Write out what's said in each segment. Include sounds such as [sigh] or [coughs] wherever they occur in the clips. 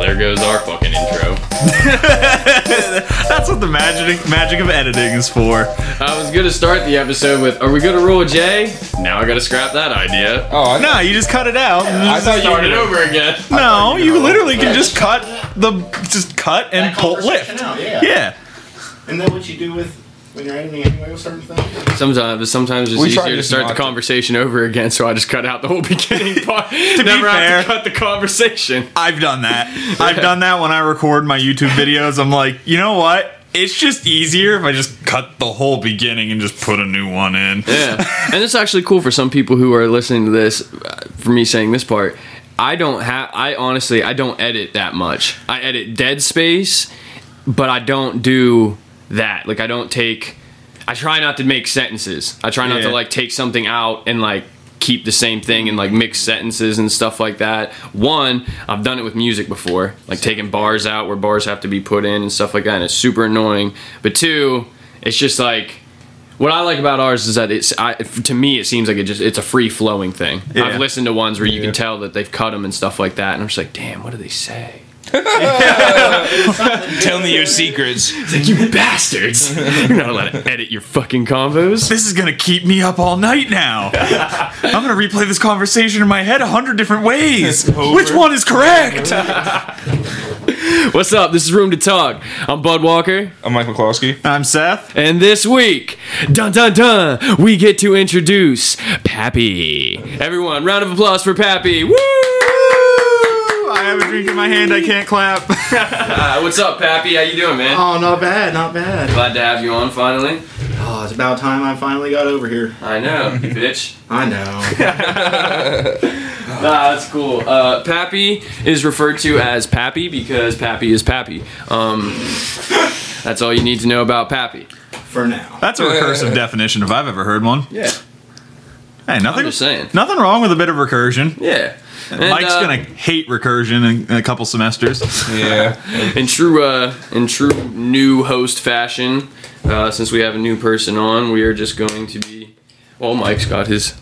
there goes our fucking intro. [laughs] That's what the magic magic of editing is for. I was gonna start the episode with, "Are we gonna roll a J?" Now I gotta scrap that idea. Oh, I, No, you just cut it out. and I just- thought Oh, you Start it were- over again. no, you you know. literally can just cut the just cut and pull lift. Out, yeah. Yeah. And then what you do with when you're editing anyway with certain things. Sometimes, sometimes it's We try easier to just start the not to. conversation over again, so I just cut out the whole [laughs] beginning part. to Never fair. have to cut the conversation. I've done that. I've done that when I record my YouTube videos. I'm like, you know what? It's just easier if I just cut the whole beginning and just put a new one in. Yeah, and it's actually cool for some people who are listening to this. uh, For me saying this part, I don't have. I honestly, I don't edit that much. I edit dead space, but I don't do that. Like I don't take. I try not to make sentences. I try not to Yeah. like take something out and like keep the same thing and like mix sentences and stuff like that. One, I've done it with music before, like taking bars out where bars have to be put in and stuff like that, and it's super annoying. But two, it's just like what I like about ours is that it's I, to me it seems like it just it's a free flowing thing. Yeah. I've listened to ones where you can tell that they've cut them and stuff like that, and I'm just like, damn, what do they say? Tell me your secrets. It's like you bastards, [laughs] you're not allowed to edit your fucking combos. This is gonna keep me up all night [laughs] now. I'm gonna replay this conversation in my head a hundred different ways. Which one is correct? What's up? This is Room to Talk. I'm Bud Walker, I'm Mike McCloskey. I'm Seth. and this week, dun dun dun, we get to introduce Pappy. Everyone, round of applause for Pappy. Woo! I have a drink in my hand. I can't clap. [laughs] Uh, what's up, Pappy? How you doing, man? Oh, not bad, not bad. Glad to have you on finally. Oh, it's about time I finally got over here. I know, [laughs] you bitch. [laughs] I know. Ah, that's cool. Uh, Pappy is referred to as Pappy because Pappy is Pappy. Um, that's all you need to know about Pappy. For now. That's a recursive definition if I've ever heard one. Yeah. Hey, nothing. just saying. Nothing wrong with a bit of recursion. Yeah. And, Mike's uh, gonna hate recursion in, in a couple semesters. Yeah. in true uh, in true new host fashion. Uh, since we have a new person on, we are just going to be. Well, Mike's got his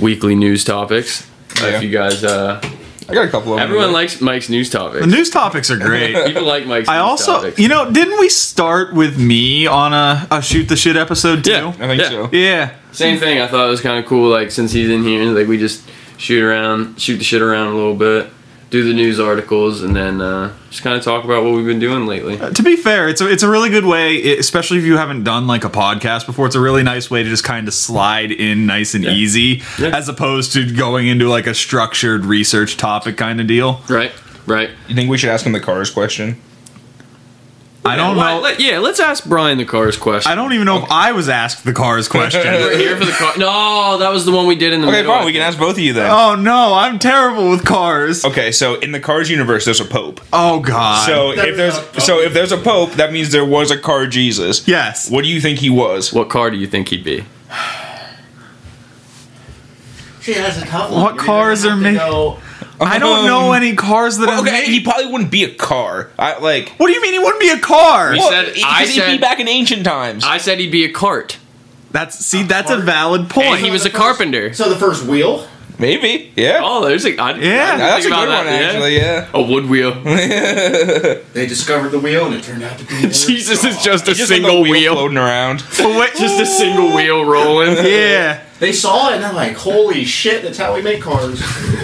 weekly news topics. Uh, Yeah. If you guys, uh, I got a couple of them. everyone likes Mike's news topics. [laughs] the news topics [laughs] are great. People like Mike's. I news also, topics. you know, didn't we start with me on a, a shoot the shit episode too? Yeah. I think Yeah. so. Yeah. Same thing. I thought it was kind of cool. Like since he's in here, like we just shoot around, shoot the shit around a little bit, do the news articles, and then uh, just kind of talk about what we've been doing lately. To be fair, it's a, it's a really good way, i- especially if you haven't done like a podcast before. It's a really nice way to just kind of slide in nice and easy, Yeah. as opposed to going into like a structured research topic kind of deal. Right. Right. You think we should ask him the cars question? I don't Why- know. let- yeah. Let's ask Brian the cars question. I don't even know if I was asked the cars question. [laughs] We're here for the car. No, that was the one we did in the. Okay, middle. fine. We can ask both of you then. oh no, I'm terrible with cars. Okay, so in the cars universe, there's a pope. Oh god. So There if is there's no pope. so if there's a pope, that means there was a car Jesus. yes. What do you think he was? What car do you think he'd be? See, that's a tough What You're gonna cars have are to made- go- I don't know Um, any cars that are Okay, made. he probably wouldn't be a car. I like. What do you mean he wouldn't be a car? Well, said- he- I 'cause he'd be said- back in ancient times. I said he'd be a cart. That's see, that's a car? valid And point. he was a the first- carpenter. So the first wheel? Maybe. Yeah. Oh, there's a. I, I didn't Yeah, that's a think about good that, one actually. Yeah. A wood wheel. [laughs] They discovered the wheel and it turned out [laughs] to be. [laughs] Jesus is just a Just like single wheel. floating around. But wait- Just a single wheel [laughs] rolling. yeah. They saw it and they're like, holy shit, that's how we [laughs] make cars.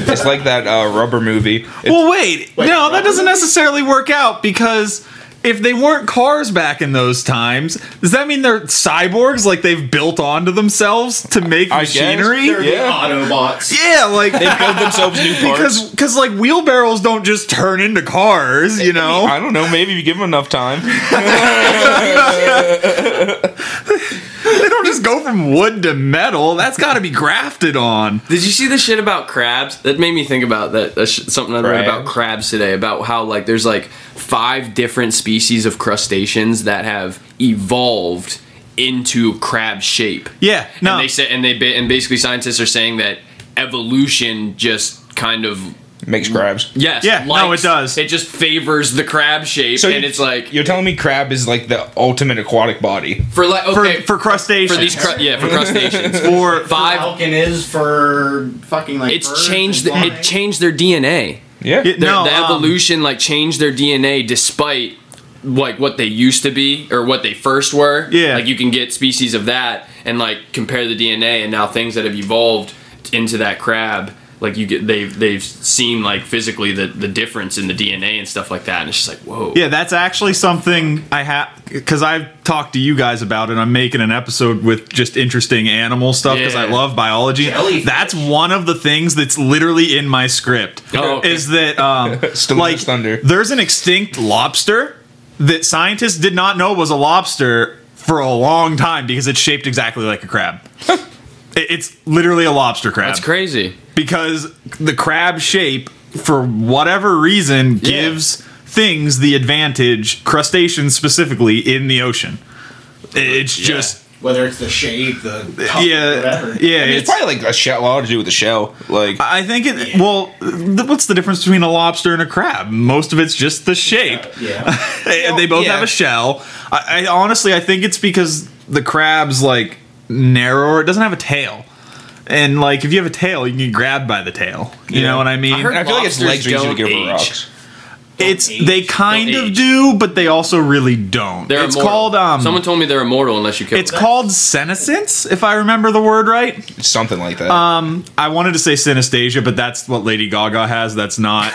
It's like that uh, rubber movie. It's- Well, wait. Wait, no, that doesn't probably. necessarily work out because if they weren't cars back in those times, does that mean they're cyborgs? Like they've built onto themselves to make I guess. They're machinery? the Yeah. Autobots. Yeah, like they build themselves [laughs] new parts. because because like wheelbarrows don't just turn into cars, you know. I don't know. Maybe if you give him enough time. [laughs] They don't just go from wood to metal. That's got to be grafted on. Did you see the shit about crabs? That made me think about that. that sh- something I read Crabs? about crabs today about how like there's like five different species of crustaceans that have evolved into crab shape. Yeah, no. And they said and they ba- and basically scientists are saying that evolution just kind of Makes crabs. yes Yeah, no, it does. it just favors the crab shape and you- it's like you're telling me crab is like the ultimate aquatic body. for like okay for for crustaceans. for these cru- yeah for crustaceans for five Falcon is for fucking like. it's birds changed and it flying. changed their DNA Yeah. It- Their, No, the um, evolution like changed their DNA despite like what they used to be or what they first were. Yeah. Like you can get species of that and like compare the DNA and now things that have evolved into that crab. Like you get they've they've seen like physically the the difference in the DNA and stuff like that. And it's just like whoa. Yeah, that's actually something I have because I've talked to you guys about it. I'm making an episode with just interesting animal stuff because I Yeah. love biology. Jellyfish. That's one of the things that's literally in my script. Oh, okay. Is that um, Still like just under. there's an extinct lobster that scientists did not know was a lobster for a long time because it's shaped exactly like a crab. It- It's literally a lobster crab That's crazy. because the crab shape, for whatever reason, gives things the advantage, crustaceans specifically, in the ocean. It's just Whether it's the shape, the yeah, top, yeah. Oh, whatever. It's, It's, probably like a, shell, a lot to do with the shell. Like, I think it. Well, th- what's the difference between a lobster and a crab? Most of it's just the shape. Yeah. And they both Yeah. have a shell. I, I honestly, I think it's because the crab's like narrower. It doesn't have a tail. And like, if you have a tail, you can get grabbed by the tail. You Yeah. know what I mean? I heard I feel like its Lobsters legs are easy to don't get over age. rocks. It's age. they kind Don't of age. do, but they also really don't. They're it's immortal. called um. Someone told me they're immortal unless you kill. it's them. called senescence, if I remember the word right. It's something like that. Uh, I wanted to say synesthesia, but that's what Lady Gaga has. That's not.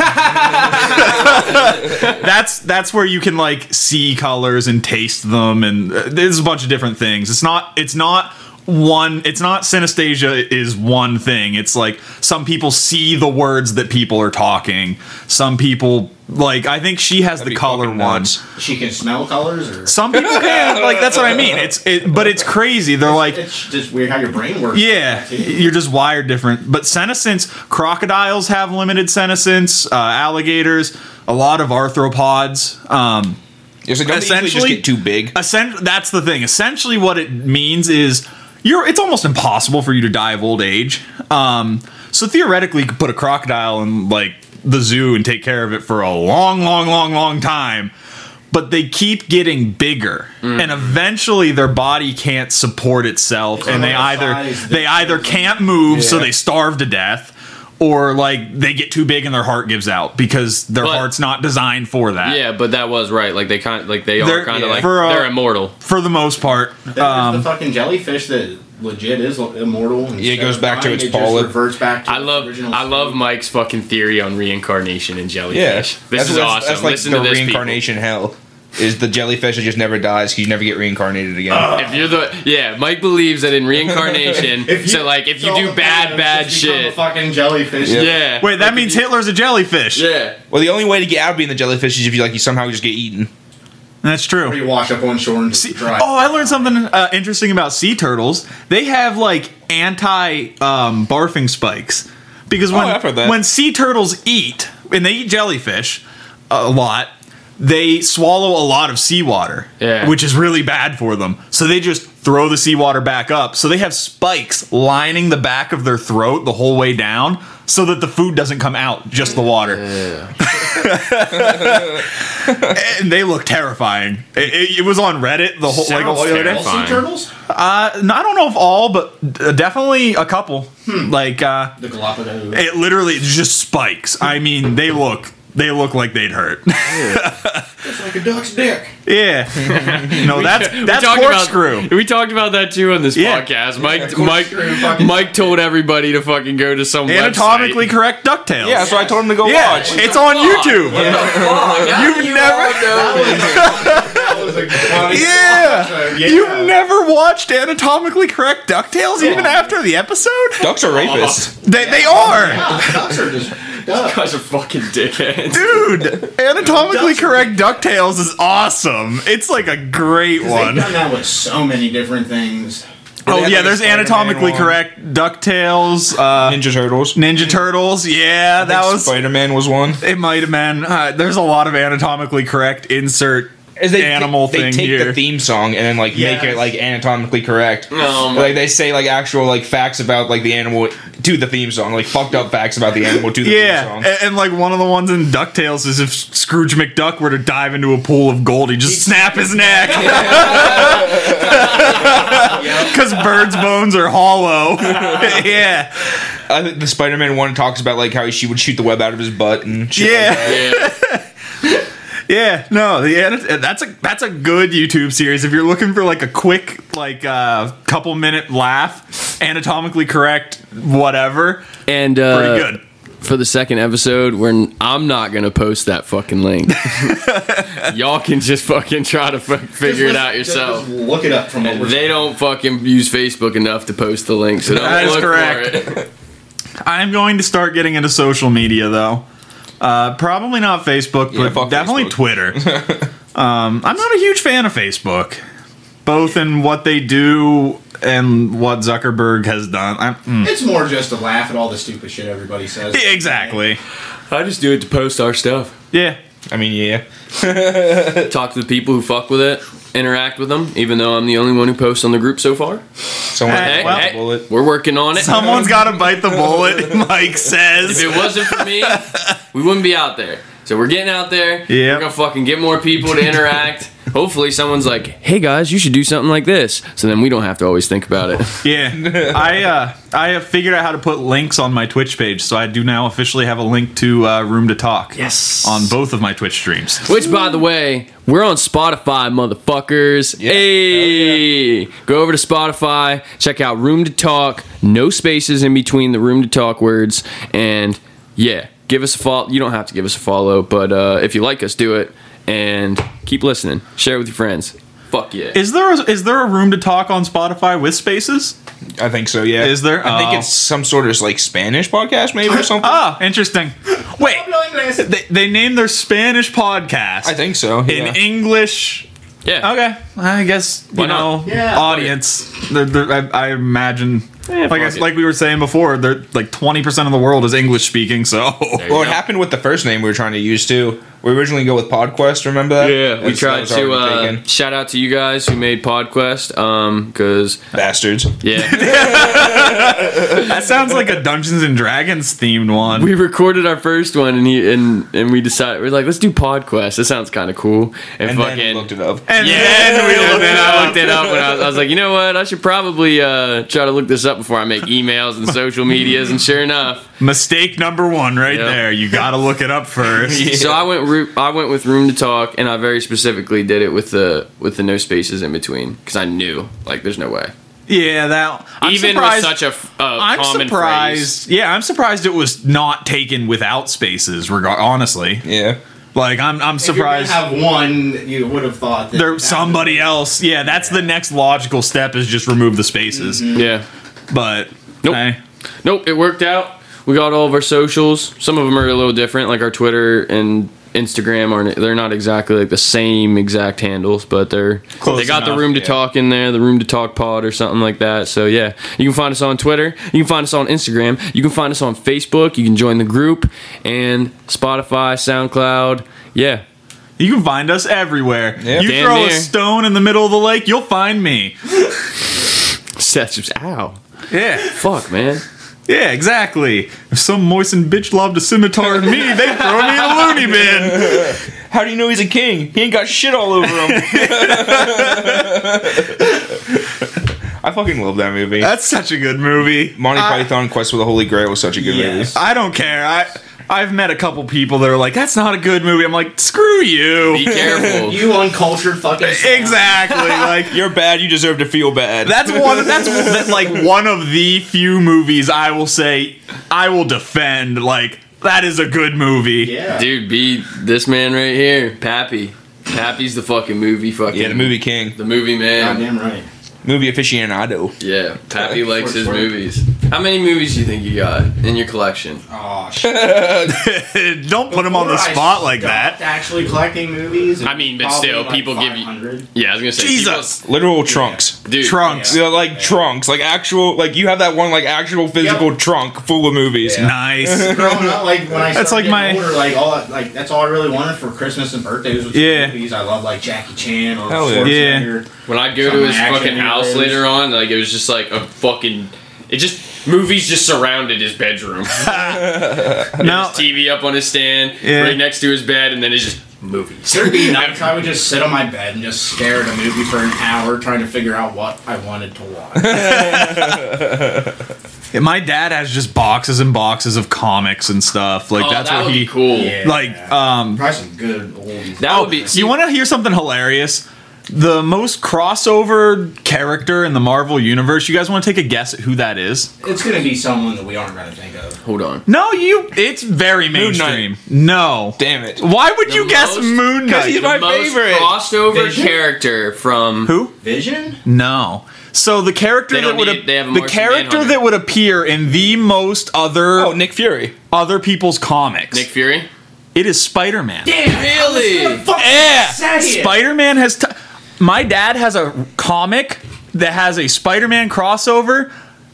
that's that's where you can like see colors and taste them, and uh, there's a bunch of different things. It's not. It's not one. It's not synesthesia is one thing. It's like some people see the words that people are talking. Some people like. I think she has be the color fucking one. nuts. She can smell colors or. Some people can. Like that's what I mean. It's it, but it's crazy. They're like It's just weird how your brain works. yeah, you're just wired different. But senescence, crocodiles have limited senescence. Uh, alligators, a lot of arthropods. Um, It's like, don't they usually just essentially- Uh, get too big? essen- that's the thing. Essentially, what it means is you're. It's almost impossible for you to die of old age. Um, so theoretically, you could put a crocodile in like the zoo and take care of it for a long, long, long, long time. But they keep getting bigger, Mm. and eventually their body can't support itself, and they either Size, they either can't move, so they starve to death. Or like they get too big and their heart gives out because their But- heart's not designed for that. Yeah, but that was right. Like they kind like they are They're- kind of yeah. like For, uh, they're immortal. For the most part, Then there's um, the fucking jellyfish that legit is immortal. and Yeah, it instead goes of back to dying, its it just polyp. reverts back to I its love original I state. love Mike's fucking theory on reincarnation and jellyfish. Yeah. This That's- is that's- awesome. That's like Listen the to this, people. reincarnation hell. Is the jellyfish that just never dies? 'cause You never get reincarnated again. If you're the yeah, Mike believes that in reincarnation. [laughs] If you- so like if you so do the bad planet bad just become a shit, fucking jellyfish. Yeah. yeah. [laughs] Wait, that Like, if means you- Hitler's a jellyfish. Yeah. well, the only way to get out of being the jellyfish is if you like you somehow just get eaten. That's Or true. you wash up on shore and See- dry. oh, I learned something uh, interesting about sea turtles. They have like anti um, barfing spikes because Oh, when I've heard that. when sea turtles eat and they eat jellyfish a lot, they swallow a lot of seawater, Yeah. which is really bad for them. So they just throw the seawater back up. So they have spikes lining the back of their throat the whole way down, so that the food doesn't come out, just the water. and they look terrifying. It, it, it was on Reddit the whole like oh, Sounds all the other terrible. day. sea fine. turtles? Uh, no, I don't know if all, but d- definitely a couple. Like uh, The Galapagos. it literally just spikes. I mean, they look they look like they'd hurt. [laughs] It's like a duck's dick. yeah, no, that's that's talked corkscrew. About, we talked about that too on this Yeah. podcast. Mike Corkscrew Mike fucking- Mike told everybody to fucking go to some [laughs] Anatomically website. correct Ducktales. Yeah, that's why I told him to go yeah, watch. it's on YouTube. Oh, You've never, That was a funny Yeah. episode. you've never watched anatomically correct Ducktales even Yeah. after the episode. Ducks are rapists. They, they are, Yeah, ducks are just ducks. guys are fucking [laughs] dickheads. dude. Anatomically Ducks- correct Ducktales is awesome. It's like a great They've one. done that with so many different things. They Oh had, yeah, like, there's a Spider-Man anatomically one. correct Ducktales, uh, Ninja Turtles. Ninja Turtles. Yeah, that was Spider Man was one. it. Might have been. Uh, there's a lot of anatomically correct insert Is they animal they, thing They take here. the theme song and then like Yes. make it like anatomically correct. No, Oh my- like they say like actual like facts about like the animal to the theme song, like fucked up facts about the animal to the Yeah, theme and, song. and, like one of the ones in Ducktales is if Scrooge McDuck were to dive into a pool of gold, he'd just snap his neck [laughs] [laughs] because birds' bones are hollow. [laughs] yeah, I think the Spider-Man one talks about like how she would shoot the web out of his butt and shit like yeah, Yeah. yeah. No, the ana- that's a that's a good YouTube series if you're looking for like a quick like uh, couple minute laugh, anatomically correct, whatever. And uh, Pretty good. for the second episode, we're n- I'm not gonna post that fucking [laughs] link. Y'all can just fucking try to f- figure it out yourself. look it up from what we're They don't fucking use Facebook enough to post the link, so don't That is look correct. for it. [laughs] I'm going to start getting into social media though. Uh, probably not Facebook, Yeah, but fuck definitely Facebook. Twitter. [laughs] um, I'm not a huge fan of Facebook, both in what they do and what Zuckerberg has done. I'm, Hmm. mm. It's more just to laugh at all the stupid shit everybody says. Exactly. I just do it to post our stuff. Yeah. that. I mean, yeah. Talk to the people who fuck with it, interact with them. Even though I'm the only one who posts on the group so far, Someone Hey, hey, well- hey, bullet. we're working on it. Someone's got to bite the bullet, [laughs] Mike If says. it wasn't for me, we wouldn't be out there. So we're getting out there. Yeah. We're gonna fucking get more people to interact. Hopefully, someone's like, "Hey guys, you should do something like this," so then we don't have to always think about it. [laughs] Yeah. I uh, I have figured out how to put links on my Twitch page, so I do now officially have a link to uh, Room to Talk. Yes. On both of my Twitch streams. Which, by the way, we're on Spotify, motherfuckers. Hey, go over to Spotify, check out Room to Talk. No spaces in between the Room to Talk words, and yeah, give us a follow. You don't have to give us a follow, but uh, if you like us, do it and keep listening. Share with your friends. Fuck yeah. Is there a, is there a room to talk on Spotify with spaces? I think so. Yeah. Is there? I Oh. think it's some sort of like Spanish podcast, [laughs] maybe or something. Ah, interesting. Wait, Hablo inglés. they, they named their Spanish podcast I think so. in yeah. English. yeah. Okay, I guess you Why not? know Yeah. audience. They're, they're, I, I imagine, like I, fuck it. like we were saying before, they're like twenty percent of the world is English speaking. So Well, it Yeah. happened with the first name we were trying to use too. We originally go with PodQuest. Remember that? Yeah, we That's- that tried was to already uh, taken. shout out to you guys who made PodQuest. Um, because bastards. [laughs] yeah, [laughs] that sounds like a Dungeons and Dragons themed one. we recorded our first one and he and and we decided we're like, let's do PodQuest. That sounds kind of cool. And, And fucking then looked it up. and yeah, then we looked it I up. looked it up and I was, I was like, you know what? I should probably uh, try to look this up before I make emails and social medias. And sure enough, Mistake number one, right Yep. there. You got to look it [laughs] up first. so I went ru- I went with room to talk, and I very specifically did it with the with the no spaces in between because I knew like there's no way. Yeah, that I'm Even with surprised- such a, f- a I'm common phrase. surprised. Yeah, I'm surprised it was not taken without spaces. Regard, honestly, Yeah. like I'm, I'm If you're gonna surprised have one, you would have thought that there that somebody else. Yeah, that's the next logical step is just remove the spaces. Yeah. But Mm-hmm. Nope. eh, Nope, it worked out. We got all of our socials. Some of them are a little different, like our Twitter and Instagram aren't. They're not exactly like the same exact handles, but they're Close they got enough, the room to yeah. talk in there, the room to talk pod or something like that. So yeah, you can find us on Twitter. You can find us on Instagram. You can find us on Facebook. You can join the group and Spotify, SoundCloud. Yeah, you can find us everywhere. Yeah. You Damn throw a near. stone in the middle of the lake, you'll find me. Seth just ow, Yeah, fuck man. yeah, exactly. If some moistened bitch loved a scimitar and me, they'd throw me in a loony bin. How do you know he's a king? He ain't got shit all over him. [laughs] I fucking love that movie. That's such a good movie. Monty Uh, I- Python Quest for the Holy Grail was such a good Yes. I don't care. I I've met a couple people that are like, "That's not a good movie." I'm like, "Screw Be you." [laughs] careful. You uncultured fucking. exactly. Like movie. You're bad. You deserve to feel bad. that's one. That's that's like one of the few movies I will say I will defend. Like that is a good movie. Yeah. Dude, be this man right here, Pappy. Pappy's the fucking movie. Fucking yeah, the movie king, The movie man. Goddamn right. movie aficionado. Yeah, Pappy likes his Work, work. movies. How many movies do you think you got in your collection? Oh shit! [laughs] Don't put him on the Before I spot like stopped that. Actually, collecting movies. it I mean, but was still, probably people give you- 500. Yeah, I was gonna say Jesus. [laughs] Literal trunks. people- dude. Trunks. Yeah, like trunks, like actual, like you have that one, like actual physical trunk full of movies. Nice. Growing up, like when I That's that's like like my- older, like all like that's all I really wanted for Christmas and birthdays was Yeah. movies. I love like Jackie Chan or Hell yeah. Schwarzenegger. When I go Some to his action fucking house heroes. later on, like it was just like a fucking. It just movies just surrounded his [laughs] bedroom. No. His TV up on his stand, Yeah. right next to his bed, and then it's just movies. [laughs] There'd be nights I would just sit on my bed and just stare at a movie for an hour trying to figure out what I wanted [laughs] to watch. Yeah, My dad has just boxes and boxes of comics and stuff. Like Oh, that's that what would he be cool. Yeah. like um Probably some good old. That would be. you want to hear something hilarious? The most crossover character in the Marvel universe. You guys want to take a guess at who that is? It's gonna be someone that we aren't gonna think of. Hold on. No, you. It's very Knight. mainstream. No. Damn it. Why would The you guess most- Moon 'Cause he's Knight? my the most favorite. crossed over Vision? character from Who? Vision? No. So the character They that don't would need- ap- they have the Martian character Manhunter. that would appear in the most other Oh, Nick Fury. other people's comics. Nick Fury. it is Spider-Man. Really? Yeah. Say it. Spider-Man has t- My dad has a comic that has a Spider-Man crossover.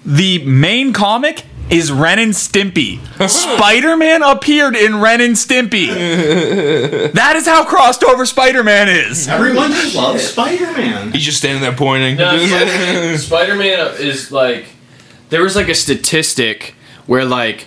The main comic is Ren and Stimpy. Spider-Man appeared in Ren and Stimpy. that is how crossed over Spider-Man is. Everyone just loves Spider Man. He's just standing there pointing. Spider Man is like. There was like a statistic where like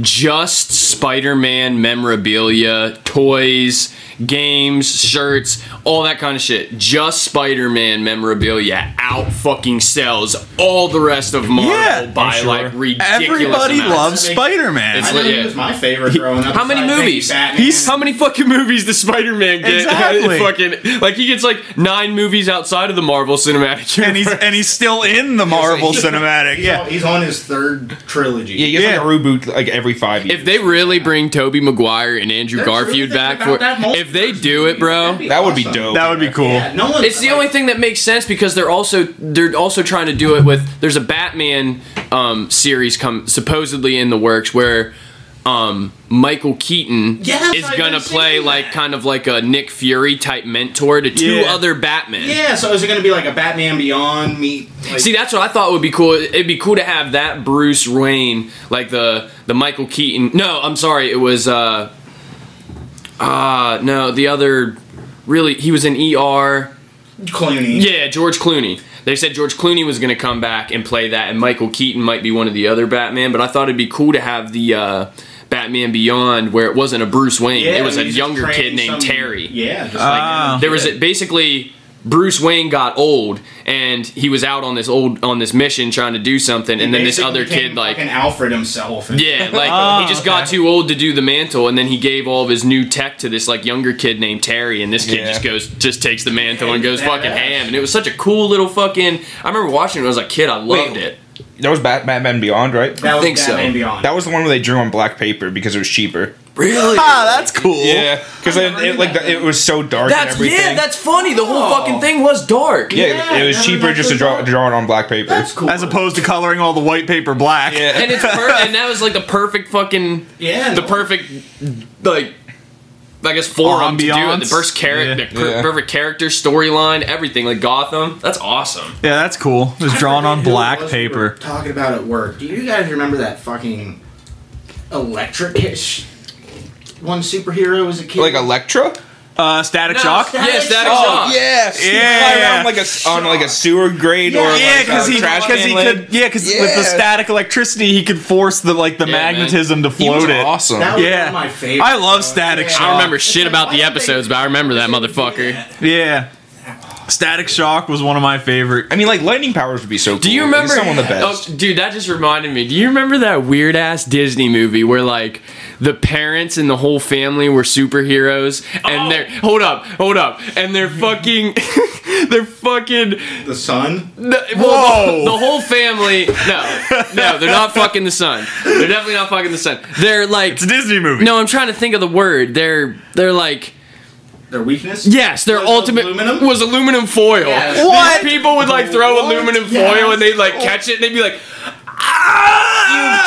just Spider Man memorabilia, toys, games, shirts, all that kind of shit. Just Spider Man memorabilia out fucking sells all the rest of Marvel Yeah, by I'm like ridiculous. Everybody amounts. loves It's- Spider-Man. I It's- know Yeah. he was my favorite growing up. How many besides maybe movies? Batman. He's how many fucking movies does Spider Man get? [laughs] Exactly. fucking like he gets like nine movies outside of the Marvel Cinematic and he's Universe. and he's still in the Marvel cinematic. Yeah. He's on his third trilogy. Yeah, he gets Yeah. like a reboot like every five years. If they really bring Toby Maguire and Andrew They're Garfield really back about for that multiverse if they do it, bro, movie. that would be Awesome. dope. That would be cool. Yeah, no one. it's the only thing that makes sense because they're also they're also trying to do it with there's a Batman um, series come supposedly in the works where um, Michael Keaton Yes, is I've gonna been seeing play that. like kind of like a Nick Fury type mentor to two Yeah. other Batmen. Yeah, so is it going to be like a Batman Beyond meet? Like, See, that's what I thought would be cool. It'd be cool to have that Bruce Wayne, like the the Michael Keaton. No, I'm sorry, it was uh, uh no, the other. Really, he was in ER. Clooney. Yeah, George Clooney. They said George Clooney was going to come back and play that, and Michael Keaton might be one of the other Batman. But I thought it'd be cool to have the uh, Batman Beyond, where it wasn't a Bruce Wayne. it was I a mean, he's younger just kid training named some- Terry. Yeah, just Ah. like There was a, basically Bruce Wayne got old and he was out on this old on this mission trying to do something, and then this basically other became kid like. fucking Oh, Alfred himself. And [laughs] Yeah, like he just got too old to do the mantle, and then he gave all of his new tech to this like younger kid named Terry, and this kid Yeah. just goes, just takes the mantle and Yeah, goes he's fucking badass. ham. And it was such a cool little fucking. I remember watching it when I was a kid. I loved it. that was Bat- Batman Beyond, right? that was think so. Batman Beyond. That was the one where they drew on black paper because it was cheaper. Really? Ah, that's cool. because I've it, never it, heard like that. the, it was so dark. and That's everything. yeah. That's funny. The whole Oh. fucking thing was dark. yeah. Yeah, it was never cheaper just to draw noticed that. draw it on black paper. That's cool. As opposed to coloring all the white paper black. yeah. and it's per- and that was like the perfect fucking [laughs] yeah, the no. perfect like I guess forum to do it. The Ambiance. first character, Yeah. the per- Yeah. perfect character storyline, everything like Gotham. That's awesome. Yeah, that's cool. It was drawn I on forget who it black was we were paper. talking about at work. Do you guys remember that fucking electric-ish one superhero was a kid? like Electra. Uh, Static No, Shock. Static Yeah, Static Oh Shock. yes, He'd Yeah. fly around like a s- on like a sewer grade or like Yeah, because a he, trash cause can he lid. could. Yeah, because with the Yeah. static electricity, he could force the like the Yeah, man. magnetism to He was float it. awesome. that was yeah. one of my favorite. I love Static I don't Shock. remember shit about the episodes, but I remember that motherfucker. Yeah, Static Shock was one of my favorite. I mean, like lightning powers would be so. cool. Do you remember? someone the best? Oh, dude, that just reminded me. Do you remember that weird ass Disney movie where like the parents and the whole family were superheroes and Oh. they're hold up, hold up, and they're fucking, [laughs] they're fucking the sun. The, well, Whoa. The, the whole family. No, no, they're not fucking the son. They're definitely not fucking the son. They're like. It's a Disney movie. No, I'm trying to think of the word. They're they're like Their weakness. yes, their Was ultimate aluminum? was aluminum foil. Yes. What? People would like throw What? aluminum Yes. foil and they'd like catch it and they'd be like, ah!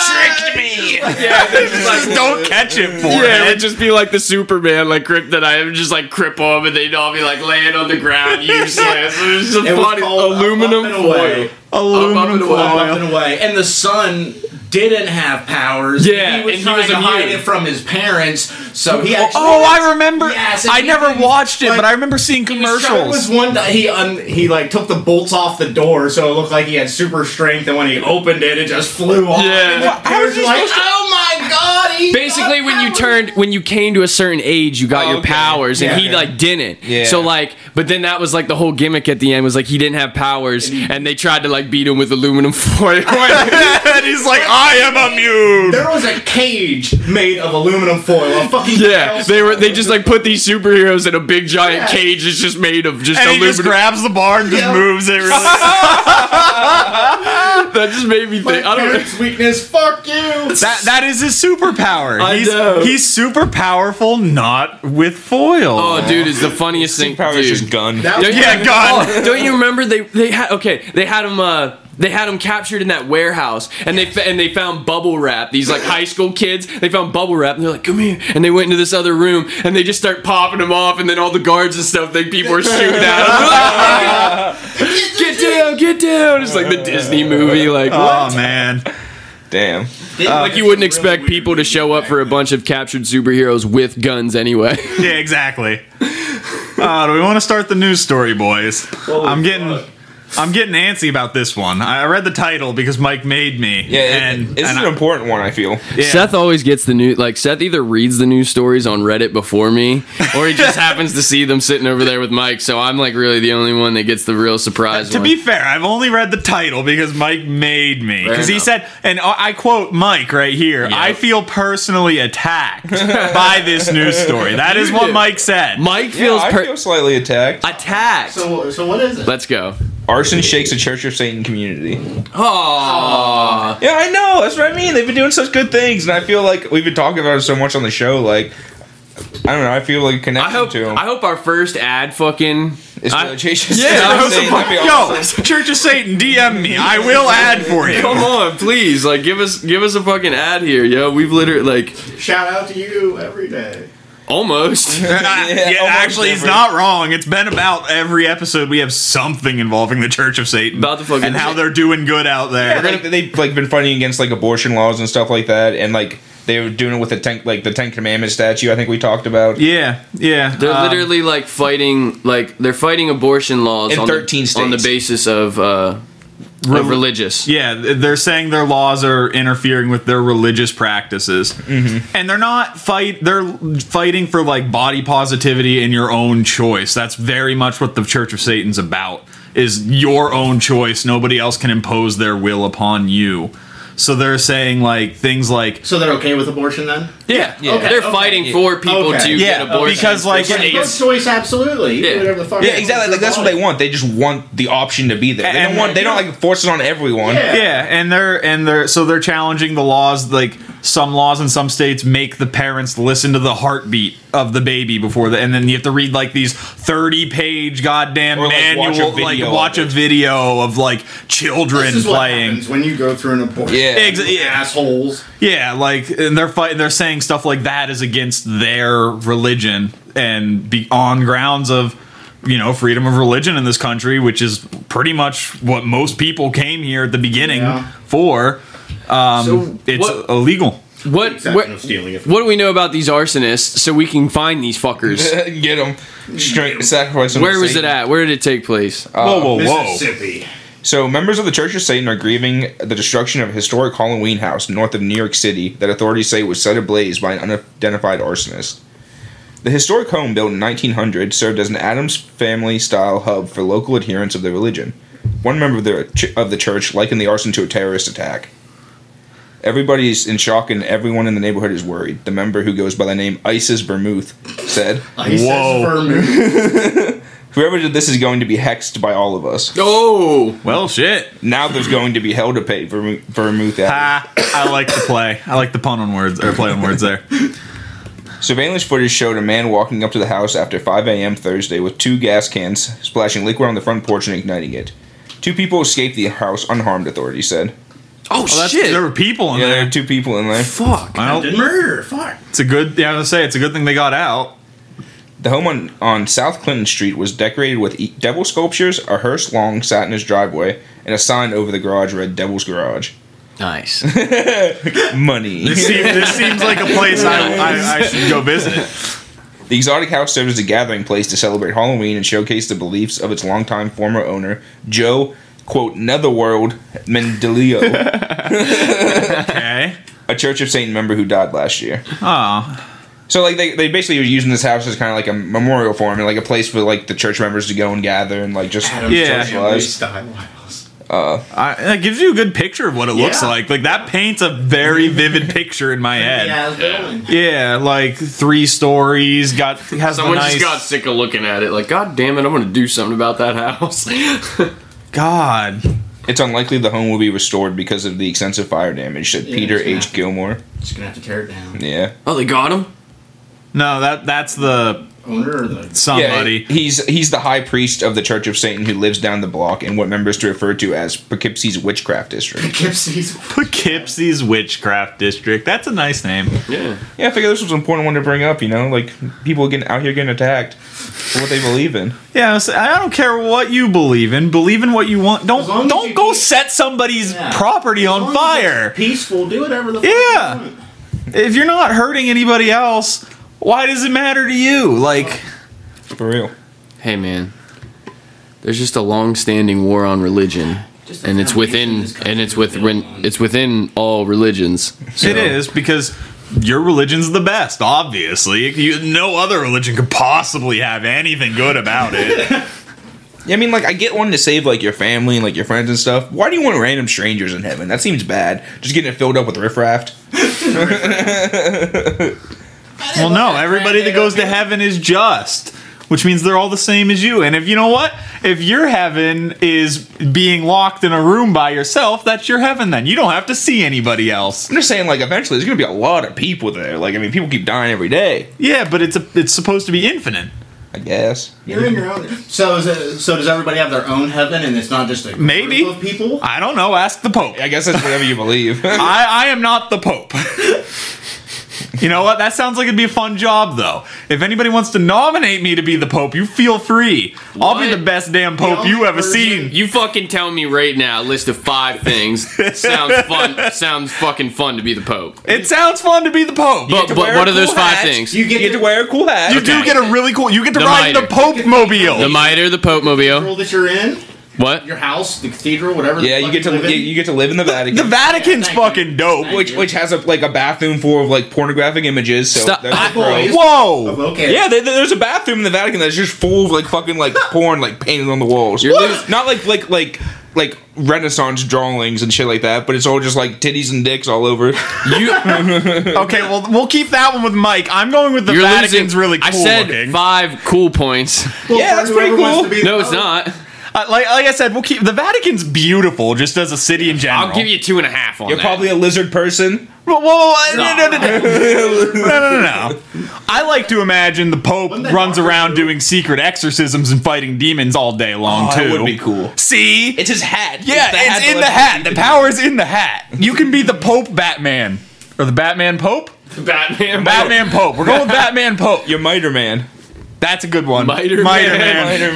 tricked me. Yeah, they're just like, Don't catch it for Yeah, it would it. just be like the Superman, like Kryptonite. It would just like cripple them, and they'd all be like laying on the ground, useless. It was just a It was funny called Up, aluminum Up and foil. Away. Up, up and Aluminum away. Up foil. and away. And the son didn't have powers. Yeah, he was and he trying was to hide immune. it from his parents. So he actually. Oh, I remember. Yes, and I he never even- watched it, like, but I remember seeing There was commercials. one that he un- he like took the bolts off the door, so it looked like he had super strength. And when he opened it, it just flew off. Yeah. and the Well, how is dude's he like, supposed to- oh my god! He Basically, got when you powers." turned, when you came to a certain age, you got Oh, your okay. powers, and Yeah. he like didn't. Yeah. So like, but then that was like the whole gimmick at the end was like he didn't have powers, and they tried to like beat him with aluminum [laughs] foil. [laughs] and he's like, I am immune. there was a cage made of aluminum foil. A fucking [laughs] yeah, they they were they just like put these superheroes in a big giant cage that's just made of just And he aluminum. just grabs the bar and just Yeah. moves it. Really. [laughs] that just made me think. I don't. know. parents' weakness. Fuck you. That that is his superpower. I he's know. he's super powerful, not with foil. Oh, dude, is the funniest thing. Power is dude. just gun. That Don't was you- Yeah, gun. Oh, don't you remember they they had okay they had him uh they had him captured in that warehouse and they fa- and they found bubble wrap these like high school kids they found bubble wrap and they're like come here and they went into this other room and they just start popping them off and then all the guards and stuff think people are shooting at them [laughs] get down get down it's like the Disney movie like Oh man. Damn. like you wouldn't expect people to show up for a bunch of captured superheroes with guns anyway [laughs] Yeah, exactly. Uh, do we want to start the news story, boys? I'm getting I'm getting antsy about this one. I I read the title because Mike made me. Yeah, it- and, this and is I- an important one. I feel. yeah. Seth always gets the new like Seth either reads the news stories on Reddit before me or he [laughs] just happens to see them sitting over there with Mike so I'm like really the only one that gets the real surprise To one. be fair, I've only read the title because Mike made me. Fair Because he enough. said, and I I quote Mike right here I feel personally attacked by this news story. That is what do. Mike said. Mike Yeah, feels I per- feel slightly attacked. attacked. So, so what is it? Let's go. Arson shakes a Church of Satan community. Oh, Yeah, I know. That's what I mean. They've been doing such good things, and I feel like we've been talking about it so much on the show. Like, I don't know. I feel like a I connection hope to them. I hope our first ad fucking It's I- really Church of Yeah, I Satan. hope the That'd be Yo, awesome. Church of Satan, DM me. I will add for [laughs] [laughs] you. Come on, please. Like give us give us a fucking ad here, yo. We've literally like Shout out to you every day. [laughs] almost I- Yeah, yeah, almost Uh, actually, he's every- not wrong. It's been about every episode we have something involving the Church of Satan About the fucking- and how they're doing good out there. like, they've like been fighting against like abortion laws and stuff like that, and like they were doing it with the ten, like the Ten Commandments statue. I think we talked about. yeah, yeah. They're um, literally like fighting, like they're fighting abortion laws In on, the- 13 on the states. basis of, uh, Rel- of religious. Yeah, they're saying their laws are interfering with their religious practices, and they're not fight. They're fighting for like body positivity and your own choice. That's very much what the Church of Satan's about: is your own choice. Nobody else can impose their will upon you. So they're saying like things like So they're okay with abortion then? Yeah, Okay, they're okay. fighting for people Okay. to Yeah, get abortions. because, like, It's it- Good it's- choice, absolutely. You Yeah. do whatever the fuck. Yeah, exactly. Like that's what they want. They just want the option to be there. They And- don't want. They don't like force it on everyone. Yeah. yeah and they're and they're so they're challenging the laws like some laws in some states make the parents listen to the heartbeat of the baby before the and then you have to read like these 30 page goddamn Or, like, manual watch a video like of watch a it. video of like children This is what playing happens when you go through an abortion. Yeah. Ex- yeah, Assholes. yeah, like and they're fighting. They're saying stuff like that is against their religion and be on grounds of you know freedom of religion in this country, which is pretty much what most people came here at the beginning Yeah. for. Um, So it's what- illegal. what, Exception what, of stealing it. what do we know about these arsonists so we can find these [laughs] fuckers? [laughs] Get them straight sacrifice. them to Where was it Satan. Uh, at? Where did it take place? whoa, whoa, whoa! Mississippi. So, members of the Church of Satan are grieving the destruction of a historic Halloween house north of New York City that authorities say was set ablaze by an unidentified arsonist. The historic home, built in 1900, served as an Adams family style hub for local adherents of the religion. One member of the, ch- of the church likened the arson to a terrorist attack. Everybody's in shock and everyone in the neighborhood is worried. The member who goes by the name Isis Vermouth said, Isis Whoa. [laughs] Vermouth. Whoever did this is going to be hexed by all of us. oh, Well, shit. Now there's going to be hell to pay, Vermouth, Vermouth added. Ah, I like the play. I like the pun on words or play on words there. Surveillance footage showed a man walking up to the house after 5 a.m. Thursday with two gas cans, splashing liquid on the front porch and igniting it. Two people escaped the house unharmed, authorities said. Oh, Oh, that's, shit! There were people in Yeah, there there. are two people in there. Fuck. Well, Attempted murder. Fuck. it's a good. Yeah, I was gonna say it's a good thing they got out. The home on, on South Clinton Street was decorated with e- devil sculptures. A hearse long sat in his driveway, and a sign over the garage read "Devil's Garage." Nice. Money. This seems, this seems like a place I, I, I should go visit. the exotic house served as a gathering place to celebrate Halloween and showcase the beliefs of its longtime former owner, Joe quote Netherworld Mendelio, Okay. a Church of Satan member who died last year. Oh, So like they, they basically were using this house as kind of like a memorial for him and like a place for like the church members to go and gather and like just Adam's Yeah. Church at least died wild. I, that gives you a good picture of what it looks Yeah. like. Like that paints a very vivid picture in my head. Yeah, it's building. Yeah, like three stories. Got [laughs] has Someone the nice. just got sick of looking at it. Like, God damn it, I'm gonna do something about that house. [laughs] God, It's unlikely the home will be restored because of the extensive fire damage, said Yeah, Peter it's H. not. Gilmore. Just gonna have to tear it down. Yeah. oh, they got him. no, that that's the Owner or the [laughs] somebody. Yeah, he's he's the high priest of the Church of Satan who lives down the block in what members to refer to as Poughkeepsie's witchcraft district. Poughkeepsie's. Poughkeepsie's Witchcraft District. That's a nice name. Yeah. Yeah, I figure this was an important one to bring up. You know, like people getting out here getting attacked for what they believe in. Yeah, I was- I don't care what you believe in. Believe in what you want. Don't As long as don't you go keep- set somebody's Yeah. property As long on as it's fire. Peaceful. Do whatever the. Yeah. Fuck you want. If you're not hurting anybody else, why does it matter to you? Like, For real. Hey, man. There's just a long-standing war on religion, Just the and it's foundation within this country and it's was built within on. it's within all religions. So- it is because your religion's the best. Obviously, you, no other religion could possibly have anything good about it. Yeah, I mean, like I get one to save like your family and like your friends and stuff. Why do you want random strangers in heaven? That seems bad. Just getting it filled up with riffraff. [laughs] well, no, everybody that goes to heaven is just. Which means they're all the same as you. And if you know what? If your heaven is being locked in a room by yourself, that's your heaven then. You don't have to see anybody else. I'm just saying, like eventually there's gonna be a lot of people there. Like I mean, people keep dying every day. Yeah, but it's a, it's supposed to be infinite. I guess. You're in your own. So is it, so does everybody have their own heaven, and it's not just a group Maybe. of people. I don't know, ask the Pope. I guess that's whatever you believe. I, I am not the Pope. [laughs] you know what? That sounds like it'd be a fun job, though. If anybody wants to nominate me to be the Pope, you feel free. I'll be What? the best damn Pope only you ever person- seen. You fucking tell me right now. List of five things. sounds fun. Sounds fucking fun to be the pope. It sounds fun to be the Pope. But, but wear a what are those cool five hat. things? You you get, get to wear a cool hat. you do okay. get a really cool. You get to The ride mitre. the Pope the mobile. mitre, the pope mobile. world that you're in, What? your house, the cathedral, whatever. the Yeah, you fuck get to live in. you, you get to live in the Vatican. The Vatican's Yeah, thank fucking you. dope. which which has a like a bathroom full of like pornographic images. So Stop. that's I- gross. Oh, Whoa! okay. Yeah, there, there- there's a bathroom in the Vatican that's just full of like fucking like [laughs] porn like painted on the walls. You're losing- Not like like like like Renaissance drawings and shit like that, but it's all just like titties and dicks all over. You, Okay, well, we'll keep that one with Mike. I'm going with the you're Vatican's losing. really cool I said looking. five cool points. Well, Yeah, for that's pretty whoever wants cool. to be No, the it's pope. not. Uh, like, like I said, we'll keep the Vatican's beautiful just as a city in general. I'll give you two and a half on You're that. [laughs] probably a lizard person. Whoa, whoa, whoa, no, no, no, no, no, no, no. I like to imagine the Pope Wouldn't that runs be around awesome? doing secret exorcisms and fighting demons all day long, Oh, too. that would be cool. See? It's his hat. yeah, it's, hat that in the lets you hat. see The power's in the hat. You can be the Pope Batman. Or the Batman Pope? Batman. Batman Pope. We're going with Batman Pope. Your miter man. That's a good one. Miter Man. Miter [laughs]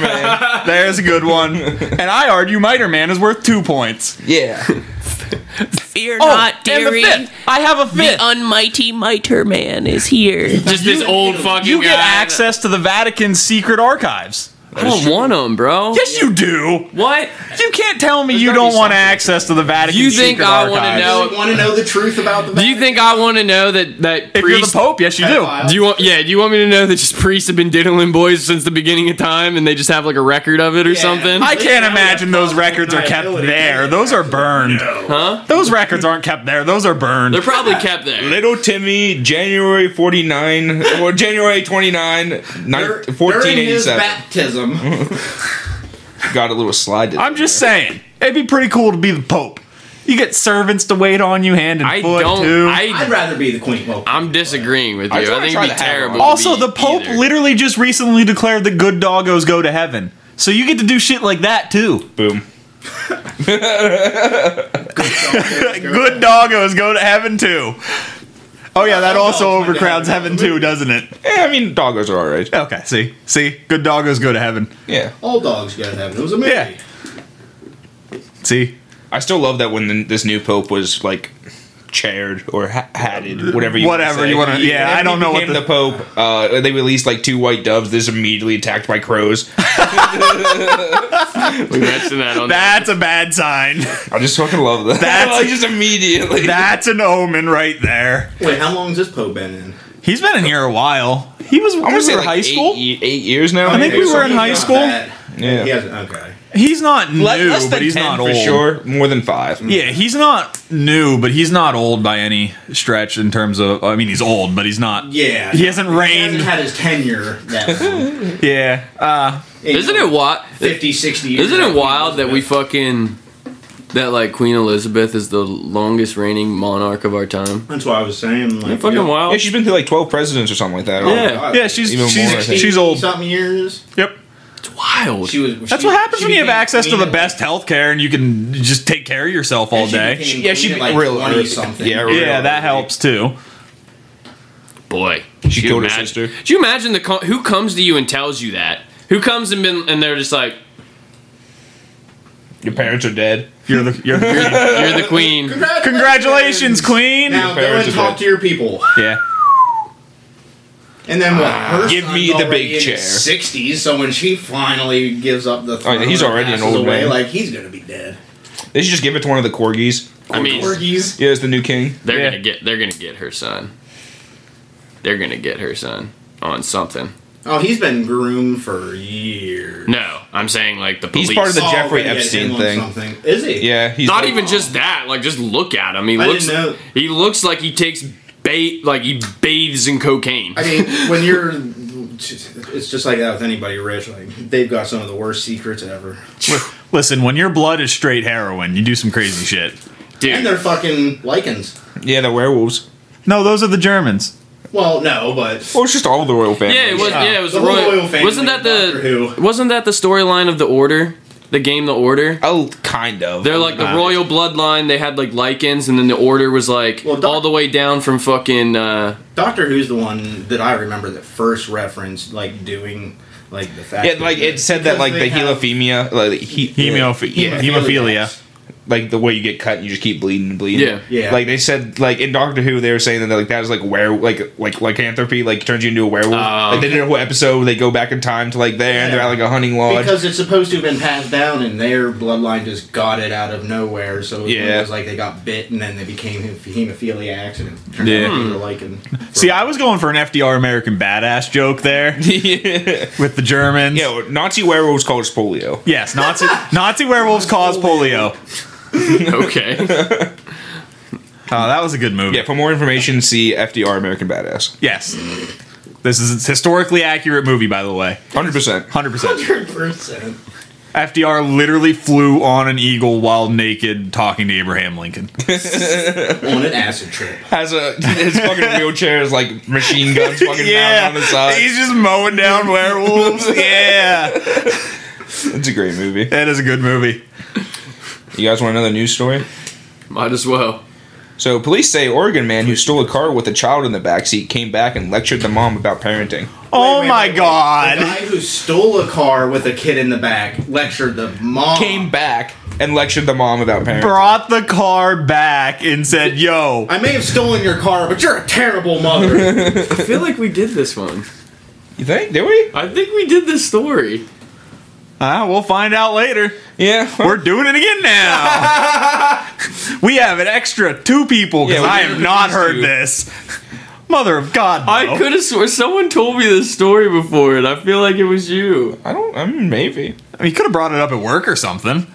[laughs] man. There's a good one. And I argue Miter Man is worth two points. yeah. Fear Oh, not, and the dearie. fifth. I have a The fifth. unmighty miter man is here. Just this old fucking you get guy. access to the Vatican's secret archives. I don't want them, bro. Yes, you do. What? You can't tell me you gotta don't be want something. access to the Vatican. You think secret I wanna archives. know- You want to know the truth about the. Do you think I want to know that that If you're the priest? Pope, yes, you do. Pedophile. do you want? Yeah. Do you want me to know that just priests have been diddling boys since the beginning of time, and they just have like a record of it or something? I can't imagine those records are kept there. Those are burned. huh? Those records aren't kept there. Those are burned. They're probably kept there. Little Timmy, January 49, or January 29, nine- Dur- During his [laughs] 1487. baptism, Got a little slide. I'm just saying, it'd be pretty cool to be the Pope. You get servants to wait on you hand and I foot don't. too. I. I'd rather be the queen. Well, I'm disagreeing with you. I I just wanna think try it'd be the hat terrible. on. to also, be the Pope either. literally just recently declared that good doggos go to heaven. So you get to do shit like that too. boom. Good doggos go to heaven too. Oh yeah, that also overcrowds heaven too, doesn't it? Yeah, I mean, doggos are all right. Okay, see, see, good doggos go to heaven. Yeah. All dogs go to heaven. It was a movie. Yeah. See, I still love that when the, this new pope was like chaired or ha- hatted, whatever you Whatever wanna say. you wanna- yeah, After I don't he know what became the- the pope. Uh, they released like two white doves. This is immediately attacked by crows. We mentioned that on that's a bad [laughs] sign. I just fucking love that. [laughs] That's- like, just immediately. That's an omen right there. Wait, how long has this Poe been in? He's been in here a while. He was. I'm we gonna were say like high eight school. ye- eight, years now. I think we so were in he's high not school. that- Yeah. He hasn't, okay. He's not new, Le- less than but he's 10 not for old. sure. More than five. Yeah, he's not new, but he's not old by any stretch in terms of. I mean, he's old, but he's not. Yeah. He hasn't He reigned. hasn't had his tenure [laughs] that long. yeah. Uh, Isn't it what? 50, 60 years. Isn't it after wild that we Elizabeth. fucking that like Queen Elizabeth is the longest reigning monarch of our time? That's what I was saying. Like, fucking yeah. Oh, wild. Yeah, she's been through like twelve presidents or something like that. Yeah. God. yeah, she's Even more, I she's, think. she's old. Something years. Yep. It's wild. She was. That's she- what happens she when you have became access to queen the at- best health care and you can just take care of yourself all she day. became Yeah, she queen at, like real- 20 something. Yeah, real- Yeah, that helps too. Boy, Do She you killed her imagine- sister. Do you imagine the co- who comes to you and tells you that? Who comes and been, and they're just like, Your parents are dead. You're the you're, you're "You're the queen." congratulations, queen. Now go parents and are talk dead. to your people, Yeah. and then what? Her Ah, Give son's me the big already in chair. Oh, Sixties. So when she finally gives up the, yeah, throne he's and already an passes old away, man. Like he's gonna be dead. They should just give it to one of the corgis. I mean, Corgis. Yeah, it's the new king. they're Yeah. gonna get they're gonna get her son. They're gonna get her son on something. Oh, he's been groomed for years. No, I'm saying like the police. He's part of the Oh, Jeffrey we're gonna get Epstein him on thing. something. Is he? Yeah, he's Not like- even just that. Like just look at him. He I looks. didn't know. He looks like he takes bait. Like he bathes in cocaine. I mean, when you're, it's just like that with anybody rich. Like they've got some of the worst secrets ever, [laughs] Listen, when your blood is straight heroin, you do some crazy shit. and Dude, they're fucking lichens. Yeah, the werewolves. No, those are the Germans. Well, no, but Well, it's just all the royal family. yeah, it was. Yeah, it was The the whole royal. royal family wasn't that of the? Doctor Who. Wasn't that the storyline of the Order? The game, the Order. Oh, kind of. They're like the Uh, royal bloodline. They had like lichens, and then the order was like Well, Doc- all the way down from fucking. [laughs] Uh, Doctor Who's the one that I remember that first referenced, like doing like the fact. Yeah, like it said that Because like the they have- helophemia, like he, Hemoph- Yeah. hemophilia. like the way you get cut and you just keep bleeding and bleeding. Yeah. Yeah. Like they said, like in Doctor Who, they were saying that like that was like were like like lycanthropy, like turns you into a werewolf. Oh. like they did a whole episode where they go back in time to like there and they're at like a hunting lodge. Because it's supposed to have been passed down, and their bloodline just got it out of nowhere. So Yeah. it was like they got bit, and then they became hemophiliacs, and it turned Yeah. out to be the lichen. See, I was going for an FDR American badass joke there yeah, with the Germans. well, Nazi werewolves called us polio. Yes, Nazi Nazi werewolves cause polio. okay, [laughs] Oh, that was a good movie. Yeah. For more information, see FDR American Badass. Yes. This is a historically accurate movie, by the way. Hundred percent. 100%. hundred percent. FDR literally flew on an eagle while naked talking to Abraham Lincoln. on an acid trip. Has a his [laughs] fucking wheelchair is like machine guns fucking yeah. on the side. He's just mowing down werewolves. yeah. It's a great movie. That is a good movie. You guys want another news story? might as well. So, police say Oregon man who stole a car with a child in the backseat came back and lectured the mom about parenting. oh Wait, wait, my wait, wait. god. The guy who stole a car with a kid in the back lectured the mom. Came back and lectured the mom about parenting. Brought the car back and said, yo. I may have stolen your car, but you're a [laughs] terrible mother. I feel like we did this one. You think? Did we? I think we did this story. Ah, we'll find out later. Yeah. We're doing it again now. we have an extra two people because Yeah, we I did have not these heard two. this. Mother of God. no. I could have sworn someone told me this story before, and I feel like it was you. [laughs] I don't. I mean, maybe. I mean, you could have brought it up at work or something.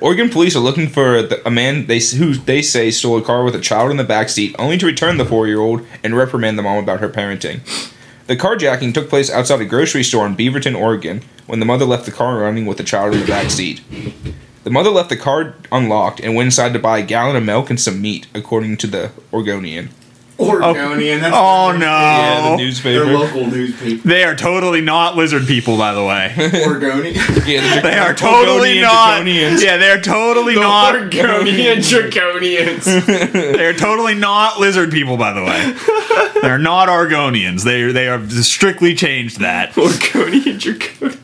Oregon police are looking for the, a man they s- who they say stole a car with a child in the backseat, only to return the four-year-old and reprimand the mom about her parenting. The carjacking took place outside a grocery store in Beaverton, Oregon, when the mother left the car running with the child in the backseat. The mother left the car unlocked and went inside to buy a gallon of milk and some meat, according to the Oregonian. Oregonian. That's Oh no! Yeah, the Their newspaper. local newspaper. They are totally not lizard people, by the way. Oregonian. [laughs] Yeah, the They are Draconian totally not. Draconians. Yeah, they are totally not. Oregonian draconians. [laughs] They are totally not lizard people, by the way. [laughs] They're not Argonians. They they have strictly changed that. Oregonian draconians.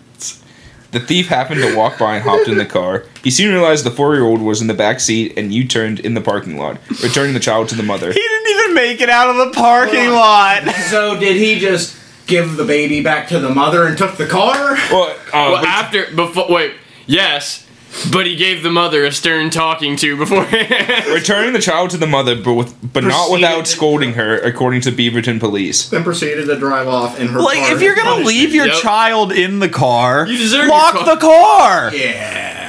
The thief happened to walk by and hopped in the car. He soon realized the four-year-old was in the back seat and U-turned in the parking lot, returning the child to the mother. He didn't even make it out of the parking Hold lot. [laughs] so did he just give the baby back to the mother and took the car? Well, uh, Oh, Well, wait, after before wait, yes, but he gave the mother a stern talking to [laughs] beforehand. returning the child to the mother, but with, but not Proceeded- without scolding her, according to Beaverton police. Then proceeded to drive off in her Like car if you're to gonna punish leave him. your Yep. child in the car, You deserve your lock car. the car. Yeah.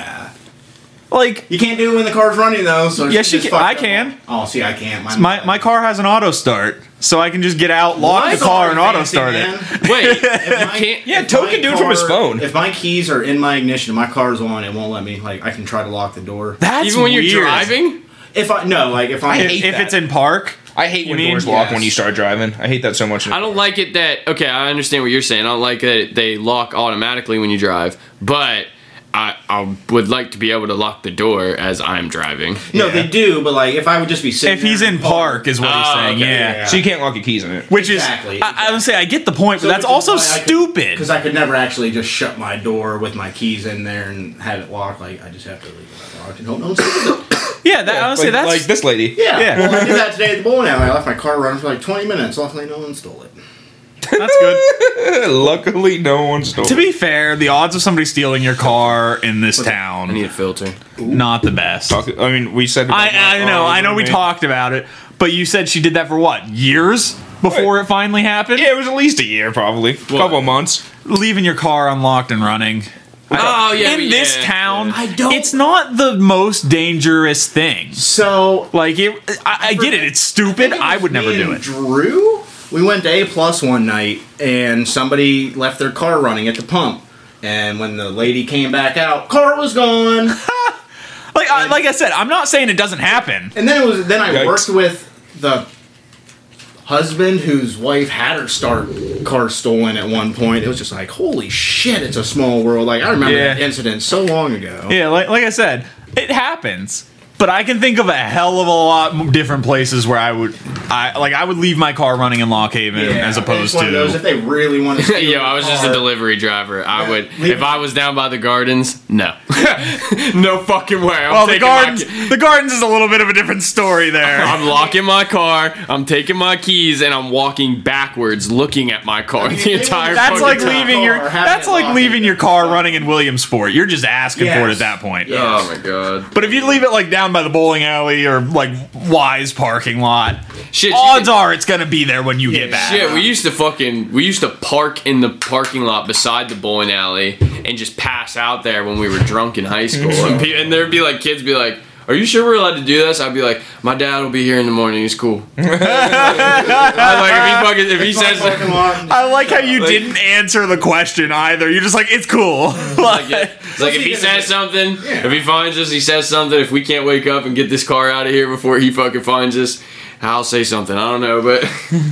Like You can't do it when the car's running though. So Yes, she just can- fucked I up. can. Oh, see, I can't. My my my car has an auto start, so I can just get out, lock Mine's the car, and already auto fancy, start man. it. [laughs] wait, If my- can't- Yeah, if Toad my can do it from his phone. If my keys are in my ignition, my car's on. It won't let me. Like I can try to lock the door. That's even when weird. you're driving. If I no, like if I I'm If, hate if that. it's in park, I hate when mean- doors lock Yes. when you start driving. I hate that so much. I don't like it that okay, I understand what you're saying. I don't like that they lock automatically when you drive, but I, I would like to be able to lock the door as I'm driving. no, they do. But like if I would just be sitting. if he's there- in park, is what he's Oh, saying. okay, yeah. yeah. So you can't lock your keys in it. Which is, Exactly, I, I would say, I get the point, but that's also stupid. Because I could never actually just shut my door with my keys in there and have it locked. Like I just have to leave it unlocked and hope no one sees it. yeah, that, I would like, say that's like this lady. Yeah. Yeah. Well, I did that today at the bowling alley. I left my car running for like 20 minutes. Luckily, no one stole it. that's good. [laughs] Luckily, no one stole. to it. be fair, the odds of somebody stealing your car in this I need town a filter. not the best. Talk- I mean, we said. about I, I my- know, uh, I know. We roommate. talked about it, but you said she did that for what years before it finally happened. Yeah, it was at least a year, probably. Couple of months. Leaving your car unlocked and running. Oh yeah, in yeah, this yeah. town, I don't- it's not the most dangerous thing. So Like it, I, I get it. It's stupid. think it I was would never me do and it. Drew, we went to A Plus one night, and somebody left their car running at the pump. And when the lady came back out, car was gone. [laughs] Like, I, like I said, I'm not saying it doesn't happen. And then it was. Then I Yikes. worked with the husband whose wife had her start car stolen at one point. It was just like, holy shit, it's a small world. Like I remember Yeah. that incident so long ago. Yeah, like, like I said, it happens. But I can think of a hell of a lot m- different places where I would, I like, I would leave my car running in Lock Haven Yeah, as it's opposed one of those, to. if they really [laughs] want to. steal Yo, your I was just a car- delivery driver. I would leave if it. I was down by the gardens. No, [laughs] no fucking way. I'm Well, the taking my gardens, ki- the gardens is a little bit of a different story [laughs] there. [laughs] I'm locking my car. I'm taking my keys and I'm walking backwards, looking at my car the they entire. were- that's fucking like time. leaving your, Or having that's it like locked leaving in. your car running in Williamsport. You're just asking for it Yes. at that point. Yeah. Oh my god. But if you leave it like down by the bowling alley or like Wise parking lot, Shit, you odds can- are it's gonna be there when you get back. Shit, we used to fucking we used to park in the parking lot beside the bowling alley and just pass out there when we were drunk in high [laughs] school. and, pe- and there'd be like kids be like, "Are you sure we're allowed to do this?" I'd be like, "My dad will be here in the morning. He's cool." [laughs] I like if he fucking if he It's my says parking lot. I like how you didn't answer the question either. You're just like, it's cool. [laughs] like, It's like if he What's he gonna says something, Yeah. if he finds us, he says something. If we can't wake up and get this car out of here before he fucking finds us, I'll say something. I don't know, but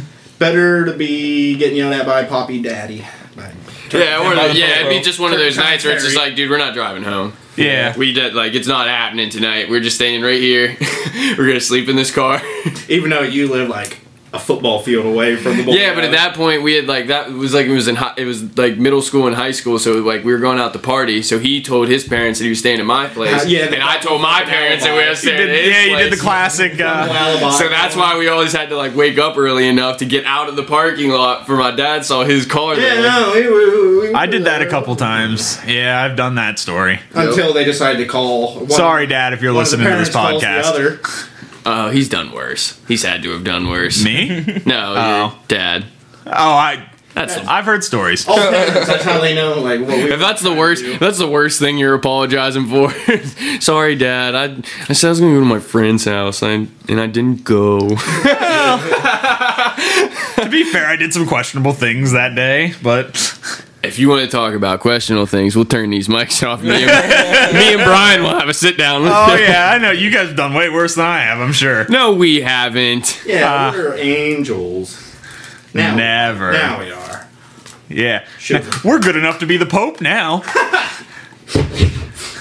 [laughs] Better to be getting yelled at by Poppy Daddy. Bye. yeah, by we're, the yeah, it'd be photo. just one of those nights where it's just Terry. like, dude, we're not driving home. yeah. We did like it's not happening tonight. We're just staying right here. [laughs] we're gonna sleep in this car. Even though you live like a football field away from the yeah, but at that point we had like that was like it was in high, it was like middle school and high school, so like we were going out to party. So he told his parents that he was staying at my place, Uh, yeah, and I told my parents that we were You staying at did, his yeah, you place. did the classic. [laughs] Uh, Alibi. So that's why we always had to like wake up early enough to get out of the parking lot for my dad saw his car Yeah, there. no, we, we, we, I did that a couple times. Yeah, I've done that story. until they decided to call. one- Sorry, Dad, if you're one of the listening to this parents calls podcast. the other. Oh, he's done worse. He's had to have done worse. [laughs] Me? No, Oh. your dad. Oh, I. That's the, I've heard stories. All parents, that's how they know. Like, what we if that's the worst. If that's the worst thing you're apologizing for. [laughs] Sorry, dad. I I said I was gonna go to my friend's house. I and I didn't go. [laughs] to be fair, I did some questionable things that day, but If you want to talk about questionable things, we'll turn these mics off. Me and, me and Brian will have a sit down. Oh yeah, I know you guys have done way worse than I have. I'm sure. No, we haven't. Yeah, we're angels. Now, Uh, Never. Now we are. Yeah, Sure. we're good enough to be the Pope now.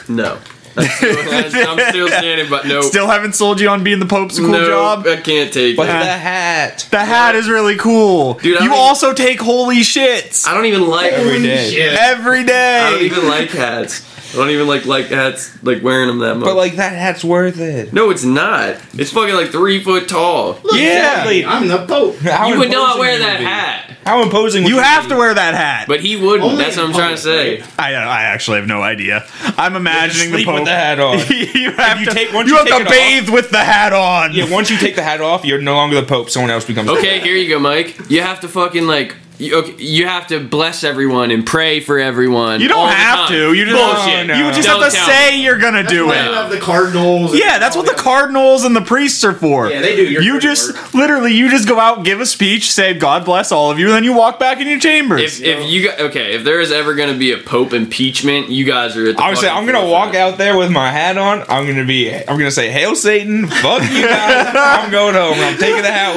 No. [laughs] I'm still standing, but no. Still haven't sold you on being the Pope's a cool no, job. I can't take it. But the hat. The hat is really cool. Dude, I you don't even- also take holy shits I don't even like. Every day. Shit. every I don't day. even like hats. I don't even like like hats. Like wearing them that much. But like that hat's worth it. no, it's not. It's fucking like three foot tall. Yeah. I'm the Pope. How you would not wear imposing it that be. hat. How imposing would You it have be? to wear that hat. But he wouldn't. Only That's what I'm in trying to say. public, I, I actually have no idea. I'm imagining the sleep Pope. with the hat [laughs] on. you have you to, take- once you you have take to it off- bathe with the hat on. [laughs] Yeah, once you take the hat off, you're no longer the Pope. Someone else becomes. the Okay, Pope. here you go, Mike. You have to fucking like. You, okay, you have to bless everyone and pray for everyone. you all don't the have time. to. You just, Bullshit. you just No. have to Don't tell say you're gonna do why it. you have the cardinals. and Yeah, that's what all the cardinals and the priests are for. Yeah, they do your You dirty just work. literally, you just go out, give a speech, say "God bless all of you," and then you walk back in your chambers. If, if you got okay, if there is ever gonna be a pope impeachment, you guys are. At the I would say fucking I'm gonna walk forefront. out there with my hat on. I'm gonna be. I'm gonna say, "Hail Satan! Fuck you guys! [laughs] I'm going home. and I'm taking the hat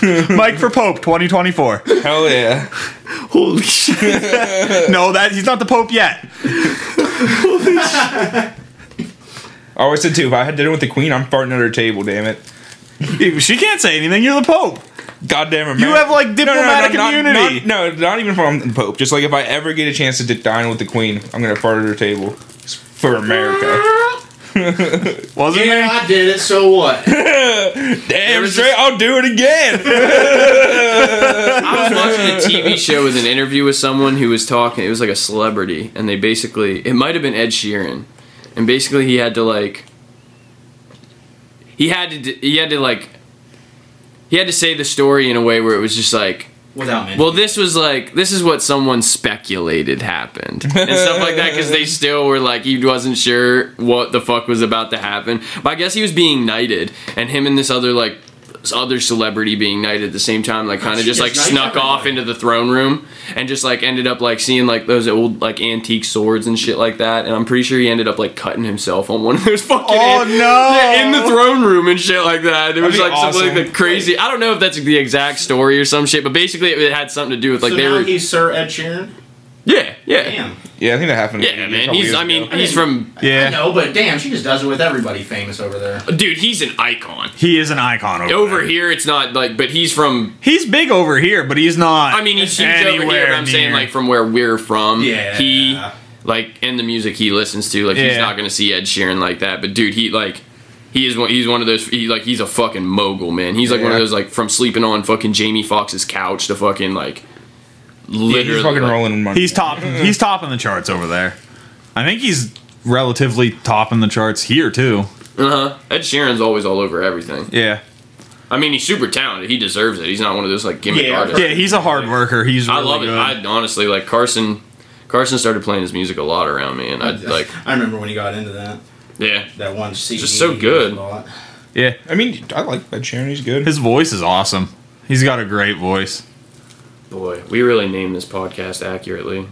with me. [laughs] Mike for Pope 2024. Hell yeah! Holy shit! [laughs] no, that he's not the Pope yet. I always said too. If I had dinner with the Queen, I'm farting at her table. Damn it! She can't say anything. You're the Pope. Goddamn America! You have like diplomatic immunity. No, not, even from the Pope. Just like if I ever get a chance to di- dine with the Queen, I'm gonna fart at her table It's [laughs] for America. Wasn't Yeah, there? I did it. So what? Damn was straight, this- I'll do it [laughs] again. I was watching a TV show with an interview with someone who was talking. It was like a celebrity, and they basically it might have been Ed Sheeran, and basically he had to like he had to d- he had to like he had to say the story in a way where it was just like Without me. well this was like this is what someone speculated happened and stuff like that because they still were like he wasn't sure what the fuck was about to happen but i guess he was being knighted and him and this other like this other celebrity being knighted at the same time like kind of just like Yes, knight snuck off everybody. into the throne room and just like ended up like seeing like those old like antique swords and shit like that and i'm pretty sure he ended up like cutting himself on one of those fucking Oh, an- no. yeah, in the throne room and shit like that it was be like something awesome. like the crazy i don't know if that's the exact story or some shit but basically it had something to do with like so they now were he's Sir Ed Sheeran. yeah, yeah. Damn. yeah, I think that happened. Yeah, a man. couple He's years I mean, ago. he's from I Yeah, know, but damn, she just does it with everybody famous over there. dude, he's an icon. he is an icon over, Over there. here it's not like but he's from He's big over here, but he's not. I mean, he's huge over here, anywhere but I'm saying near. like from where we're from. Yeah. He like and the music he listens to, like he's Yeah. not gonna see Ed Sheeran like that. But dude, he like he is one he's one of those he like he's a fucking mogul, man. He's like one of Yeah. those like from sleeping on fucking Jamie Foxx's couch to fucking like Yeah, literally he's fucking like- rolling in money. [laughs] He's top. he's topping the charts over there. I think he's relatively topping the charts here too. Uh-huh. Ed Sheeran's always all over everything. Yeah, I mean, he's super talented. He deserves it. He's not one of those like gimmick Yeah. artists. yeah. He's a hard worker. He's. Really I love good. it. I honestly like Carson. Carson started playing his music a lot around me, and I like, I remember when he got into that yeah, that one CD. just so he good. bought. yeah, I mean, I like that Sharon. He's good. his voice is awesome. He's got a great voice. boy, we really named this podcast accurately.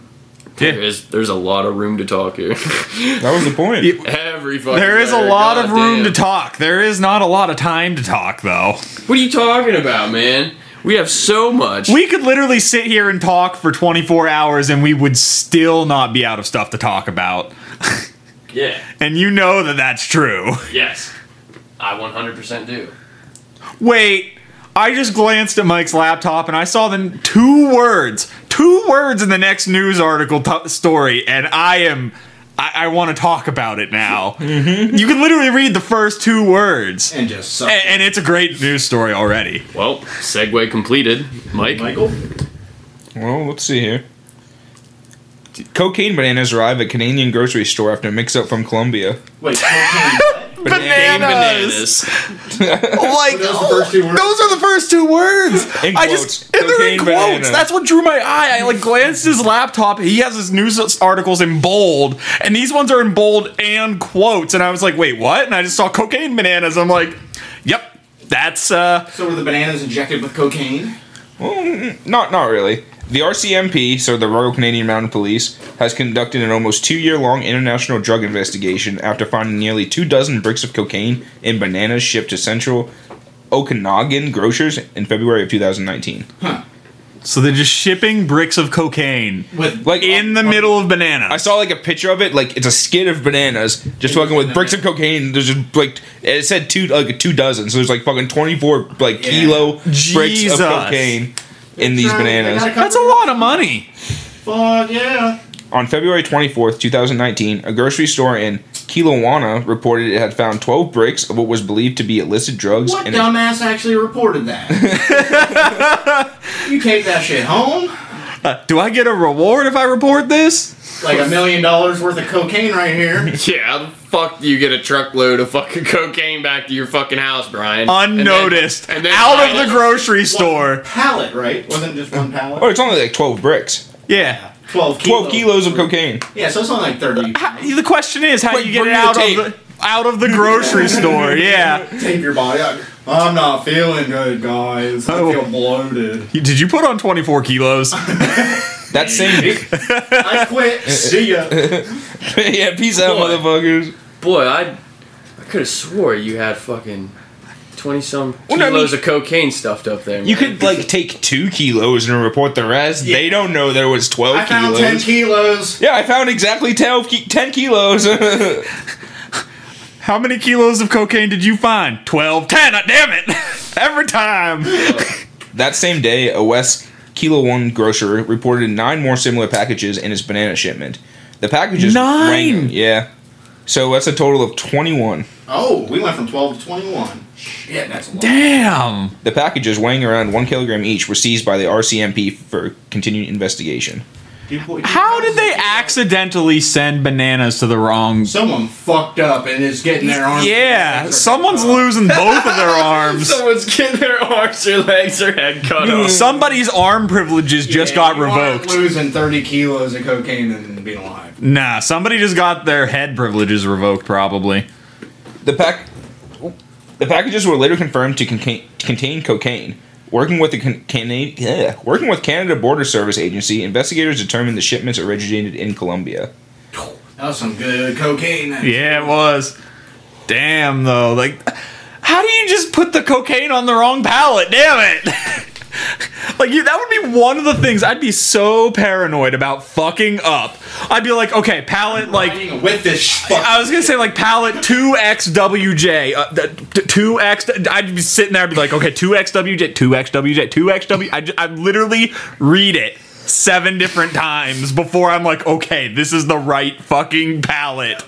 There Yeah. is there's a lot of room to talk [laughs] here. That was the point. Yeah. Every fucking There is a letter, lot of room goddamn. to talk. There is not a lot of time to talk though. What are you talking about, man? We have so much. [laughs] We could literally sit here and talk for 24 hours and we would still not be out of stuff to talk about. yeah. And you know that that's true. [laughs] Yes. I 100% do. Wait, I just glanced at Mike's laptop and I saw the two words, two words in the next news article t- story, and I am, I, I want to talk about it now. You can literally read the first two words, and just a- sucked. and, it's a great news story already. Well, segue completed, Mike. Michael. Well, let's see here. Cocaine bananas arrive at Canadian grocery store after a mix-up from Colombia. [laughs] Wait. Cocaine. Game Bananas, bananas. [laughs] like Those are the first two words. those are the first two words. In I quotes. just and they're in Cocaine quotes. banana. That's what drew my eye. I like glanced his laptop. He has his news articles in bold, and these ones are in bold and quotes. And I was like, wait, what? And I just saw cocaine bananas. I'm like, yep, that's uh, so were the bananas injected with cocaine? Not, not really. The RCMP, so the Royal Canadian Mounted Police, has conducted an almost two-year-long international drug investigation after finding nearly two dozen bricks of cocaine and bananas shipped to Central Okanagan grocers in February of 2019. So they're just shipping bricks of cocaine With Like in the middle of bananas. I saw like a picture of it, like it's a skid of bananas, just fucking with bricks of cocaine. There's just like and it said two, like two dozen. So there's like fucking twenty four like Yeah. kilo bricks Jesus. of cocaine in these bananas. That's a lot of money. Fuck yeah. On February 24th, 2019, a grocery store in Kelowna reported it had found 12 bricks of what was believed to be illicit drugs. What and dumbass actually [laughs] reported that? you take that shit home? Do I get a reward if I report this? Like a million dollars worth of cocaine [laughs] right here. [laughs] Yeah, how the fuck do you get a truckload of fucking cocaine back to your fucking house, Brian? And Unnoticed. then, and then out buy of it. the grocery store. Pallet, right? Wasn't it just one Oh, pallet? it's only like 12 bricks. Yeah. 12 kilos. 12 kilos of cocaine. Yeah, so it's only like 30. How- the question is how Wait, you get it bring the out of tape. the out of the [laughs] grocery store. Yeah. Tape your body out. I'm not feeling good, guys. I Oh. feel [laughs] bloated. Did you put on 24 kilos? That same. [laughs] [laughs] I quit. [laughs] See ya. yeah, peace out, Boy. motherfuckers. Boy, I I could have swore you had fucking twenty some Well, no, I kilos of cocaine stuffed up there. You man. could like take two kilos and report the rest. They don't know there was 12 I found kilos. 10 kilos. yeah, I found exactly 12 ki- 10 kilos. [laughs] How many kilos of cocaine did you find? 12, 10. uh, Damn it. [laughs] Every time. That same day, a West Kilo One grocer reported nine more similar packages in his banana shipment. The packages Nine! rang- yeah. So that's a total of twenty-one. Oh, we went from 12 to 21. Shit, that's a lot. Damn. The packages weighing around one kilogram each were seized by the RCMP for continued investigation. People- How did they accidentally send bananas to the wrong Someone fucked up and is getting their arms. Uh, Yeah, someone's losing both of their [laughs] arms. Someone's getting their arms or legs or head cut off. Somebody's arm privileges just got You aren't revoked. Losing 30 kilos of cocaine and being alive. Nah, somebody just got their head privileges revoked, probably. The pack, the packages were later confirmed to contain, to contain cocaine. Working with the can- Cana- yeah. working with Canada Border Service Agency, investigators determined the shipments originated in Colombia. That was some good cocaine. then. Yeah, it was. Damn, though. Like, how do you just put the cocaine on the wrong pallet? Damn it. [laughs] Like you, that would be one of the things I'd be so paranoid about fucking up. I'd be like, okay, pallet like Riding with this sh- fuck. I was gonna say like pallet 2XWJ, uh, th- th- 2X. I'd be sitting there, I'd be like, okay, 2XWJ, 2XWJ, 2XW. I ju- I literally read it seven different times before I'm like, okay, this is the right fucking pallet.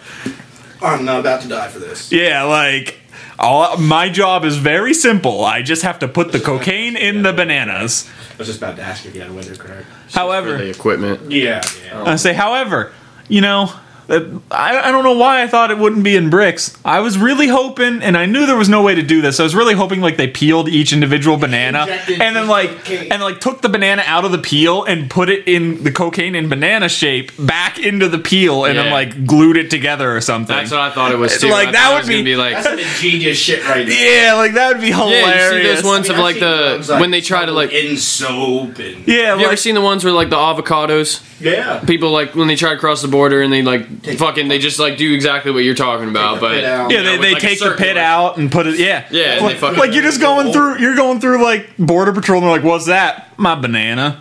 I'm not about to die for this. Yeah, like all, my job is very simple. I just have to put the cocaine in the bananas. I was just about to ask if you had a window crack. For the However, equipment. Yeah. yeah. I say, however, you know, that- I, I don't know why I thought it wouldn't be in bricks. I was really hoping, and I knew there was no way to do this. I was really hoping like they peeled each individual banana Injected and then the like cocaine. and like took the banana out of the peel and put it in the cocaine and banana shape back into the peel and then Yeah. like glued it together or something. That's what I thought it was too. Like, I that thought it would was gonna be- be like That's some ingenious shit right there. yeah, like that would be hilarious. Yeah, you see those ones I of mean, I've like seen the drugs, like, when they try to like. Have in soap and Yeah, you ever like- seen the ones where like the avocados? yeah. People like when they try to cross the border and they like Take- fucking they just like do exactly what you're talking about, the pit but out. Yeah, you know, they, with, they like, a take the pit circular- out and put it. Yeah, Yeah, and they Like, fucking- like you're just going through. You're going through like border patrol. and They're like, "What's that? My banana."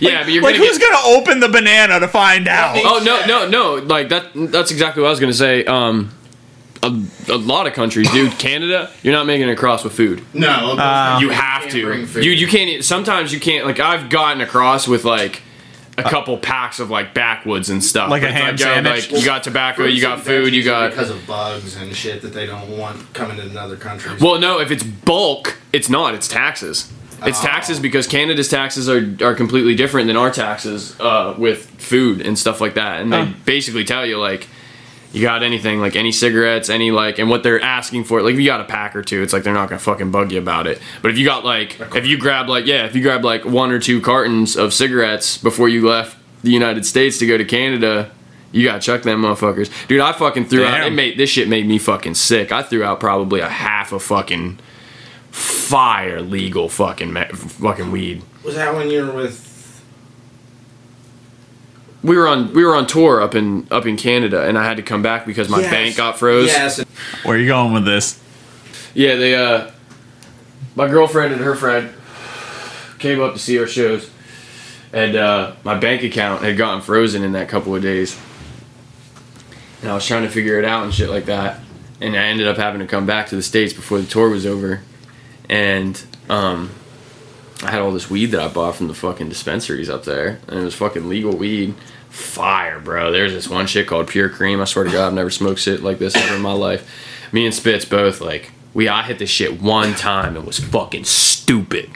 Yeah, but you're Like, gonna get- who's gonna open the banana to find out? Oh no, no, no! Like that—that's exactly what I was gonna say. Um, a, a lot of countries, dude. Canada, you're not making it across with food. No, Uh, You have can't to. bring food. You you can't. e, Sometimes you can't. Like I've gotten across with like a couple packs of like backwoods and stuff. Uh, Like a It's ham yo, sandwich? Like you got tobacco, you got Fruits and food, you veggies got. because of bugs and shit that they don't want coming to another country. Well, no, if it's bulk, it's not. It's taxes. It's Oh. taxes because Canada's taxes are, are completely different than our taxes uh, with food and stuff like that. And they Huh. basically tell you like, you got anything like any cigarettes, any like, and what they're asking for. Like, if you got a pack or two, it's like they're not gonna fucking bug you about it. But if you got like, if you grab like, yeah, if you grab like one or two cartons of cigarettes before you left the United States to go to Canada. You gotta chuck them motherfuckers, dude. I fucking threw out. Damn. It made this shit made me fucking sick. I threw out probably a half a fucking fire legal fucking ma- fucking weed. Was that when you were with? We were on we were on tour up in up in Canada, and I had to come back because my Yes. bank got froze. Yes. Where are you going with this? Yeah, they uh my girlfriend and her friend came up to see our shows and uh my bank account had gotten frozen in that couple of days. And I was trying to figure it out and shit like that. And I ended up having to come back to the States before the tour was over. And um I had all this weed that I bought from the fucking dispensaries up there, and it was fucking legal weed. Fire, bro. There's this one shit called Pure Cream. I swear to God, I've never smoked shit like this ever in my life. Me and Spitz both like we. I hit this shit one time and was fucking stupid.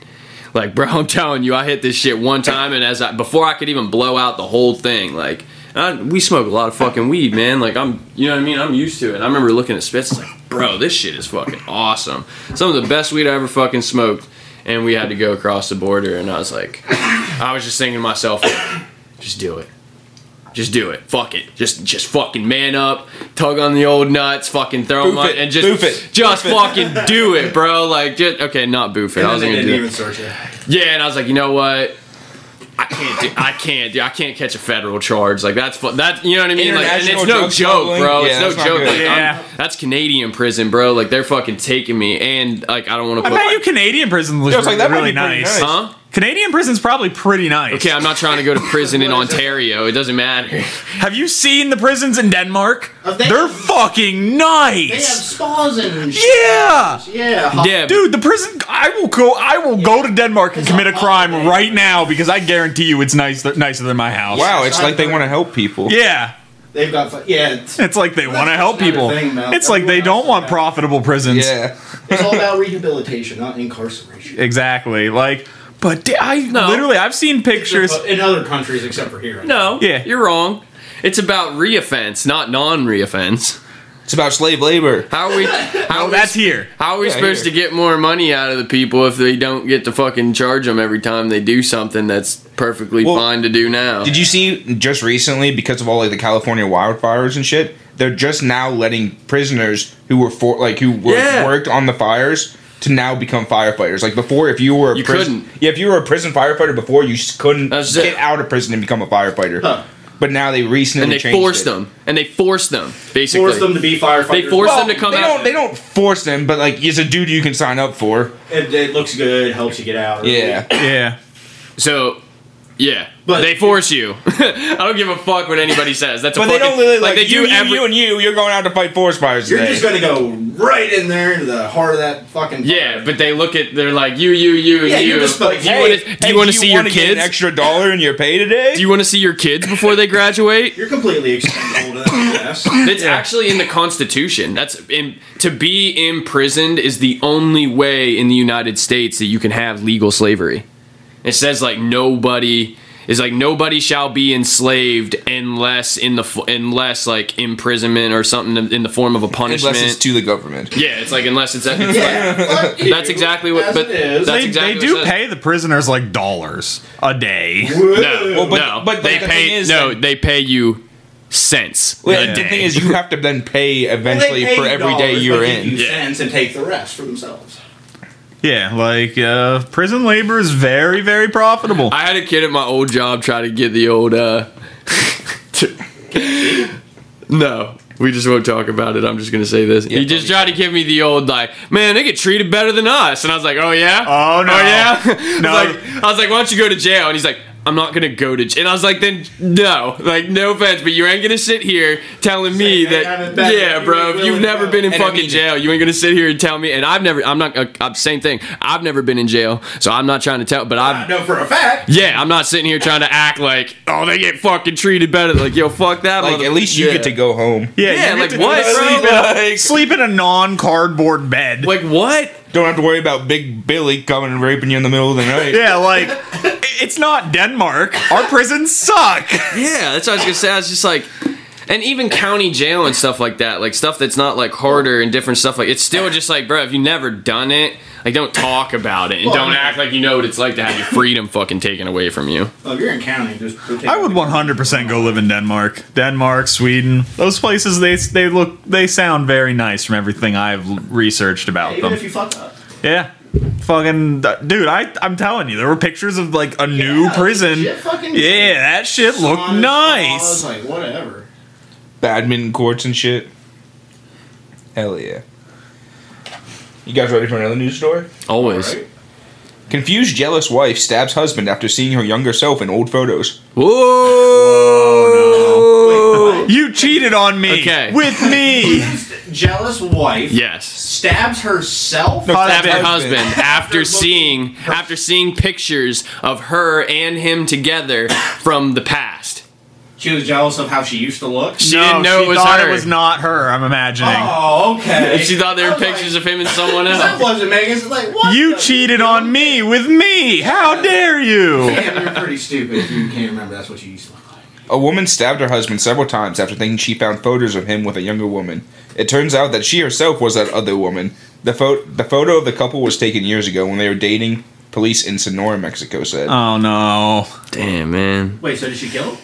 Like, bro, [laughs] I'm telling you, I hit this shit one time, and as I before I could even blow out the whole thing, like. I, we smoke a lot of fucking weed, man. Like I'm, you know what I mean. I'm used to it. I remember looking at Spitz, like, bro, this shit is fucking awesome. Some of the best weed I ever fucking smoked and we had to go across the border and i was like i was just thinking to myself like, just do it just do it fuck it just just fucking man up tug on the old nuts fucking throw them Boof up it, and just boof it, just fucking do it bro like just okay not boof it i was they gonna didn't do even it. search it. yeah and i was like you know what I can't do. I can't do. I can't catch a federal charge. Like that's fu- that. You know what I mean? Like, and it's no International drug joke, bro. smuggling? it's Yeah, no that's not joke. good. Like, I'm- Yeah. that's Canadian prison, bro. Like they're fucking taking me, and like I don't want to. I put bet you Canadian prison was, Yeah, I was like, that might really be pretty nice. nice. Huh? Canadian prison's probably pretty nice. Okay, I'm not trying to go to prison [laughs] in Ontario. It doesn't matter. Have you seen the prisons in Denmark? Uh, they- They're fucking They have nice. spas and shit. yeah. Yeah. hot- Yeah, Dude, the prison. I will go. I will go to Denmark and commit a crime right now because I guarantee you it's nice, nicer than my house. Wow, it's like they want to help people. Yeah, They've got. fu- Yeah. It's, it's like they want to help another people. thing, Mel. it's like they Everyone don't else want is- profitable prisons. Yeah. it's all about rehabilitation, not incarceration. Exactly. Like, but di- I literally I've seen pictures. But in other countries, except for here. No. Yeah. You're wrong. It's about reoffense, not non-reoffense. It's about slave labor. How are we? How Oh, [laughs] that's here. How are we Yeah, supposed here. to get more money out of the people if they don't get to fucking charge them every time they do something that's perfectly Well, fine to do now? Did you see just recently because of all like the California wildfires and shit? They're just now letting prisoners who were for like who were, Yeah. worked on the fires to now become firefighters. Like before, if you were a You prison, couldn't. yeah, if you were a prison firefighter before, you s- couldn't That's get it. out of prison and become a firefighter. Huh. But now they recently and they changed forced it. them. And they forced them. Basically. Force them to be firefighters. They force Well, them to come they out. Don't, they don't force them, but like it's a duty you can sign up for. It, it looks good. Helps you get out. Yeah, Yeah. So, yeah, But- they force you. [laughs] I don't give a fuck what anybody says. That's a but fucking, they don't really like, they you, do you, every you and you. You're going out to fight forest fires You're today. just gonna go right in there into the heart of that fucking. Yeah, but they look at they're like you, you, you, and Yeah, you. you're just like, do you hey, want to do you want to see your wanna get an kids? extra dollar in your pay today? do you want to see your kids before they [laughs] graduate? You're completely expendable to that mess. That's actually in the Constitution. That's in, to be imprisoned is the only way in the United States that you can have legal slavery. It says like nobody is like nobody shall be enslaved unless in the f- unless like imprisonment or something in the form of a punishment. Unless it's to the government. yeah, it's like unless it's, [laughs] it's like, Fuck you, that's exactly what. as But it is. that's They, exactly what it they do says. pay the prisoners like dollars a day. No, Well, but- no, but they the pay thing is no, that- they pay you cents. Well, a The day. thing is, you have to then pay Well, they eventually pay for you every day dollars, you're but give in. you cents and take the rest for themselves. Yeah, like uh, prison labor is very, very profitable. I had a kid at my old job try to get the old. uh [laughs] t- No, we just won't talk about it. I'm just gonna say this. he just tried to give me the old like, man, they get treated better than us, and I was like, oh yeah, Oh, no. oh yeah. [laughs] No. I was like, I was like, why don't you go to jail? And he's like. I'm not gonna go to jail. And I was like, then no, like no offense, but you ain't gonna sit here telling me Saying they that haven't been- yeah, you bro, ain't if you've willing never to- been in And I fucking mean it. jail. You ain't gonna sit here and tell me. And I've never, I'm not, uh, uh, same thing. I've never been in jail, so I'm not trying to tell. But I've I know for a fact. yeah, I'm not sitting here trying to act like, oh, they get fucking treated better. Like, yo, fuck that. Like, mother- at least you Yeah. get to go home. yeah, Yeah, you get like to what, go bro? Sleep, in a, [laughs] Like, sleep in a non-cardboard bed. like, what? Don't have to worry about Big Billy coming and raping you in the middle of the night. yeah, like i- it's not Denmark. Our prisons suck. Yeah, that's what I was gonna say. I was just like, and even county jail and stuff like that, like stuff that's not like harder and different stuff. Like, it's still just like, bro, if you never done it, like, don't talk about it and don't act like you know what it's like to have your freedom fucking taken away from you. Oh, if you're in county, just go take I would 100% go live in Denmark, Denmark, Sweden. Those places they they look they sound very nice from everything I've l- researched about Even them. if you fuck up, yeah. Fucking uh, dude, I I'm telling you, there were pictures of like a new Yeah, prison. shit fucking- yeah, that shit looked Saunas, nice. spas, Like whatever. Badminton courts and shit. Hell yeah. You guys ready for another news story? Always. Right? Confused, jealous wife stabs husband after seeing her younger self in old photos. Whoa. You cheated on me Oh. Okay. with me. Jealous wife Yes. stabs herself. No, Stab Husband. it, husband. After After seeing after seeing pictures of her and him together from the past. She was jealous of how she used to [laughs] look. She didn't know she it was thought her. it was not her. I'm imagining. Oh, okay. She thought there were pictures of him and [laughs] someone That else. wasn't Megan. It's like what? You the- cheated on me with me. How dare you? [laughs] Damn, you're pretty stupid if you can't remember that's what you used to look like. A woman stabbed her husband several times after thinking she found photos of him with a younger woman. It turns out that she herself was that other woman. The, pho- the photo of the couple was taken years ago when they were dating, police in Sonora, Mexico said. Oh no. Damn, man. Wait, so did she kill him?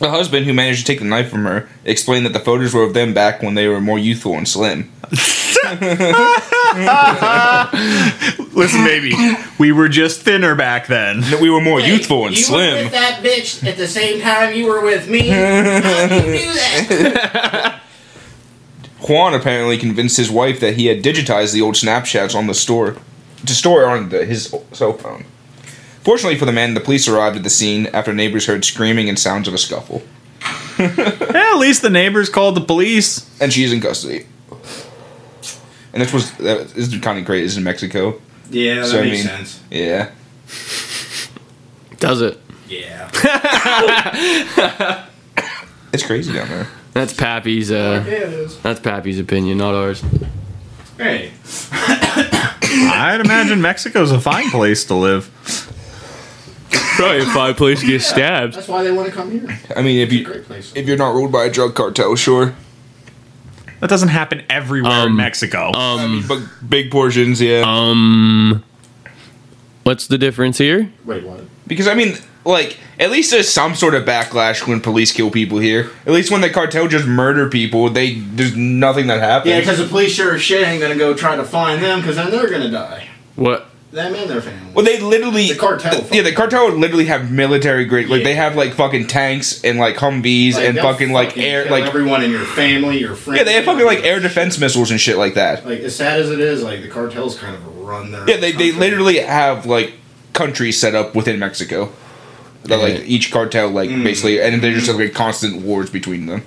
the husband, who managed to take the knife from her, explained that the photos were of them back when they were more youthful and slim. Listen, baby, [coughs] we were just thinner back then. That we were more youthful and you Were slim. with that bitch at the same time you were with me. How do you do that? Juan apparently convinced his wife that he had digitized the old Snapchats on the store to store on the, his cell phone. Fortunately for the man, the police arrived at the scene after neighbors heard screaming and sounds of a scuffle, Eh, at least the neighbors called the police. and she is in custody. And this was that is kind of great. Is in Mexico, Yeah, that So, I makes mean- sense. yeah. Does it? Yeah. It's crazy down there. That's Pappy's uh it is. that's Pappy's opinion, not ours. Hey. I'd imagine Mexico's a fine place to live. Probably a fine place to get stabbed. That's why they want to come here. I mean, if It's a you great place. if you're not ruled by a drug cartel, sure. That doesn't happen everywhere in Mexico. I mean, but big portions, yeah. Um What's the difference here? Wait, what? Because I mean, like, at least there's some sort of backlash when police kill people here. At least when the cartel just murder people, they there's nothing that happens. Yeah, because the police sure as shit ain't gonna go try to find them, because then they're gonna die. What Them and their family. well, they literally The cartel yeah, the cartel would literally have military grade. Like, Yeah. they have like fucking tanks and like Humvees Like, and they'll fucking like air kill like everyone in your family, your friends. yeah, they have fucking like air defense missiles and shit like that. Like as sad as it is, like the cartels kind of run their. Yeah, they they country. literally have like countries set up within Mexico. That, like Mm. Yeah. each cartel, like basically, and they're just like constant wars between them.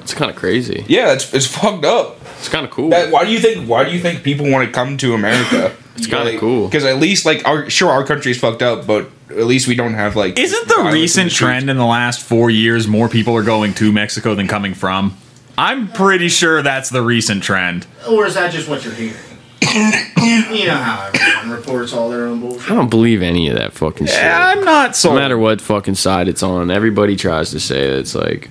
it's kinda crazy. Yeah, it's it's fucked up. It's kinda cool. That, why do you think? Why do you think people want to come to [coughs] America? it's kinda cool. because at least like our sure our country's fucked up, but at least we don't have like. Isn't the violence in recent streets. trend in the last four years more people are going to Mexico than coming from? I'm pretty sure that's the recent trend. Or is that just what you're hearing? [coughs] you know how everyone reports all their own I bullshit. don't believe any of that fucking shit. I'm not so. no matter what fucking side it's on, everybody tries to say that it's like,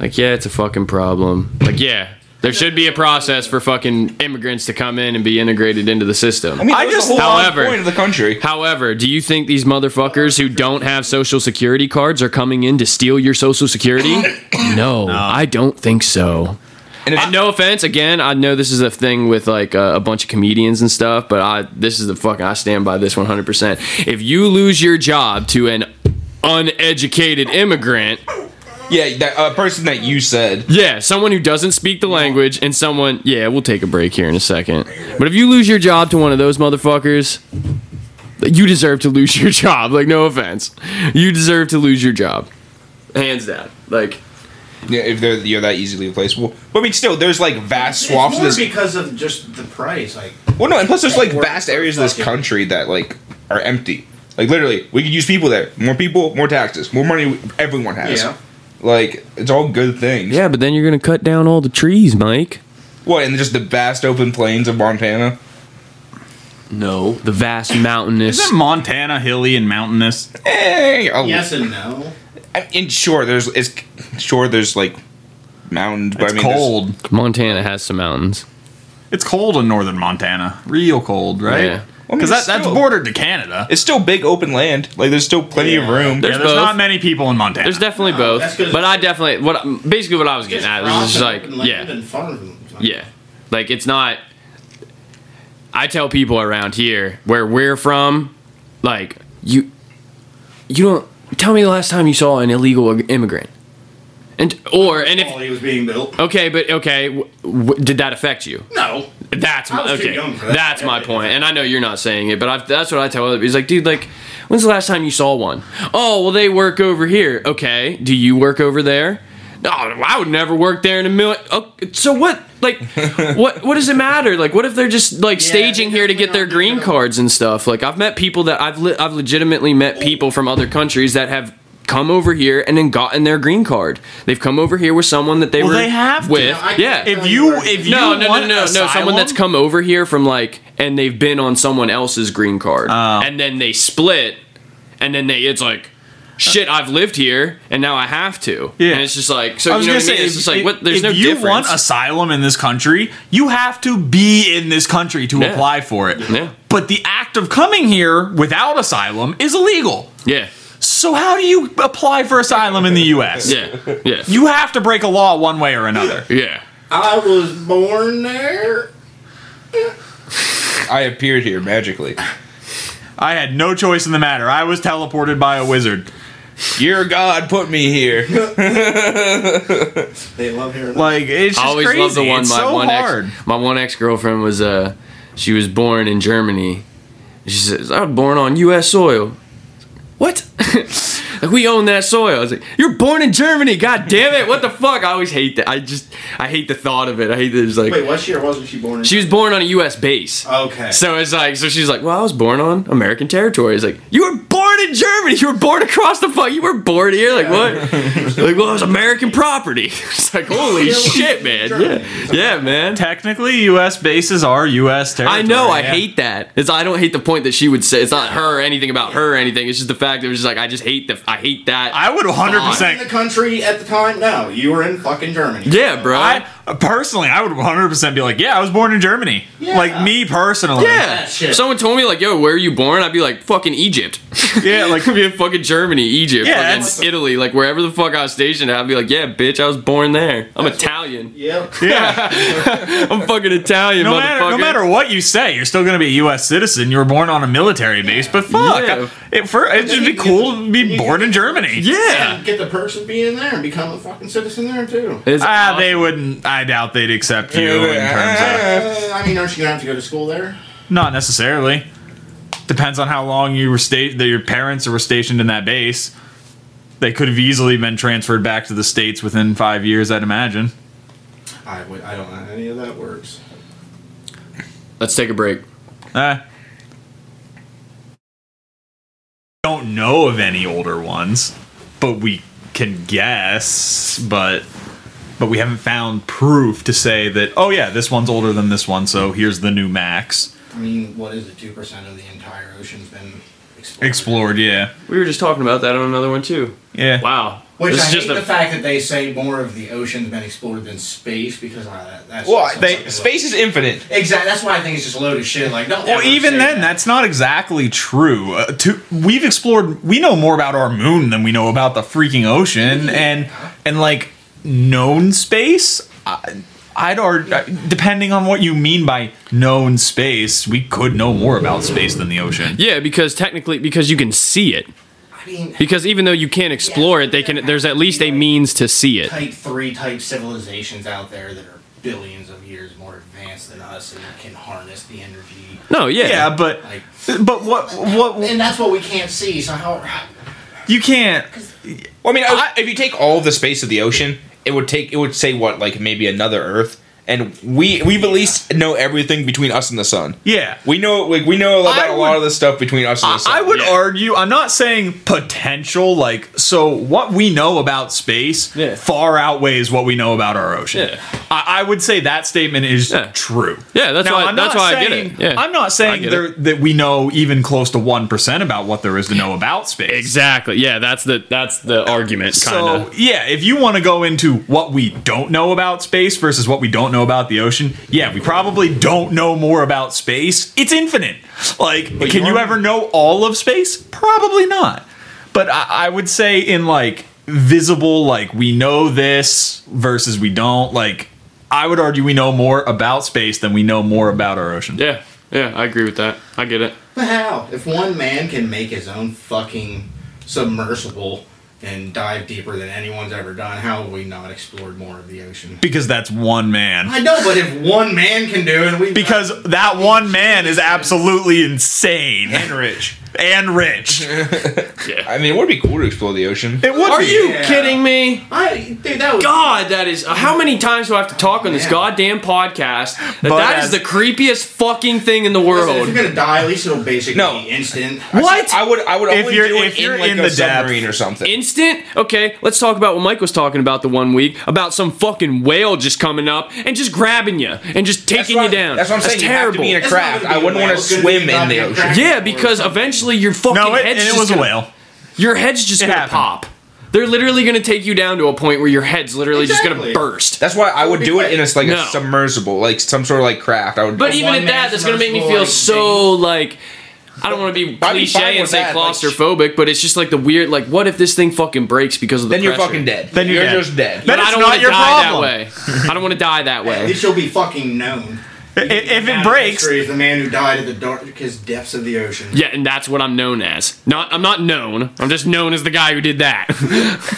like yeah, it's a fucking problem. Like yeah, there should be a process for fucking immigrants to come in and be integrated into the system. I mean, I I just just- the whole However- point of the country. However, do you think these motherfuckers who don't have social security cards are coming in to steal your social security? No, I don't think so. And if, And no offense, again, I know this is a thing with like uh, a bunch of comedians and stuff, but I this is the fucking I stand by this 100%. If you lose your job to an uneducated immigrant, yeah, that uh, person that you said. yeah, someone who doesn't speak the language and someone, yeah, we'll take a break here in a second. But if you lose your job to one of those motherfuckers, you deserve to lose [laughs] your job. Like no offense. You deserve to lose your job. Hands down. Like Yeah, if they're you're that easily replaceable. But I mean, still, there's like vast swaths it's of more this. because of just the price. Like well, no, and plus there's like Or- vast areas of this fucking- country that like are empty. Like literally, we could use people there. More people, more taxes, more money. Everyone has. Yeah. Like it's all good things. yeah, but then you're going to cut down all the trees, Mike. What and just the vast open plains of Montana. No, the vast mountainous Isn't Montana hilly and mountainous? Eh, I'll- yes and no. I mean, sure, there's it's sure there's like mountains, but It's I mean, there's- cold. Montana has some mountains. It's cold in northern Montana. Real cold, Yeah. right? I mean, Because that, it's that's still- bordered to Canada. It's still big open land. Like there's still plenty of Yeah. room. There's yeah, there's both. not many people in Montana. There's definitely No, that's both. 'cause- But I definitely what basically what I was getting Just at was just profit like and land yeah. and farm. Yeah. Like it's not I- I tell people around here where we're from, like you, you don't tell me the last time you saw an illegal immigrant, and or and While if he was being built. okay, but okay, w- w- did that affect you? No. That's I my, was too okay. young for that. That's my point, and I know you're not saying it, but I've, that's what I tell other people. He's like, dude, like, when's the last time you saw one? Oh, well, they work over here. Okay, do you work over there? No, I would never work there in a million. Oh, so what? [laughs] Like, what? What does it matter? Like, what if they're just like staging here to get their green cards and stuff? Like, I've met people that I've le- I've legitimately met people from other countries that have come over here and then gotten their green card. They've come over here with someone that they Well, were they have to. with. I- yeah, If you, if you no, no, no, want no, no. Someone asylum- that's come over here from like, and they've been on someone else's green card, Oh. and then they split, and then they it's like, shit, I've lived here, and now I have to. Yeah. and it's just like, so I you was know what gonna I say, mean? It's if- just like, if- what? There's if no you difference. want asylum in this country, you have to be in this country to Yeah. apply for it. Yeah. But the act of coming here without asylum is illegal. yeah, So how do you apply for asylum in the U.S.? yeah, yeah, [laughs] You have to break a law one way or another. yeah. I was born there. I appeared here magically. I had no choice in the matter. I was teleported by a wizard. Your God put me here. They love hearing Like it's just I always crazy. love the one it's my so one hard. ex my one ex girlfriend was uh she was born in Germany. She says I was born on U.S. soil. What? [laughs] like we own that soil. I was like, you're born in Germany. God damn it! What the fuck? I always hate that. I just I hate the thought of it. I hate that it's like Wait, was she or wasn't she born in she was born on a U.S. base. Okay. So it's like, so she's like, well, I was born on American territory. It's like, you were born in Germany. You were born across the fuck. You were born here. Like what? like, well, it was American property. [laughs] it's like, holy Yeah, shit, man. Germany. Yeah, yeah, man. Technically, U.S. bases are U.S. territory. I know. I yeah. hate that. It's I don't hate the point that she would say. It's not her or anything about her or anything. It's just the fact that it was just like I just hate the I hate that. I would 100 in the percent. country at the time? No, you were in fucking Germany. yeah, bro. I personally, I would 100 percent be like, yeah, I was born in Germany. Yeah. Like me personally. yeah. that shit. If someone told me like, "Yo, where are you born?" I'd be like, "Fucking Egypt." [laughs] [laughs] Yeah, like- be in fucking Germany, Egypt, Yeah, yeah, that's- Italy, like wherever the fuck I was stationed. at, I'd be like, "Yeah, bitch, I was born there. I'm Italian. Yep. Yeah. [laughs] I'm fucking Italian, [laughs] No motherfucker." matter, no matter what you say, you're still gonna be a U.S. citizen. You were born on a military base, but fuck, Yeah. I- it for it'd just be cool to be born in Germany. Yeah. [laughs] And get the person being there and become a fucking citizen there too. It's Ah, awesome. they wouldn't. I doubt they'd accept you in terms of. [laughs] Uh, I mean, aren't you gonna have to go to school there? Not necessarily. Depends on how long you were sta- that your parents were stationed in that base. They could have easily been transferred back to the states within five years, I'd imagine. I would. I don't know how any of that works. Let's take a break. Eh. Don't know of any older ones, but we can guess. But but we haven't found proof to say that. Oh yeah, this one's older than this one, so here's the new max I mean, what is it? Two percent of the entire ocean's been explored. explored. Yeah, We were just talking about that on another one too. yeah. Wow. Which This is I hate just the a- fact that they say more of the ocean's been explored than space because I, that, that's Well, just they, something- space is infinite. Exactly. That's why I think it's just a load of shit. Like, don't. Well, ever even say then, that. that's not exactly true. Uh, to, we've explored. We know more about our moon than we know about the freaking ocean, and and like known space. I, I'd or depending on what you mean by known space, we could know more about space than the ocean. Yeah, because technically, because you can see it. I mean, Because even though you can't explore it, they can. There's at least a means to see it. type three type civilizations out there that are billions of years more advanced than us and can harness the energy. No, yeah, Yeah, but Like, but what what and that's what we can't see. So how? you can't. Well, I mean, I- if you take all of the space of the ocean, it would take it would say what like maybe another Earth, and we we've at least know everything between us and the sun. Yeah, We know like we know about I a lot would- of the stuff between us and the sun. I would Yeah. argue. I'm not saying potential. Like, so what we know about space Yeah. far outweighs what we know about our ocean. Yeah. I, I would say that statement is Yeah. true. Yeah, that's why- that's not why I get saying, it. Yeah. I'm not I saying get there, it. that we know even close to one percent about what there is to know about space. exactly. Yeah, that's the that's the argument, kind So of. yeah, if you want to go into what we don't know about space versus what we don't know about the ocean, yeah, we probably don't know more about space. It's infinite. Like, can you, are- ever know all of space? Probably not. But I, I would say in like visible, like we know this versus we don't. Like, I would argue we know more about space than we know more about our ocean. yeah, Yeah, I agree with that. I get it. But how? If one man can make his own fucking submersible and dive deeper than anyone's ever done, how have we not explored more of the ocean? because that's one man. I know, but if one man can do it, we Because that one man is absolutely insane and rich. and rich. Yeah. I mean, it would be cool to explore the ocean. It would Are be. you Yeah. kidding me? I dude that was God, that is uh, how many times do I have to talk on this Man. goddamn podcast? That, But that as- is the creepiest fucking thing in the Listen, if world. you're gonna die, at least it'll basically No. be instant. What? I would. I would If only you're- do it if you're in like in a the depth. submarine or something. Instant? Okay, let's talk about what Mike was talking about the one week about some fucking whale just coming up and just grabbing you and just that's taking what you I'm- down. That's what I'm saying. terrible. You have to be in a It's not craft. gonna I be a wouldn't whale. want to It's gonna swim be in the goddamn ocean. crack. yeah, because eventually your fucking No, it, and head's it just was a gonna- whale. Your head's just It gonna happened. pop. They're literally gonna take you down to a point where your head's literally just Exactly. gonna burst. That's why I would be do it in a like No. a submersible, like some sort of like craft. I would. But even at one-man that, that's gonna make me submersible, feel like, so like. I don't want to be I'd be fine cliche and with say that, like- claustrophobic, but it's just like the weird, like, what if this thing fucking breaks because of the then you're pressure? fucking dead. Then you're dead. just dead. Then But I it's don't not want to your die that problem. way. I don't want to die that At way. [laughs] least you'll be fucking known. I- If it Out of breaks, history is the man who died at the darkest depths of the ocean. Yeah, and that's what I'm known as. Not, I'm not known. I'm just known as the guy who did that.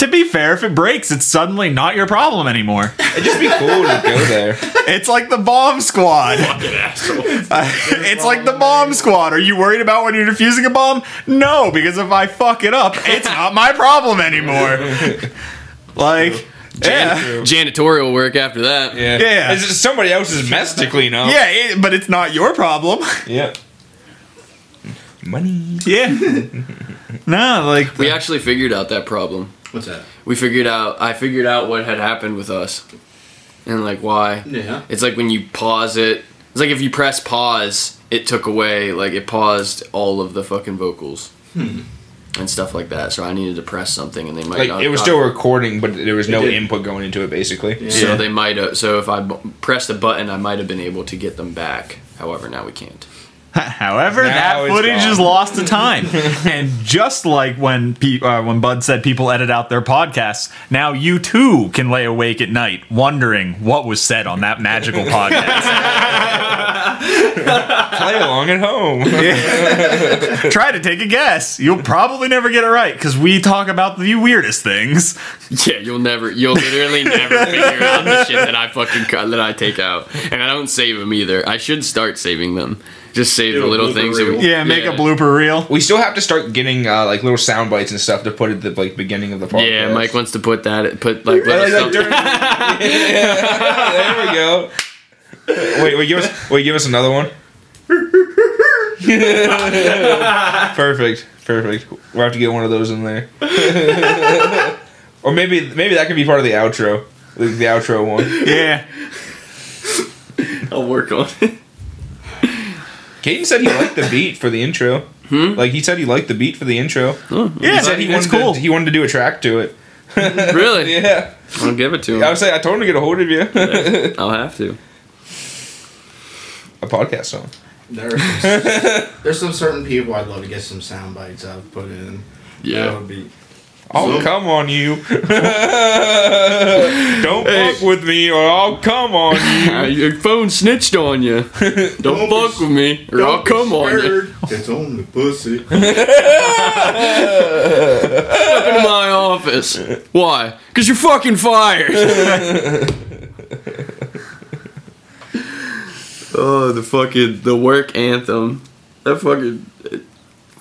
to be fair, if it breaks, it's suddenly not your [laughs] problem anymore. It'd just be cool to go there. It's like the bomb squad. [laughs] it's like the bomb squad. Are you worried about when you're defusing a bomb? No, because if I fuck it up, it's not my [laughs] problem anymore. Like, yeah. [laughs] Janitorial work after that. Yeah. Yeah. It's just somebody else's mess to clean up. Yeah, it, but it's not your problem. Yeah. Money. Yeah. [laughs] No, like, We actually figured out that problem. What's that? We figured out. I figured out what had happened with us, and like why. [laughs] Yeah. It's like when you pause it. It's like if you press pause, it took away like it paused all of the fucking vocals Hmm. and stuff like that. So I needed to press something, and they might Like not it was got- still recording, but there was no did. input going into it. Basically. Yeah. So they might. have So if I bu- pressed a button, I might have been able to get them back. However, now we can't. [laughs] however, Now that it's footage gone. is lost to [laughs] time. and just like when pe- uh, when Bud said people edit out their podcasts, now you too can lay awake at night wondering what was said on that [laughs] magical podcast. Play along [laughs] at home. Try to take a guess. You'll probably never get it right because we talk about the weirdest things. [laughs] Yeah, you'll never, you'll literally [laughs] never figure out the shit that I fucking cut, that I take out, and I don't save them either. I should start saving them. Just save Do the a little blooper things. That reel. we, Yeah, make a blooper reel. we still have to start getting uh, like little sound bites and stuff to put at the like beginning of the podcast. Yeah, Mike wants to put that. Put like. Like, little like, stuff- during- [laughs] there we go. Wait, wait, give us, wait, give us another one. [laughs] perfect, perfect. We'll have to get one of those in there, [laughs] or maybe, maybe that could be part of the outro, like the outro one. [laughs] Yeah. I'll work on. it. Caden said he liked the beat for the intro. Like he said, he liked the beat for the intro. Yeah, He said he it's wanted cool. To, he wanted to do a track to it. really? Yeah, I'll give it to I him. was saying I told him to get a hold of you. [laughs] a I'll have to. podcast song. There are some, there's some certain people I'd love to get some sound bites I've put in. That Yeah. would be I'll come on you. [laughs] Don't fuck with me, or I'll come on [laughs] you. Uh, [laughs] your phone snitched on you. Don't be fuck s- with me, or I'll Oh, come on you. [laughs] It's only pussy. Step into my office. Why? Because you're fucking fired. oh, the fucking the work anthem. That fucking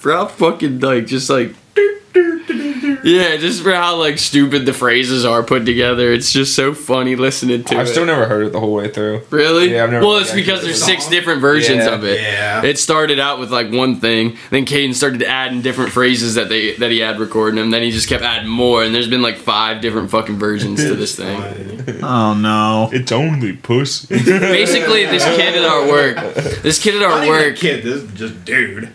Ralph fucking like just like. Yeah, just for how like stupid the phrases are put together, it's just so funny listening to it. I've still never heard it the whole way through. Really? Yeah, I've never well, really it's because actually there's heard six it. different versions Yeah. of it. Yeah. It started out with like one thing, then Caden started adding different phrases that they that he had recording him. Then he just kept adding more, and there's been like five different fucking versions to this [laughs] thing. Oh no. It's only pussy. [laughs] Basically, this kid at our work, this kid at Not our even a work. kid. This is just dude.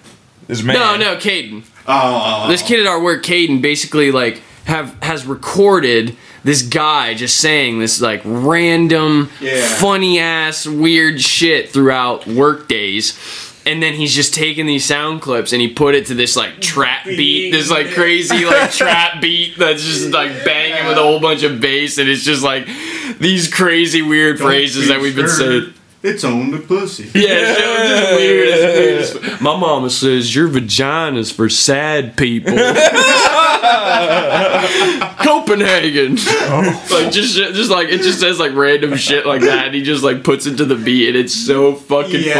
This man. No, no, Caden. Oh, Oh, oh. This kid at our work, Caden, basically like have has recorded this guy just saying this like random, Yeah. funny ass, weird shit throughout work days. And then he's just taking these sound clips and he put it to this like trap beat, this like crazy like trap beat that's just like banging with a whole bunch of bass, and it's just like these crazy weird phrases that we've been sure. saying. It's owned a pussy. Yeah, it's weird. It's weird as- My mama says your vagina's for sad people. [laughs] Copenhagen, Oh. like just shit- just like it just says like random shit like that. And he just like puts it to the beat, and it's so fucking Yes.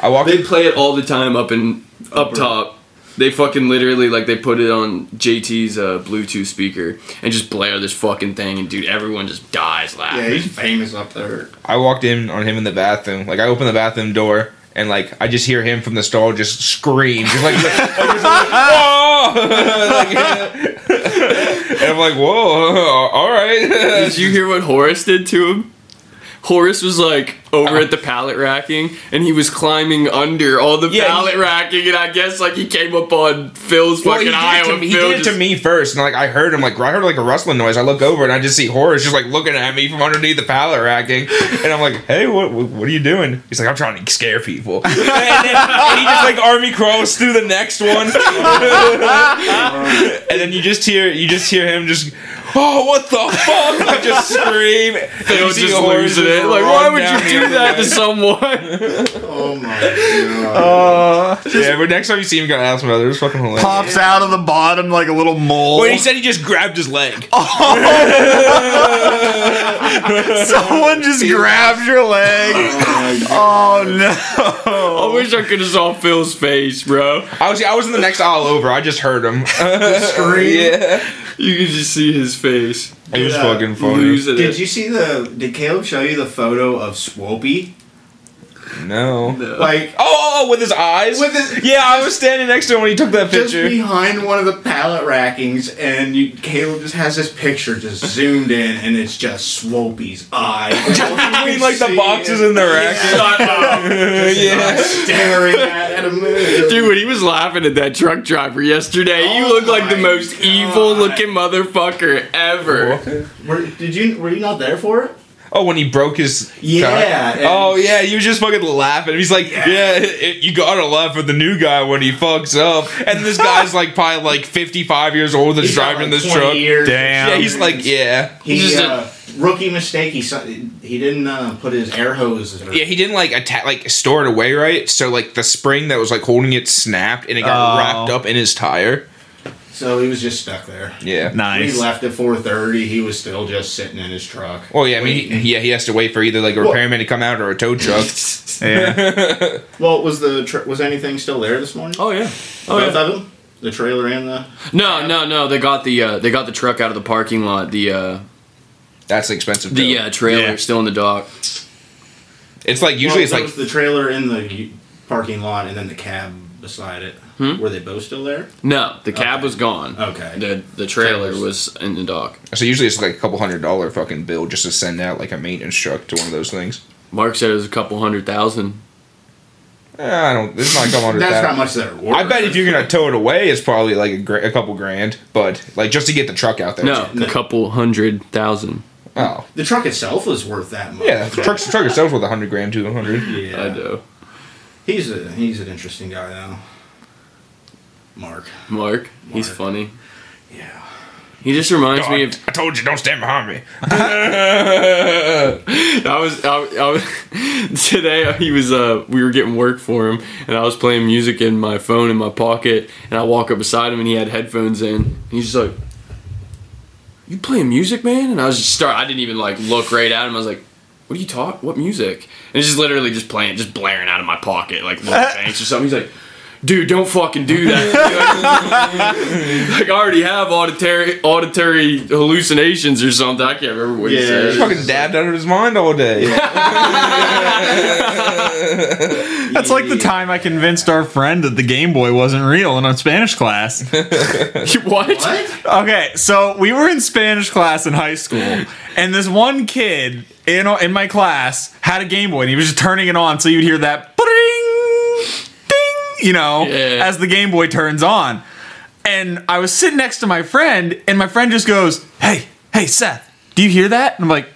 I walked. funny. They play it all the time up in up top. They fucking literally like they put it on JT's uh, Bluetooth speaker and just blare this fucking thing, and dude, everyone just dies laughing. Yeah, he's famous up there. I walked in on him in the bathroom. Like I opened the bathroom door and like I just hear him from the stall just scream, just like, [laughs] like, just like, "Whoa!" [laughs] Like, and I'm like, whoa, [laughs] all right. Did you hear what Horace did to him? Horace was like over at the pallet racking and he was climbing under all the Yeah, pallet he- racking and I guess like he came up on Phil's Well, fucking he did, eye it to, when me, he Phil did it to just- me first, and like I heard him, like I heard like a rustling noise. I look over and I just see Horace just like looking at me from underneath the pallet racking, and I'm like, "Hey, what what what are you doing?" He's like, "I'm trying to scare people," [laughs] and, then, and he just like army crawls through the next one, [laughs] and then you just hear you just hear him just. Oh, what the fuck! Like just scream. And Phil you see just Horace losing just it. Like run why would down the you do other that way. to [laughs] someone? [laughs] Oh my god. yeah, but next time you see him, gotta ask him about it. It was fucking hilarious. Pops out of the bottom like a little mole. Wait, [laughs] he said he just grabbed his leg. Someone just grabbed your [laughs] leg. Oh, my God. Oh no! I wish I could have saw Phil's face, bro. I was I was in the next aisle over. I just heard him. [laughs] Scream. yeah. You could just see his face. It was Yeah. fucking funny. Losing Did it. you see the? Did Caleb show you the photo of Swoopy? No. Oh, No. [laughs] Like oh, oh, with his eyes. With his- yeah, I was standing next to him when he took that [laughs] just picture. behind one of the pallet rackings, and you, Caleb just has this picture just zoomed in, and it's just Swoopy's [laughs] eye Between like the boxes in the rack. Shut [laughs] up. Yeah. staring at, at a moon. Dude, when he was laughing at that truck driver yesterday, you Oh look like the my most God. evil looking motherfucker ever. Were, did you were you not there for it? Oh, when he broke his. Yeah, cock. and- Oh yeah, he was just fucking laughing. He's like, yeah, Yeah. it, you gotta laugh at the new guy when he fucks up. And this [laughs] guy's like probably like fifty-five years old that's He's got, driving like, this 20 truck. years. Damn. Yeah, he's like, yeah. He's He just a- uh, rookie mistake. He su- he didn't uh, put his air hose. Or, Yeah, he didn't like attack, like store it away right. So like the spring that was like holding it snapped, and it got Oh. wrapped up in his tire. So he was just stuck there. Yeah. We Nice. left at four thirty. He was still just sitting in his truck. Well, yeah, I mean, he- yeah, he has to wait for either like a Well- repairman to come out or a tow [laughs] truck. Yeah. Well, was the tra- was anything still there this morning? Oh yeah. Oh Both yeah. of them, the trailer and the. No, no, no. They got the uh, they got the truck out of the parking lot. The uh, That's expensive. the though. uh, trailer Yeah. still in the dock. it's like Well, usually there it's was like the trailer in the u- parking lot and then the cab beside it. Hmm? Were they both still there? No, the cab was gone. Okay. The the trailer was in the dock. so usually it's like a couple hundred dollar fucking bill just to send out like a maintenance truck to one of those things. Mark said it was a couple hundred thousand. Eh, I don't. It's not a couple hundred. That's thou- how much they're worth. I bet if you're gonna tow it away, it's probably like a, gra- a couple grand. But like just to get the truck out there. No, a couple hundred thousand. Oh. the truck itself is worth that much. Yeah, the truck, truck itself with a hundred grand, two hundred. Yeah. I know. He's a he's an interesting guy though. Mark. Mark, he's Mark. funny. Yeah. He just reminds me I of I told you, don't stand behind me. [laughs] I was, I, I was [laughs] today. He was. Uh, we were getting work for him, and I was playing music in my phone in my pocket, and I walk up beside him, and he had headphones in, and he's just like, "You playing music, man?" And I was just start. I didn't even like look right at him. I was like, "What are you talk? What music?" And it's just literally just playing, just blaring out of my pocket, like little thanks or something. He's like. Dude, don't fucking do that. [laughs] like, I already have auditory auditory hallucinations or something. I can't remember what he Yeah. said. [laughs] fucking dabbed out of his mind all day. That's like the time I convinced our friend that the Game Boy wasn't real in our Spanish class. [laughs] what? What? Okay, so we were in Spanish class in high school, and this one kid in in my class had a Game Boy, and he was just turning it on, so you'd hear that ding, ding, you know, Yeah. as the Game Boy turns on. And I was sitting next to my friend, and my friend just goes, "Hey, hey, Seth, do you hear that?" And I'm like,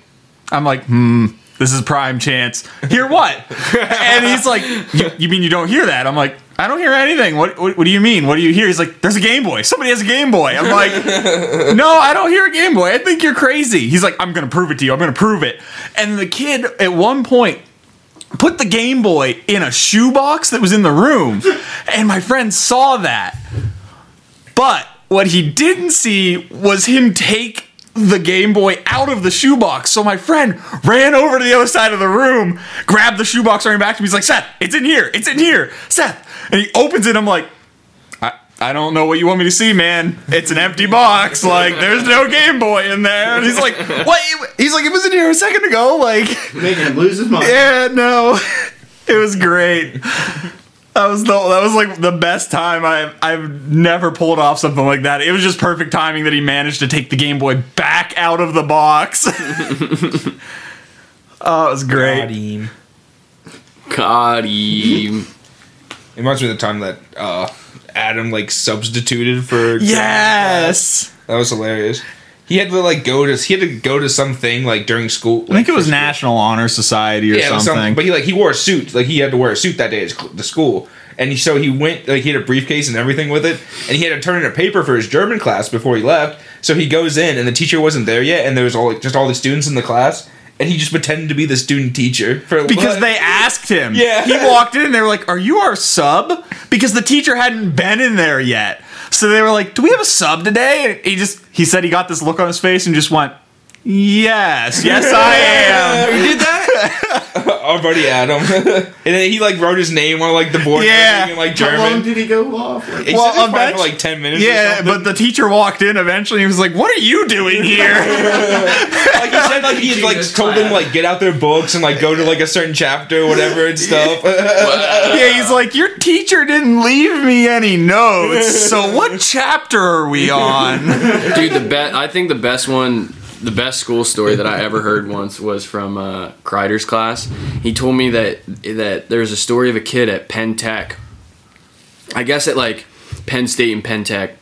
"I'm like, hmm." This is prime chance. Hear what? and he's like, you, you mean you don't hear that? I'm like, I don't hear anything. What, what What do you mean? What do you hear? He's like, there's a Game Boy. Somebody has a Game Boy. I'm like, no, I don't hear a Game Boy. I think you're crazy. He's like, I'm gonna prove it to you. I'm gonna prove it. And the kid at one point put the Game Boy in a shoebox that was in the room, and my friend saw that. But what he didn't see was him take the Game Boy out of the shoebox. So my friend ran over to the other side of the room, grabbed the shoebox, ran back to me. He's like, Seth, it's in here. It's in here. Seth. And he opens it. I'm like, I, I don't know what you want me to see, man. It's an empty box. Like, there's no Game Boy in there. And he's like, what? He's like, it was in here a second ago. Like, Making him lose [laughs] his mind. yeah, no. [laughs] It was great. That was the that was like the best time I I've never pulled off something like that. It was just perfect timing that he managed to take the Game Boy back out of the box. [laughs] oh, it was God, great. Eam. God, he- It reminds me of the time that uh, Adam like substituted for. Yes. That was hilarious. He had to like go to he had to go to something like during school. I think it was National Honor Society or yeah, it was something. But he like he wore a suit. Like he had to wear a suit that day at sc- the school. And he, so he went like he had a briefcase and everything with it, and he had to turn in a paper for his German class before he left. So he goes in, and the teacher wasn't there yet, and there was all like, just all the students in the class, and he just pretended to be the student teacher for because like- they asked him. Yeah. He walked in and they were like, Are you our sub? Because the teacher hadn't been in there yet. So they were like, Do we have a sub today? And he just he said he got this look on his face and just went, Yes, yes I am. Who did that? Our buddy Adam, [laughs] and then he like wrote his name on like the board. and Yeah. everything in, like How long German. did he go off? Like, He Well, well, on eventu- for like ten minutes. or Yeah, something. but the teacher walked in eventually and was like, What are you doing here? like he said, like he had like Jesus told them class. like get out their books and like go to like a certain chapter, or whatever and stuff. [laughs] yeah, he's like, Your teacher didn't leave me any notes. So what chapter are we on? dude, the best. I think the best one, the best school story that I ever heard once was from uh, Kreider's class. He told me that that there was a story of a kid at Penn Tech. I guess at like Penn State and Penn Tech,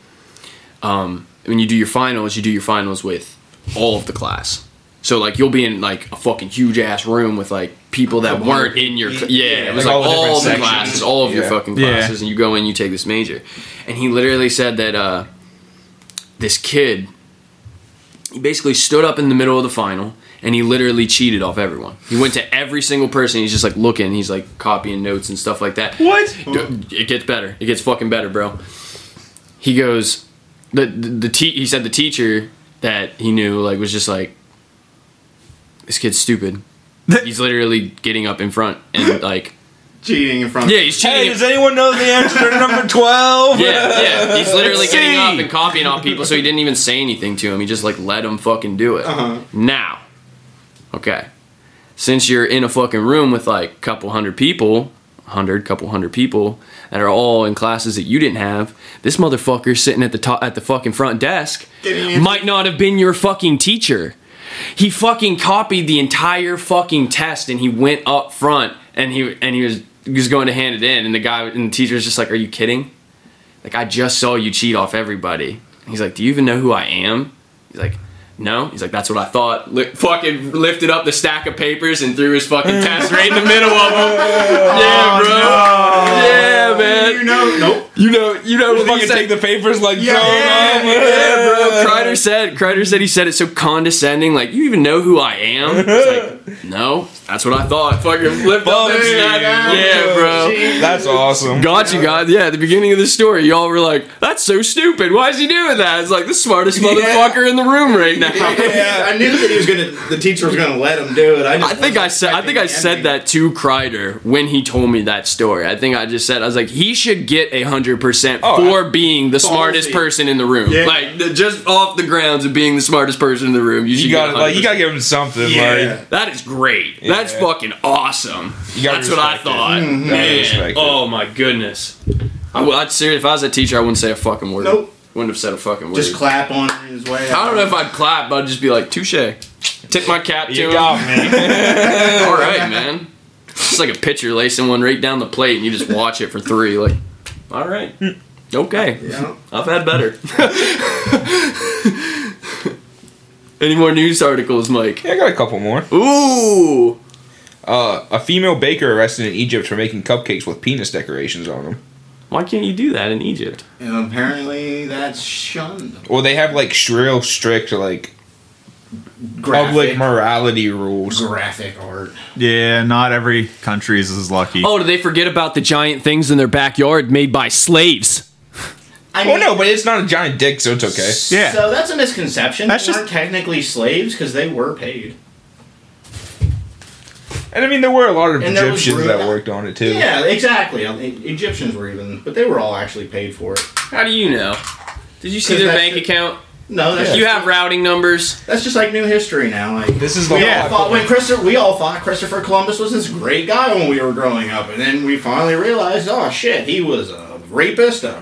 um, when you do your finals, you do your finals with all of the class. So like you'll be in like a fucking huge ass room with like people that weren't in your cl- yeah, it was like, like all the all, the different sections. classes, all of your Yeah. fucking Yeah. classes, and you go in, you take this major, and he literally said that uh, this kid he basically stood up in the middle of the final and he literally cheated off everyone. He went to every single person. He's just like looking. He's like copying notes and stuff like that. What? D- It gets better. It gets fucking better, bro. He goes, the the, the te- he said the teacher that he knew like was just like, this kid's stupid. He's literally getting up in front and like, cheating in front yeah, of he's cheating. anyone know the answer to number twelve? [laughs] Yeah, yeah. He's literally Let's getting see. up and copying off people, so he didn't even say anything to him. He just like let him fucking do it. Uh-huh. Now, okay, since you're in a fucking room with like couple hundred people, hundred couple hundred people that are all in classes that you didn't have, this motherfucker sitting at the top at the fucking front desk might not have been your fucking teacher. He fucking copied the entire fucking test, and he went up front, and he and he was he was going to hand it in, and the guy and the teacher's just like, "Are you kidding?" like I just saw you cheat off everybody. He's like, do you even know who I am? He's like, no. He's like, that's what I thought. Li- fucking lifted up the stack of papers and threw his fucking [laughs] test right in the middle of them. Oh, Yeah, bro. Yeah, man. You know, nope. You know, you know. what Fucking he said. take the papers like Yeah, throw 'em yeah, up. yeah, bro. [laughs] Kreider said. Kreider said he said it so condescending. Like, you even know who I am? It's [laughs] like, no. That's what I thought. Fucking flipped up Fuck the you. stack. Yeah, bro. [laughs] That's awesome. Got you, guys. Yeah, at the beginning of the story, y'all were like, "That's so stupid. Why is he doing that?" It's like the [laughs] smartest motherfucker in the room right now. Yeah, I knew that he was gonna. The teacher was gonna let him do it. I, just I think I said I think I said that to Kreider when he told me that story. I think I just said I was like, "He should get a hundred percent Oh, for being the smartest ballsy. person in the room. Yeah. Like th- just off the grounds of being the smartest person in the room, you should You get got like you 100%. got to give him something. Yeah. Like That is great. That's fucking awesome. You gotta That's what I respect it. Mm-hmm. thought. gotta Man. respect it. Oh my goodness. I, would- I'd seriously, if I was a teacher, I wouldn't say a fucking word. Nope. Wouldn't have said a fucking word. Just clap on his way. I don't know if I'd clap, but I'd just be like, touche. Tip my cap to you him. got me. [laughs] All right, man. It's like a pitcher lacing one right down the plate, and you just watch it for three. Like, all right. Okay. Yeah. I've had better. [laughs] Any more news articles, Mike? Yeah, I got a couple more. Ooh. Uh, a female baker arrested in Egypt for making cupcakes with penis decorations on them. Why can't you do that in Egypt? And apparently that's shunned. Well, they have like shrill, strict like Public graphic, morality rules. graphic art. Yeah, not every country is as lucky. Oh, did they forget about the giant things in their backyard made by slaves? I Well, Oh, no, but it's not a giant dick, so it's okay. Yeah. So that's a misconception. That's they just- weren't technically slaves because they were paid. And I mean, there were a lot of And there was Egyptians room- that worked on it too. Yeah, exactly. I mean, Egyptians were even, but they were all actually paid for it. How do you know? Did you see 'Cause their that's bank the- account? No, that's You just, have routing numbers. that's just like new history now. Like This is the we yeah, all thought when Christopher, we all thought Christopher Columbus was this great guy when we were growing up, and then we finally realized, oh shit, he was a rapist, a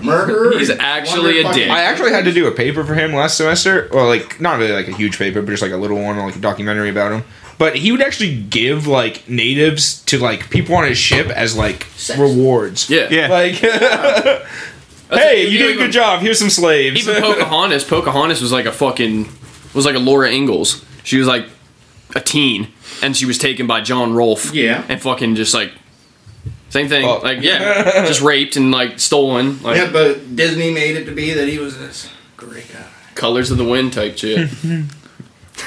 [laughs] murderer. He's and actually a wonderfucking- dick. I actually had to do a paper for him last semester. Well, like not really like a huge paper, but just like a little one, like a documentary about him. But he would actually give like natives to like people on his ship as like Sex. rewards. Yeah. Yeah. Like, [laughs] That's hey, a- you did a even- good job. Here's some slaves. [laughs] Even Pocahontas. Pocahontas was like a fucking was like a Laura Ingalls. She was like a teen, and she was taken by John Rolfe. Yeah. And fucking just like same thing. Fuck. Like yeah, just raped and like stolen. Like Yeah, but Disney made it to be that he was this great guy. Colors of the Wind type shit. [laughs]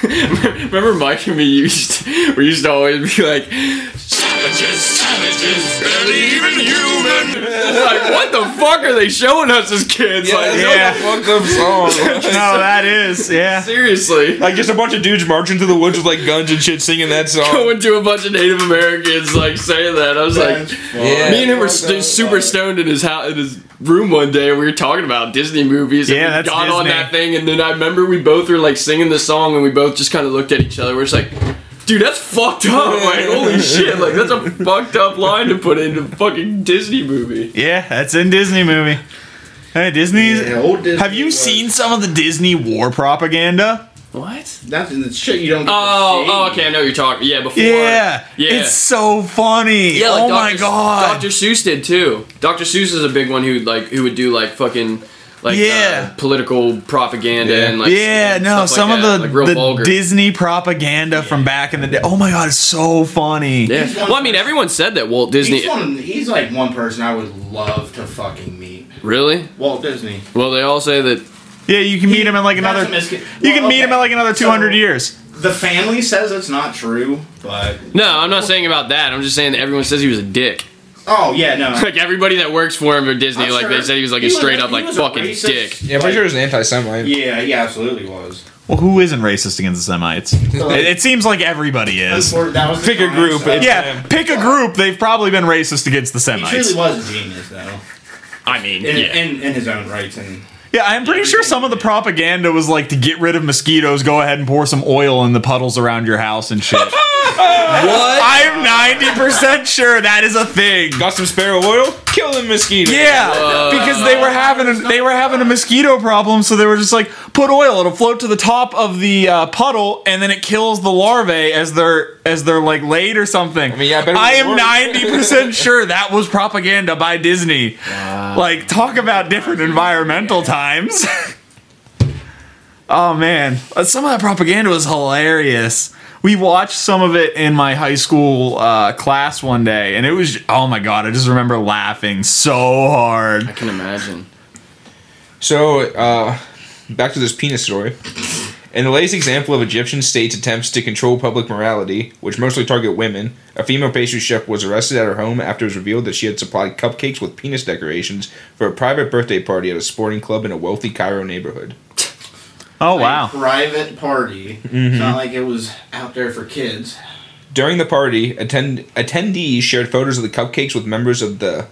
Remember Mike and me used we used to always be like savages, savages, barely even human. [laughs] It's like what the fuck are they showing us as kids? like Yeah. Fuck them song. [laughs] no, Oh, that is yeah. seriously. like just a bunch of dudes marching through the woods with like guns and shit, singing [laughs] that song. going to a bunch of Native Americans like saying that. I was like, Yeah. me and him were Fuck st- that super song. stoned in his house, in his room one day, and we were talking about Disney movies. And Yeah, we that's got on Disney. that thing, and then I remember we both were like singing the song, and we both just kind of looked at each other. We're just like. Dude, that's fucked up. Like, holy shit. Like, that's a fucked up line to put into a fucking Disney movie. Yeah, that's in Disney movie. Hey, Disney's. Yeah, old Disney Have you was- seen some of the Disney war propaganda? What? That's the shit you don't. Get to Oh, see. oh, okay. I know what you're talking. Yeah, before. Yeah, Yeah. it's so funny. Yeah, like oh Dr. my god, Dr. Seuss did too. Dr. Seuss is a big one who like who would do like fucking like Yeah. uh, political propaganda Yeah. and like yeah, and no, stuff like some that, of the, like, real the vulgar. Disney propaganda from back in the day. Oh my god, it's so funny. yeah. He's one Well, I mean, person. everyone said that Walt Disney. He's, one, he's like one person I would love to fucking meet. Really? Walt Disney. Well, they all say that. Yeah, you can meet him in like That's another. a miscon- you can Well, meet him okay. in like another So, two hundred years. The family says it's not true, but No, I'm not saying about that. I'm just saying that everyone says he was a dick. [laughs] oh yeah, no. Like everybody that works for him or Disney, I'm like they sure- said he was like a he was a- straight up he like was a fucking racist. dick. Yeah, I'm pretty sure it was an anti-Semite. Yeah, he absolutely was. Well, who isn't racist against the [laughs] Semites? it, it seems like everybody is. Unfor- That was the Pick a group, concept. it's- Yeah, pick a group. They've probably been racist against the he Semites. truly was a genius though, I mean, in, yeah. in, in his own rights and. Yeah, I'm pretty sure some of the propaganda was like to get rid of mosquitoes, go ahead and pour some oil in the puddles around your house and [laughs] shit. what? I'm 90% sure that is a thing. Got some spare oil? Kill them mosquitoes. Yeah, because they were having a, they were having a mosquito problem, so they were just like put oil. It'll float to the top of the uh, puddle, and then it kills the larvae as they're as they're like laid or something. I mean, yeah, I bet it was am worse. ninety [laughs] percent sure that was propaganda by Disney. Like, talk about different environmental times. [laughs] oh man, Uh, some of that propaganda was hilarious. We watched some of it in my high school uh, class one day, and it was oh my god! I just remember laughing so hard. I can imagine. So, uh, back to this penis story. In the latest example of Egyptian state's attempts to control public morality, which mostly target women, a female pastry chef was arrested at her home after it was revealed that she had supplied cupcakes with penis decorations for a private birthday party at a sporting club in a wealthy Cairo neighborhood. Oh wow! Private party. It's Mm-hmm. not like it was out there for kids. During the party, attend- attendees shared photos of the cupcakes with members of the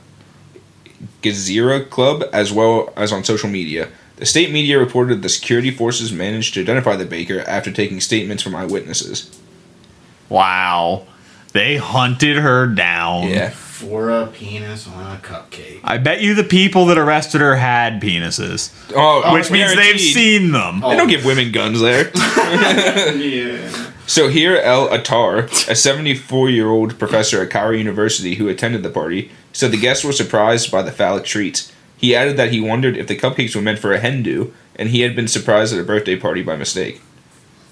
Gezira Club as well as on social media. The state media reported the security forces managed to identify the baker after taking statements from eyewitnesses. Wow. They hunted her down. Yeah. For a penis on a [laughs] cupcake. I bet you the people that arrested her had penises, Oh, which means they've guaranteed. Oh, seen them. They don't give women [laughs] guns there. Yeah. so here, El Attar, a 74-year-old professor at Cairo University who attended the party, said the guests were surprised by the phallic treats. He added that he wondered if the cupcakes were meant for a Hindu, and he had been surprised at a birthday party by mistake.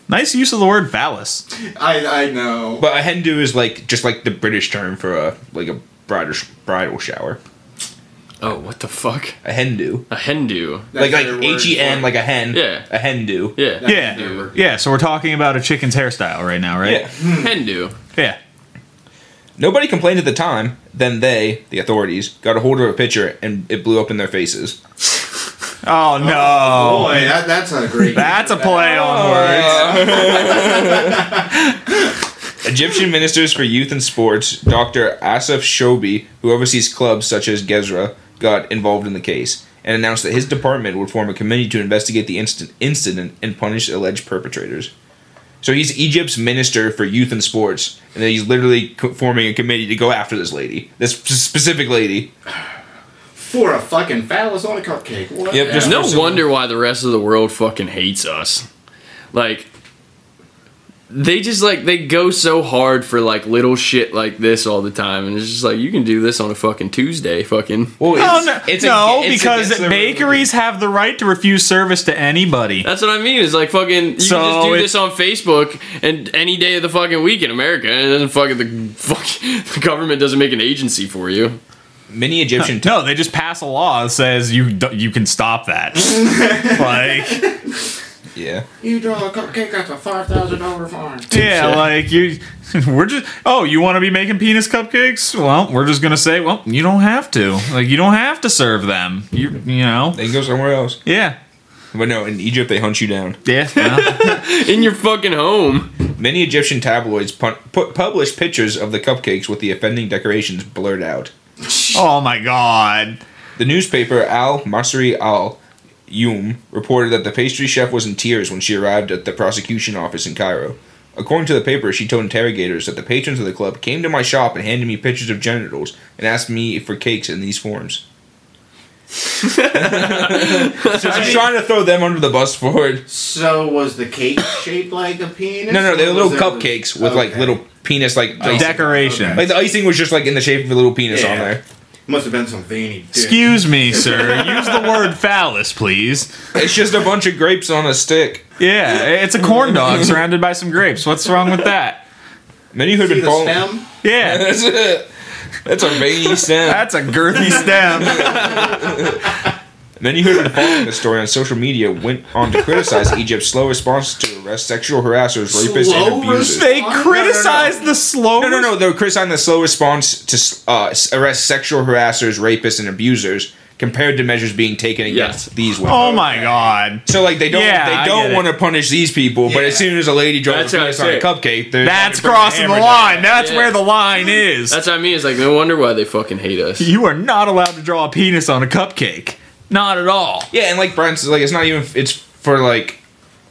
Nice use of the word phallus. I I know. But a Hindu is like just like the British term for a like a bridal bridal shower. Oh, what the fuck? A Hindu. A Hindu. That's like their like word H E for N, it. like a hen. Yeah. A Hindu. Yeah. Yeah, yeah. So we're talking about a chicken's hairstyle right now, right? Yeah. Hindu. Yeah. Nobody complained at the time. Then they, the authorities, got a hold of a picture and it blew up in their faces. Oh no, oh. Boy, that, that's not [laughs] a great. that's a play on words. Egyptian ministers for youth and sports, Dr. Asif Shobi, who oversees clubs such as Gezra, got involved in the case and announced that his department would form a committee to investigate the instant incident and punish alleged perpetrators. So he's Egypt's minister for youth and sports, and then he's literally co- forming a committee to go after this lady, this sp- specific lady. for a fucking phallus on a cupcake. What? Yep, just- No Person- wonder why the rest of the world fucking hates us. Like they just like they go so hard for like little shit like this all the time and it's just like you can do this on a fucking Tuesday fucking Well, Oh, no, it's no ag- it's because against the- bakeries have the right to refuse service to anybody. That's what I mean. It's like fucking you So can just do it- this on Facebook and any day of the fucking week in America and it doesn't fucking the fuck [laughs] the government doesn't make an agency for you. Many Egyptian No, they just pass a law that says you d- you can stop [laughs] that. like yeah. You draw a cupcake, that's a five thousand dollar fine. yeah, shit. like you [laughs] we're just oh, you want to be making penis cupcakes? Well, we're just going to say, well, you don't have to. Like you don't have to serve them. You you know. They can go somewhere else. Yeah. But no, in Egypt they hunt you down. Yeah. [laughs] well, In your fucking home. Many Egyptian tabloids pu- pu- published pictures of the cupcakes with the offending decorations blurred out. oh my god. The newspaper Al Masri Al Yum reported that the pastry chef was in tears when she arrived at the prosecution office in Cairo. According to the paper, she told interrogators that the patrons of the club came to my shop and handed me pictures of genitals and asked me for cakes in these forms. so she's trying to throw them under the bus for it. So was the cake shaped like a penis? No, no, they Or were little was there the- cupcakes with like Okay. little penis like icing. Decoration. Like the icing was just like in the shape of a little penis Yeah. on there. Must have been some veiny. Dick. Excuse me, sir. Use the word phallus, please. It's just a bunch of grapes on a stick. Yeah, it's a corn dog surrounded by some grapes. What's wrong with that? Many who had See been the following. stem? Yeah, [laughs] That's it. That's a veiny stem. that's a girthy stem. Many who had been following the story on social media went on to criticize Egypt's slow response to arrest sexual harassers, rapists, Slow and abusers. They No, no, no, no. criticized the slow. no, no, no. They were criticizing the slow response to uh, arrest sexual harassers, rapists, and abusers compared to measures being taken against Yes. these women. Oh my god, So like they don't Yeah, I they get don't it. want to punish these people, but as soon as a lady drops That's a what I penis on a said. cupcake, they're that's they're putting a crossing the hammer down. line. That's Yeah. where the line is. That's what I mean. It's like no wonder why they fucking hate us. you are not allowed to draw a penis on a cupcake. Not at all. Yeah, and like Brian says, like it's not even it's for like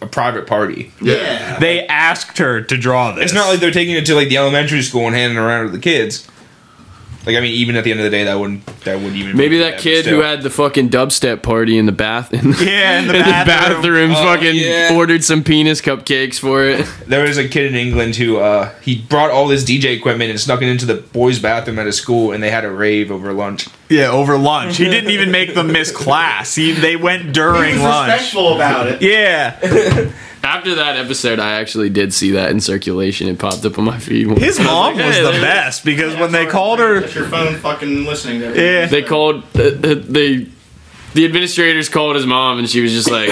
a private party. Yeah. They asked her to draw this. It's not like they're taking it to like the elementary school and handing it around to the kids. Like I mean, even at the end of the day, that wouldn't that wouldn't even be Maybe bad, that but kid who still. had the fucking dubstep party in the bath in the, yeah, in [laughs] the in the bathroom. bathroom Oh, fucking yeah. ordered some penis cupcakes for it. there was a kid in England who uh, he brought all his DJ equipment and snuck it into the boys' bathroom at his school, and they had a rave over lunch. Yeah, over lunch. He didn't even make them miss class. He, they went He during was lunch. respectful about [laughs] it. Yeah, [laughs] After that episode, I actually did see that in circulation. It popped up on my feed. his mom was Hey, [laughs] the there- best because when they Sorry, called her, that's your phone fucking listening. To Yeah. They called uh, uh, they the administrators called his mom, and she was just [coughs] like,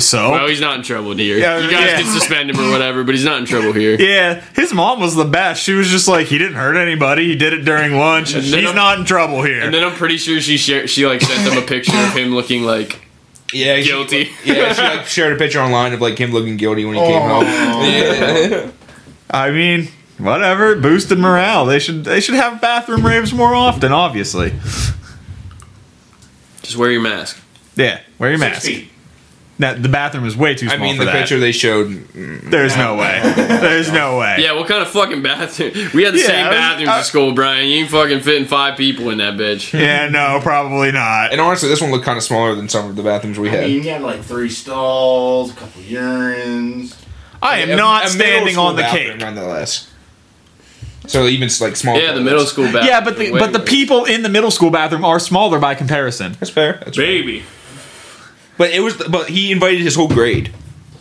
so "Oh, he's not in trouble here. Yeah, you guys yeah. can suspend him or whatever, but he's not in trouble here." Yeah, his mom was the best. She was just like, he didn't hurt anybody. He did it during lunch. And He's then I'm- not in trouble here. And then I'm pretty sure she shared, she like sent them a picture of him looking like Yeah, she- guilty. [laughs] yeah, she like shared a picture online of like him looking guilty when he came home. Oh. Yeah. I mean, whatever. It Boosted morale. They should they should have bathroom raves more often. Obviously. Just wear your mask. Yeah, wear your Six mask. feet. That the bathroom is way too I small. mean, for the that. picture they showed. There's no [laughs] way. There's no way. Yeah, what kind of fucking bathroom? [laughs] We had the Yeah, same I was- bathrooms I- at school, Brian. You ain't fucking fitting five people in that bitch. Yeah, no, probably not. And honestly, this one looked kind of smaller than some of the bathrooms we I had. mean, you had like three stalls, a couple urines. I am A- a not middle standing school on the bathroom, cake. nonetheless. So even s- like small. Yeah, the middle toilets. school bathroom. Yeah, but the Way but the worse. people in the middle school bathroom are smaller by comparison. That's fair. That's fair. baby. But it was. But he invited his whole grade.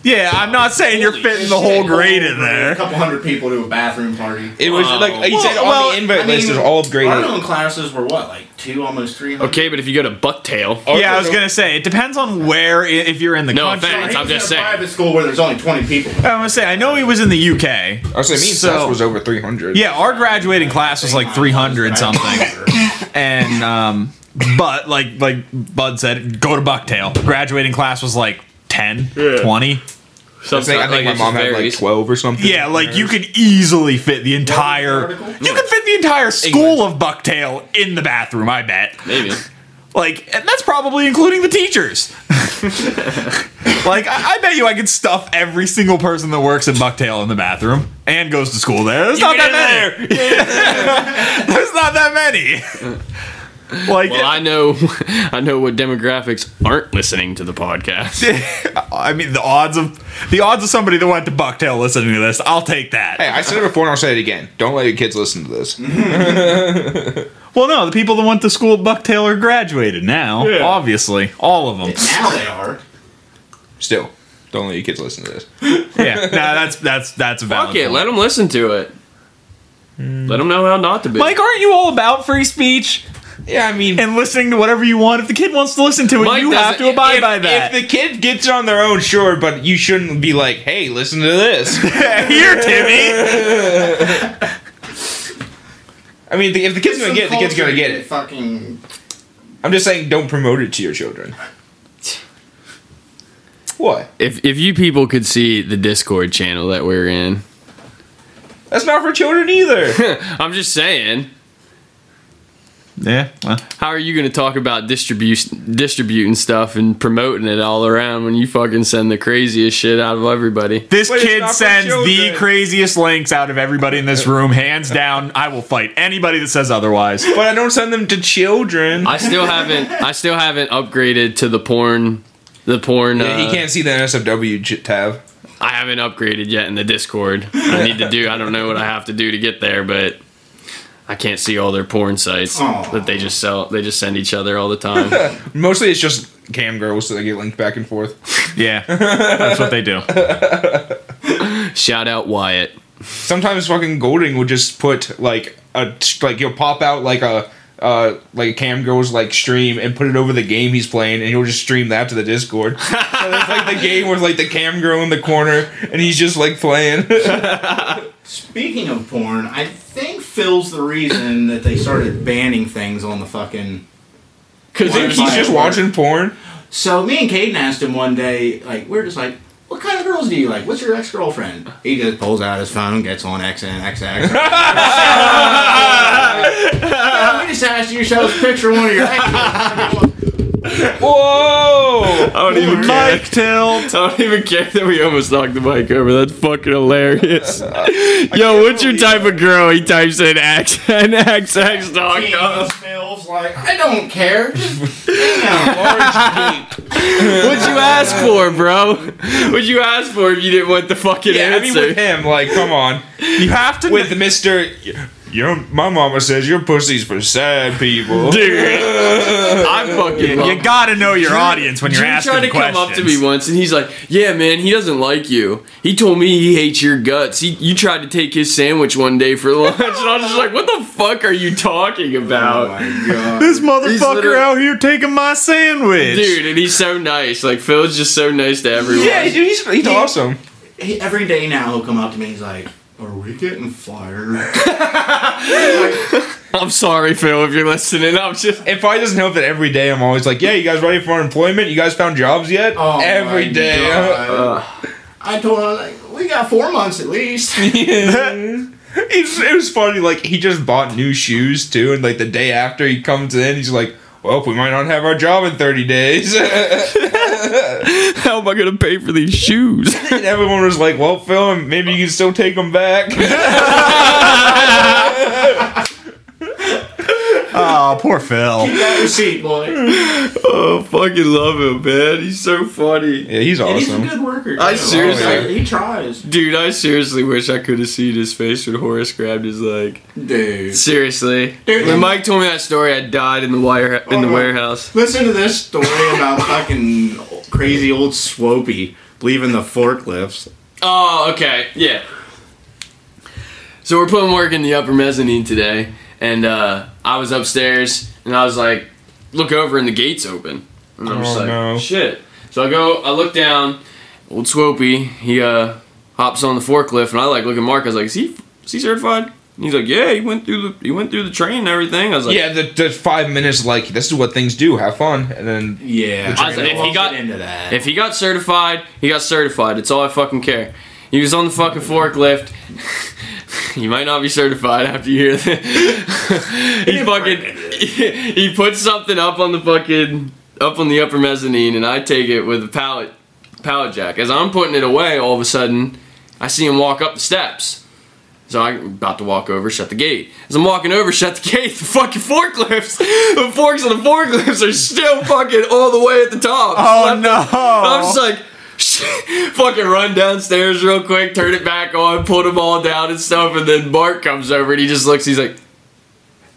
Yeah, I'm not saying you're fitting the whole grade in A there. couple hundred people to a bathroom party. It was like he Well, said well, on the invite I list. mean, There's all of grade Our eight. own classes were what, like two, almost three hundred. Okay, but if you go to Bucktail, Yeah, I was gonna say it depends on where i- if you're in the No country. offense. I'm just saying. Private school where there's only twenty people. I'm gonna say I know he was in the UK. I was saying, me and So- Seth was over 300. Yeah, our graduating class was like 300 something, and um, but like like Bud said, go to Bucktail. Graduating class was like 10, 20. I think, I think Sometimes, my it mom had like varies. 12 or something. Yeah, like you could easily fit the entire you article? could fit the entire school of Bucktail in the bathroom. I bet. Maybe. Like, and that's probably including [laughs] the teachers. like, I, I bet you I could stuff every single person that works at Bucktail in the bathroom and goes to school there. There's not get that many. [laughs] There's not that many. like, Well, I know, [laughs] I know what demographics aren't listening to the podcast. I, mean, the odds of the odds of somebody that went to Bucktail listening to this, I'll take that. Hey, I said it before and I'll say it again. Don't let your kids listen to this. Mm-hmm. Well, no, the people that went to school at Bucktail are graduated now. Yeah. Obviously, all of them. [laughs] Now they are. Still, don't let your kids listen to this. [laughs] yeah, no, that's that's that's a valid. Fuck it, point. let them listen to it. Hmm. Let them know how not to be. Mike, aren't you all about free speech? Yeah, I mean, and listening to whatever you want. If the kid wants to listen to it, Mike you have doesn't- to abide if- by if that. the kid gets it on their own, sure, but you shouldn't be like, hey, listen [laughs] to this. Here, Timmy. I mean, the, if the kid's gonna get it, the kid's gonna get it. Fucking. I'm just saying, don't promote it to your children. What? If if you people could see the Discord channel that we're in, That's not for [laughs] children either. I'm just saying. yeah. Well, How are you going to talk about distribution, distributing stuff and promoting it all around when you fucking send the craziest shit out of everybody? this But it's kid not for sends the children. craziest links out of everybody in this room, hands down. I will fight anybody that says otherwise. but I don't send them to children. I still haven't. I still haven't upgraded to the porn. The porn. Yeah, uh, he can't see the NSFW j- tab. I haven't upgraded yet in the Discord. I need to do. I don't know what I have to do to get there, but I can't see all their porn sites Aw. that they just sell. They just send each other all the time. Mostly, it's just cam girls that get linked back and forth. Yeah, that's what they do. Shout out Wyatt. Sometimes fucking Golding will just put like a like he'll pop out like a uh like a cam girls like stream and put it over the game he's playing and he'll just stream that to [laughs] the Discord. so it's like the game with like the cam girl in the corner and he's just like playing. [laughs] Speaking of porn, I think Phil's the reason that they started banning things on the fucking. Cause Why he's am I just at work? watching porn. So me and Caden asked him one day, like, we're just like, what kind of girls do you like? What's your ex girlfriend? He just pulls out his phone, gets on X and [laughs] X X. We just asked you to show us a picture of one of your [laughs] exes. Whoa! I don't even care. Mike tilt. I don't even care that we almost knocked the mic over. That's fucking hilarious. Yo, what's your type of girl? He types in X [laughs] and XX.com. Phil's like, I don't care. [laughs] Just, you know, What'd you ask for, bro? What'd you ask for if you didn't want the fucking Yeah, I mean answer? with him, like come on. You have to. With Mister, your my mama says your pussy's for sad people. Dude, I fucking love you gotta know your audience when you're Drew asking tried to questions. come up to me once, and he's like, "Yeah, man, he doesn't like you. He told me he hates your guts. He, you tried to take his sandwich one day for [laughs] lunch, and I was just like, "What the fuck are you talking oh about, my god. This motherfucker literally- out here taking my sandwich. dude?" And he's so nice. Like Phil's just so nice to everyone. Yeah, dude, he's, he's awesome. he, every day now he'll come up to me. He's like, "Are we getting fired?" [laughs] I'm sorry, Phil, if you're listening. I'm just It probably doesn't help that every day I'm always like, yeah, you guys ready for unemployment? You guys found jobs yet? Oh every my day. God. I told him like, "We got four months at least." [laughs] [laughs] It's- it was funny. Like he just bought new shoes too, and like the day after he comes in, he's like, well, we might not have our job in 30 days. [laughs] and how am I gonna pay for these shoes? [laughs] everyone was like, well, Phil, maybe you can still take them back. [laughs] Oh, [laughs] poor Phil. that receipt, boy. oh, fucking love him, man. He's so funny. yeah, he's And he's a awesome. good worker. I too. seriously- Like, he tries, Dude, I seriously wish I could have seen his face when Horace grabbed his leg. dude. Seriously, Dude, when and- Mike told me that story, I died in the wire in the Oh. warehouse. [laughs] Listen to this story about fucking crazy old Swopey. leaving the forklifts. Oh, okay. Yeah. So we're putting work in the upper mezzanine today, and uh, I was upstairs, and I was like, look over, and the gate's open. And I'm just Oh, like, no. shit. So I go, I look down. Old Swopey, he uh, hops on the forklift, and I like look at Mark. I was like, is he, is he certified? And he's like, yeah, he went through the he went through the train and everything. I was like, yeah, the, the five minutes, like, this is what things do. Have fun. And then, Yeah, I was like, if he got- into that, If he got certified, he got certified. It's all I fucking care. He was on the fucking forklift. [laughs] you might not be certified after you hear that. [laughs] he fucking [laughs] he put something up on the fucking up on the upper mezzanine, and I take it with a pallet pallet jack. As I'm putting it away, all of a sudden, I see him walk up the steps. So I'm about to walk over, shut the gate. As I'm walking over, shut the gate. The fucking forklifts, [laughs] the forks of the forklifts are still fucking all the way at the top. Oh Left- I'm no! just like, fucking run downstairs real quick, turn it back on, put them all down and stuff, and then Bart comes over and he just looks, he's like,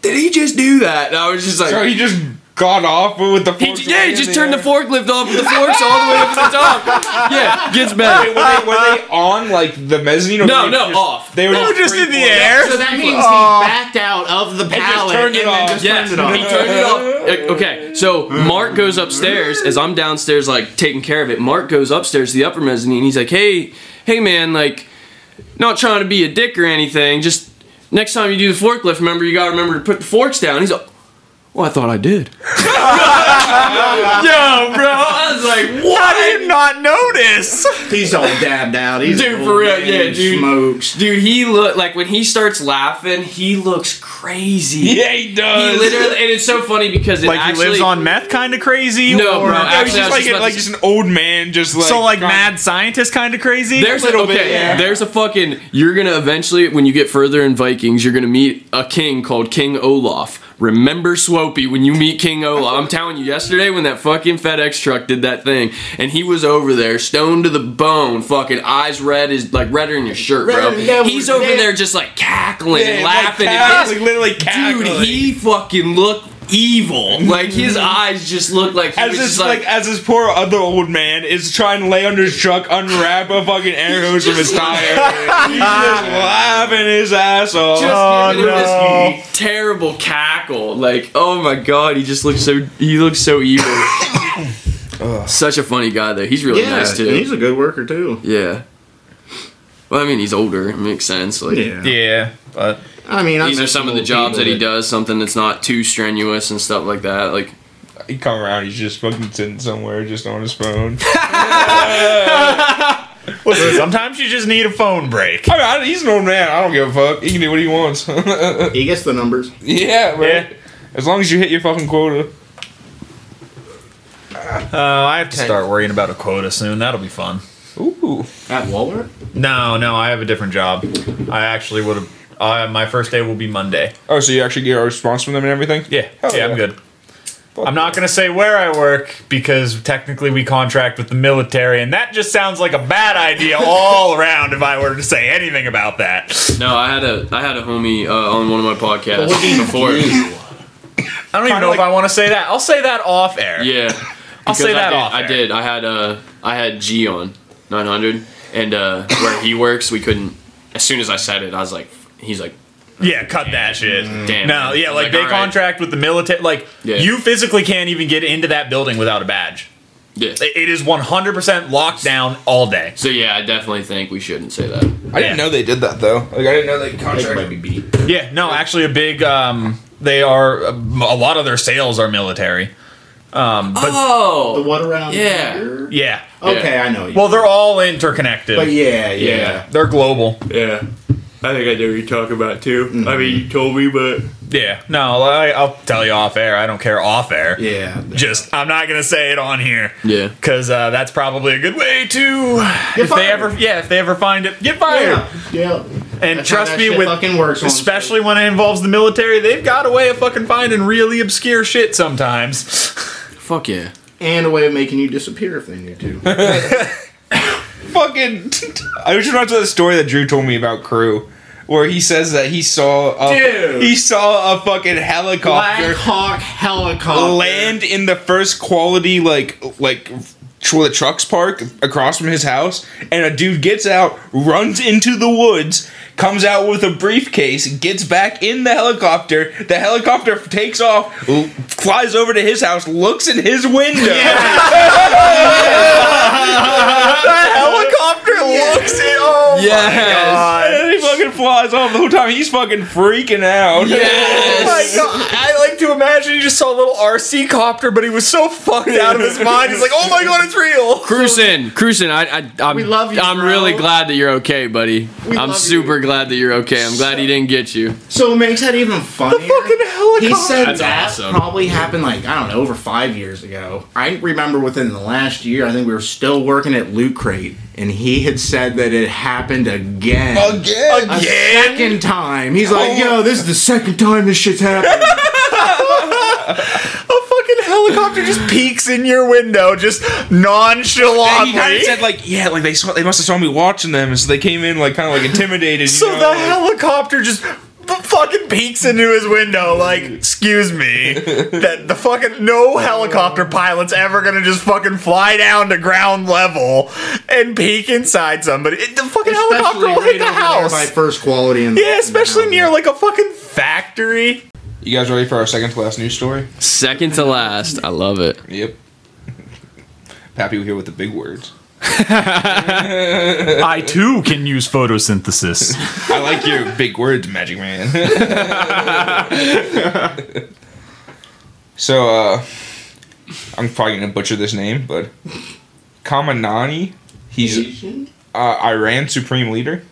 did he just do that? And I was just like, so he just got off with the he, forks yeah, he in just the turned the air. forklift off with the forks all the way up to the [laughs] top. Yeah, gets Wait, better. were, they, were they on, like, the mezzanine? Or No, were they no, just- off. They were They were Oh, just in the air. so that means Oh. he backed out of the pallet turned it and then off. just Yes, turned he it off. turned it [laughs] off. Yeah, Okay, so Mark goes upstairs as I'm downstairs, like taking care of it. Mark goes upstairs to the upper mezzanine. And he's like, "Hey, hey, man, like, not trying to be a dick or anything. Just next time you do the forklift, remember you gotta remember to put the forks down." He's like, "Well, I thought I did." [laughs] Yo, bro, I was like, "What?" How did you not notice? [laughs] He's all dabbed out. He's Dude, an for old real, man yeah, who dude. Smokes. Dude, he look like when he starts laughing, he looks crazy. Yeah, he does. He literally, and it's so funny because it Like actually, he lives on meth, kind of crazy. No, or- bro, Yeah, he's Actually, I was just like, just about a- like to just an old man, just like so like gone- mad scientist, kind of crazy. There's a, little bit, okay, yeah. there's a fucking. You're gonna eventually, when you get further in Vikings, you're gonna meet a king called King Olaf. Remember Swopey when you meet King Olaf. I'm telling you, yesterday when that fucking FedEx truck did that thing, and he was over there, stoned to the bone, fucking eyes red is like redder than your shirt, bro. Redder than He's your over neck. there just like cackling Yeah, and like laughing. and cackling, his- literally dude, cackling. he fucking looked evil. Like [laughs] his eyes just looked like he as was this just like, as this poor other old man is trying to lay under his truck, unwrap a fucking air hose from his tire, he's just laughing his ass off. just Oh, giving him no. this terrible cackle. Like, oh my god, he just looks so he looks so [coughs] evil. Such a funny guy though. He's really Yeah, nice too. and he's a good worker too. yeah. Well, I mean, he's older. It makes sense. Like, Yeah, yeah, but I mean, I these are met some of the old jobs that people he does. Something that's not too strenuous and stuff like that. Like, He come around, he's just fucking sitting somewhere, just on his phone. listen, [laughs] sometimes you just need a phone break. I mean, I, he's an old man. I don't give a fuck. He can do what he wants. [laughs] yeah, He gets the numbers. Yeah. right. As long as you hit your fucking quota. [laughs] Uh, I have to start worrying about a quota soon. That'll be fun. Ooh. At Walmart? No, no, I have a different job. I actually would have. Uh, my first day will be Monday. Oh, so you actually get a response from them and everything? Yeah, Hell yeah, yeah. I'm good. I'm not gonna say where I work because technically we contract with the military, and that just sounds like a bad idea [laughs] all around. If I were to say anything about that, no, I had a I had a homie uh, on one of my podcasts before. I don't even know if I want to say that. I'll say that off air. [laughs] Yeah, I'll say Because I that did, off I air. did. I had uh, I had G on 900, and uh, where he works, we couldn't. As soon as I said it, I was like, he's like, Yeah, cut that shit. Damn. No, yeah, I'm like, like, they all right. contract with the military. Like Yeah. you physically can't even get into that building without a badge. yeah. It it is 100% locked down all day. So yeah, I definitely think we shouldn't say that. I didn't Yeah. know they did that though. Like I didn't know they That contracted. might be beat. Yeah, no, actually, a big. Um, they are um, a lot of their sales are military. Um, but The Oh, one around Yeah. here? yeah, Okay, I know you. well, they're all interconnected. But yeah, yeah. Yeah. They're global. yeah. I think I know what you're talking about too. I mean, you told me, but Yeah, no, I, I'll tell you off air. I don't care off air. Yeah. Just I'm not gonna say it on here. yeah. Cause uh, that's probably a good way to if they fired. ever yeah if they ever find it get fired Yeah. yeah. and That's how trust that me shit with fucking works on especially when it involves the military they've got a way of fucking finding really obscure shit sometimes [laughs] Fuck yeah. And a way of making you disappear if they need [laughs] to. fucking. [laughs] I was just about to the story that Drew told me about crew, where he says that he saw a, Dude. he saw a fucking helicopter Black Hawk helicopter. land in the first quality like like tr- where the trucks park across from his house, and a dude gets out, runs into the woods, comes out with a briefcase, gets back in the helicopter. The helicopter takes off, l- flies over to his house, looks in his window. [laughs] That helicopter looks it. Oh Yes. my god. And he fucking flies off the whole time. He's fucking freaking out. Oh [laughs] my god. I like to imagine he just saw a little RC copter, but he was so fucked out of his mind. He's like, oh my god, it's real. Cruisin, Cruisin, I, I, I'm, We love you, I'm bro. really glad that you're okay, buddy. I'm love super glad that you're okay. I'm glad he didn't get you. So it makes that even funnier. fucking helicopter. He said That's that awesome. probably happened like I don't know over five years ago. I remember within the last year, I think we were still working at Loot Crate, and he had said that it happened again. Oh. Again. A second time. He's like, yo, this is the second time this shit's happened. A fucking helicopter just peeks in your window, just And he kind of nonchalantly. said like, yeah, like they saw, they must have saw me watching them, and so they came in like kind of like intimidated. you So know, the like- helicopter just f- fucking peeks into his window, like, excuse [laughs] me, that the fucking no helicopter pilot's ever gonna just fucking fly down to ground level and peek inside somebody. It- the fucking helicopter will hit the over there by house. first quality. And Yeah, especially near like a fucking factory. You guys ready for our second to last news story? Second to last. I love it. Yep. [laughs] Pappy here with the big words. I too can use photosynthesis. I like your big words, Magic Man. [laughs] so, uh, I'm probably gonna butcher this name, but Kamanani, he's uh, Iran supreme leader.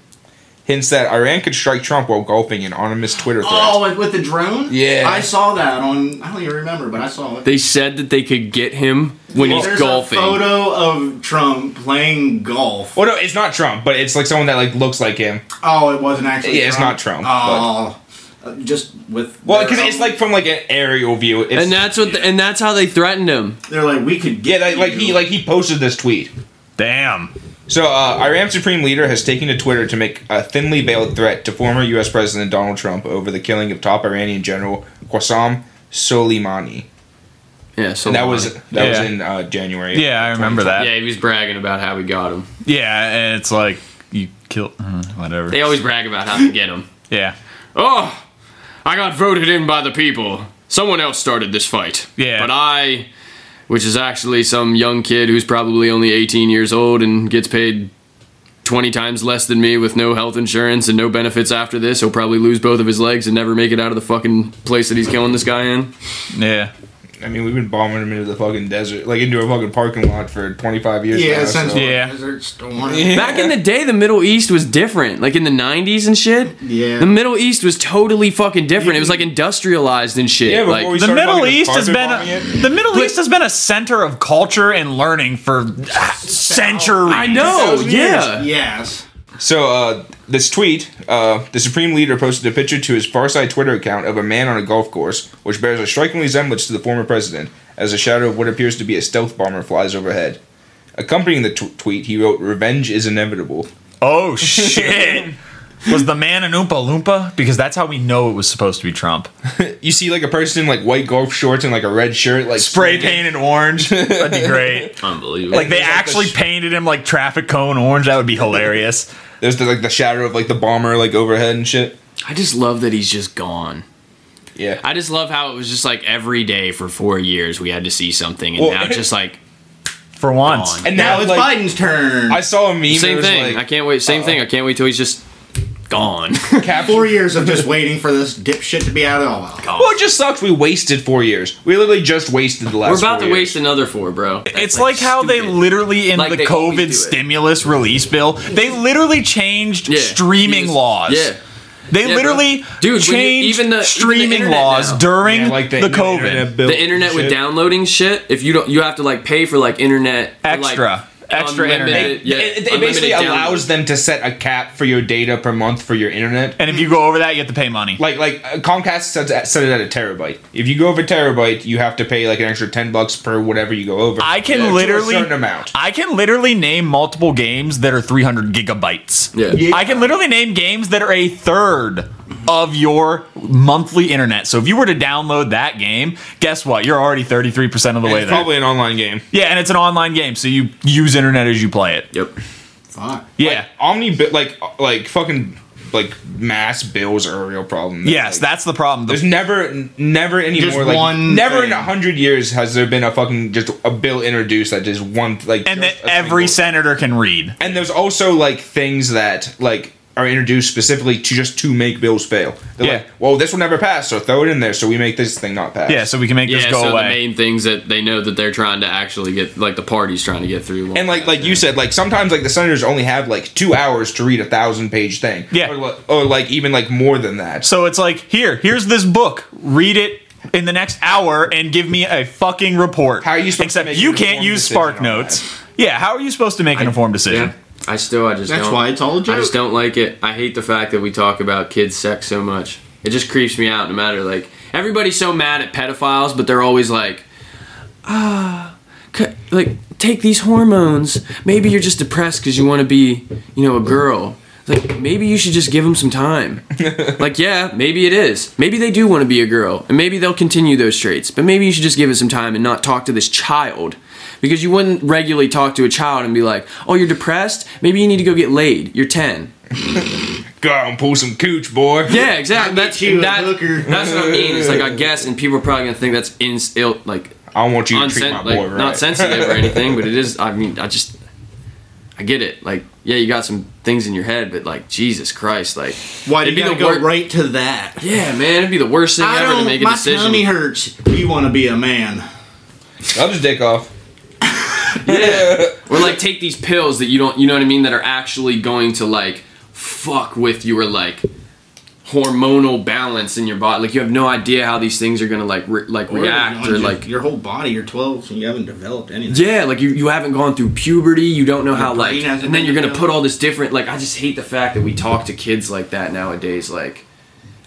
Hints that Iran could strike Trump while golfing in anonymous Twitter thread. Oh, with, with the drone? Yeah. I saw that on, I don't even remember, but I saw it. They said that they could get him when he's There's golfing. a photo of Trump playing golf. Well, no, it's not Trump, but it's like someone that like looks like him. Oh, it wasn't actually. Yeah, it's Trump? not Trump, Oh, Uh, just with. Well, their because own- it's like from like an aerial view. It's, and that's what, the, and that's how they threatened him. they're like we could yeah, get like, like he you. like he posted this tweet. Damn. So, uh, Iran supreme leader has taken to Twitter to make a thinly veiled threat to former U.S. President Donald Trump over the killing of top Iranian general Qasem Soleimani. Yeah. So And that was that Yeah. was in uh, January. Yeah, I remember that. Yeah, he was bragging about how we got him. Yeah, and it's like you kill uh, whatever. They always brag about how they get him. Yeah, Oh, I got voted in by the people. Someone else started this fight. Yeah. But I, which is actually some young kid who's probably only 18 years old and gets paid 20 times less than me with no health insurance and no benefits after this, he'll probably lose both of his legs and never make it out of the fucking place that he's killing this guy in. yeah. I mean, we've been bombing him into the fucking desert, like into a fucking parking lot for 25 years. Yeah, now, since so- Yeah. Desert Storm. Back in the day, the Middle East was different. Like in the 90s and shit. Yeah. The Middle East was totally fucking different. It was like industrialized and shit. Yeah, before like, we The started Middle fucking East has carpet been bombing it. a, the Middle East has been a center of culture and learning for ah, centuries. I know, Oh, yeah. Yes. So uh, this tweet, uh, the supreme leader posted a picture to his Farside Twitter account of a man on a golf course, which bears a striking resemblance to the former president, as a shadow of what appears to be a stealth bomber flies overhead. Accompanying the tw- tweet, he wrote, "Revenge is inevitable." Oh shit! [laughs] was the man an Oompa Loompa? Because that's how we know it was supposed to be Trump. You see, like a person in like white golf shorts and like a red shirt, like Spray painted orange. [laughs] That'd be great. Unbelievable. [laughs] Like they There's like actually the sh- painted him like traffic cone orange. That would be hilarious. There's the, like the shadow of like the bomber like overhead and shit. I just love that he's just gone. Yeah, I just love how it was just like every day for four years we had to see something, and Well, now it's just [laughs] like For once, Gone. and Now now it's it's like Biden's turn. I saw a meme. that same was, thing. I Like, uh, can't wait. Same thing. I can't wait till he's just gone. captured- Four years of just waiting for this dipshit to be out of Oh, all. Well, it just sucks. We wasted four years. We literally just wasted the last. We're about four to years. waste another four, bro. That's, It's like, how they stupid. literally in Like, the they always COVID do it. stimulus release bill, they literally changed Yeah. streaming Yes. laws. Yeah. They Yeah, literally bro. Dude, when you- changed even the- even the streaming internet laws now. during Yeah, like the, the, COVID. The internet with downloading shit. If you don't, you have to like pay for like internet for, like, Extra. Extra unlimited- internet. Yeah, it, it- it unlimited basically download. allows them to set a cap for your data per month for your internet. And if you go over that, you have to pay money. Like like uh, Comcast sets at- set it at a terabyte. If you go over terabyte, you have to pay like an extra ten bucks per whatever you go over. I can To a literally- certain amount. I can literally name multiple games that are 300 gigabytes. Yeah. I can literally name games that are a third of your monthly internet. So if you were to download that game, guess what? You're already 33% of the way It's there. probably an online game. yeah, and it's an online game, so you use internet as you play it. Yep. Fuck. Yeah. Omni, bi- like like fucking like mass bills are a real problem. yes, Like, that's the problem. The- There's never, never anymore. Just like, one never in thing. a hundred years has there been a fucking just a bill introduced that just one like. and that just a every single- senator can read. and there's also like things that like are introduced specifically to just to make bills fail. They're Yeah. like, well, this will never pass, so throw it in there so we make this thing not pass. Yeah, so we can make Yeah, this go so away. the main things that they know that they're trying to actually get, like the party's trying to get through. And like like you said, like sometimes like the senators only have like two hours to read a thousand page thing. Yeah. Or, li- or like even like more than that. So So it's like, here, here's this book. Read it in the next hour and give me a fucking report. How are you supposed to Except make an you informed can't use decision Spark on that? Notes. Yeah, how are you supposed to make an informed decision? Yeah. I still, I just That's don't- why it's all a joke. I just don't like it. I hate the fact that we talk about kids' sex so much. It just creeps me out. No matter like everybody's so mad at pedophiles, but they're always like, ah, c- like take these hormones. Maybe you're just depressed because you want to be, you know, a girl. It's Like maybe you should just give them some time. like yeah, maybe it is. Maybe they do want to be a girl, and maybe they'll continue those traits. But maybe you should just give it some time and not talk to this child. Because you wouldn't regularly talk to a child and be like, "Oh, you're depressed. Maybe you need to go get laid. You're 10. go out and pull some cooch, boy. Yeah, exactly. That's you a that- hooker. That's what I mean. It's like I guess, and people are probably gonna think that's in ill, like, I don't want you to treat my unsen- boy like right. not [laughs] sensitive or anything, but it is. I mean, I just, I get it. Like, yeah, you got some things in your head, but like, Jesus Christ, like, Why do it'd you gotta the wor- go right to that? Yeah, man, it'd be the worst thing I ever to don't. make a my decision. tummy hurts. You want to be a man? I'll just dick off. Or like take these pills that you don't, you know what I mean, that are actually going to like fuck with your like hormonal balance in your body. Like you have no idea how these things are gonna like re- like react or your, like your whole body. You're 12 and you haven't developed anything. Yeah, like you, you haven't gone through puberty, you don't know how like brain hasn't and then been you're gonna developed. put all this different like I just hate the fact that we talk to kids like that nowadays. Like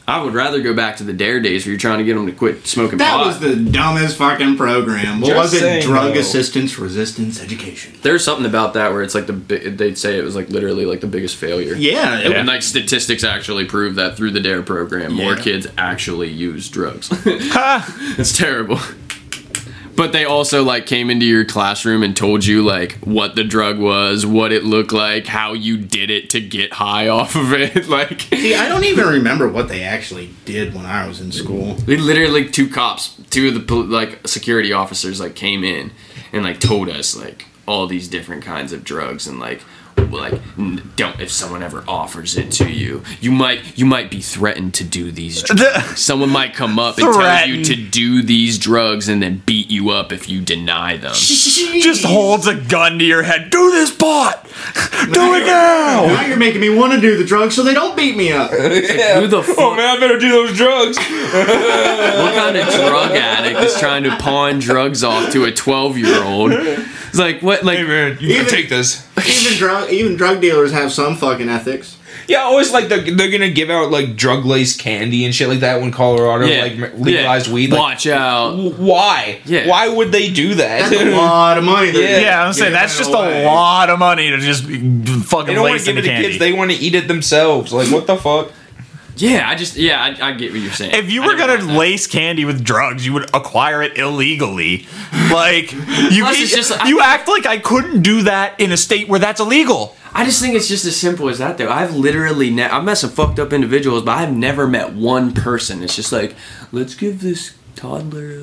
I would rather go back to the dare days where you're trying to get them to quit smoking That pot. was the dumbest fucking program. What Just was it? saying, Drug though. assistance resistance education. There's something about that where it's like the bi- they'd say it was like literally like the biggest failure. Yeah, it And like statistics actually prove that through the DARE program, more Yeah. kids actually use [laughs] drugs. it's terrible. But they also like came into your classroom and told you like what the drug was, what it looked like, how you did it to get high off of it. [laughs] like See, I don't even remember what they actually did when I was in school. They literally two cops, two of the pol- like security officers like came in and like told us like all these different kinds of drugs and like like n- don't if someone ever offers it to you, you might you might be threatened to do [laughs] these drugs. Someone might come up and tell you Threatened. to do these drugs and then beat you up if you deny [laughs] them. Just holds a gun to your head. Do this [laughs] bot! Do it now! Now you're making me want to do the drugs so they don't beat me up. Who the fuck? Oh man, I better do those drugs. What kind of drug addict is trying to pawn drugs off to a 12-year-old? It's like what like Hey man, you Even- gotta take this. even drug even drug dealers have some fucking ethics. [laughs] Yeah, I always like they're, they're gonna give out like drug laced candy and shit like that when Colorado like m- legalized yeah. weed. Like, Watch out. w- why? Yeah. Why would they do that? [laughs] That's a lot of money. Yeah. They're Yeah, I'm saying giving that's it just away. a lot of money to just they fucking don't want to lace give into it to candy. kids. They want to eat it themselves. Like what the fuck? Yeah, I just yeah, I, I get what you're saying. if you I were never gonna liked that. lace candy with drugs, you would acquire it illegally. Like you, Plus, keep- it's just- you act like I couldn't do that in a state where that's illegal. I just think it's just as simple as that. Though I've literally ne- I've met some fucked up individuals, but I've never met one person. It's just like let's give this toddler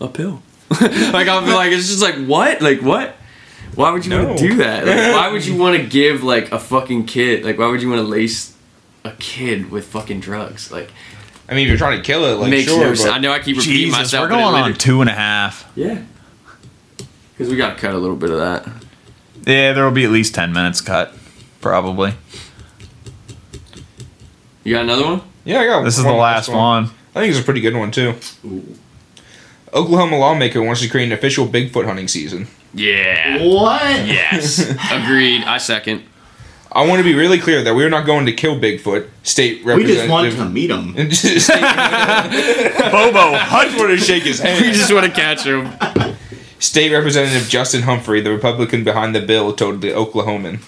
uh, a pill. [laughs] like I'm like it's just like what like what. Why would you No. want to do that? [laughs] Like, why would you want to give like a fucking kid? Like, why would you want to lace a kid with fucking drugs? Like, I mean, if you're trying to kill it, like makes sure. no but- sense. I know I keep repeating Jesus, myself. we're but it going on literally- two and a half. Yeah, because we got to cut a little bit of that. Yeah, there will be at least ten minutes cut, probably. You got another one? yeah, I got This is the last one. I think it's a pretty good one too. Oklahoma lawmaker wants to create an official Bigfoot hunting season. Yeah. What? Yes. Agreed. I second. I want to be really clear that we are not going to kill Bigfoot. State We just want to representative. meet [laughs] them. We just want Bobo Hunt. to shake his hand. [laughs] We just want to catch him. State Representative Justin Humphrey, the Republican behind the bill, told the Oklahoman.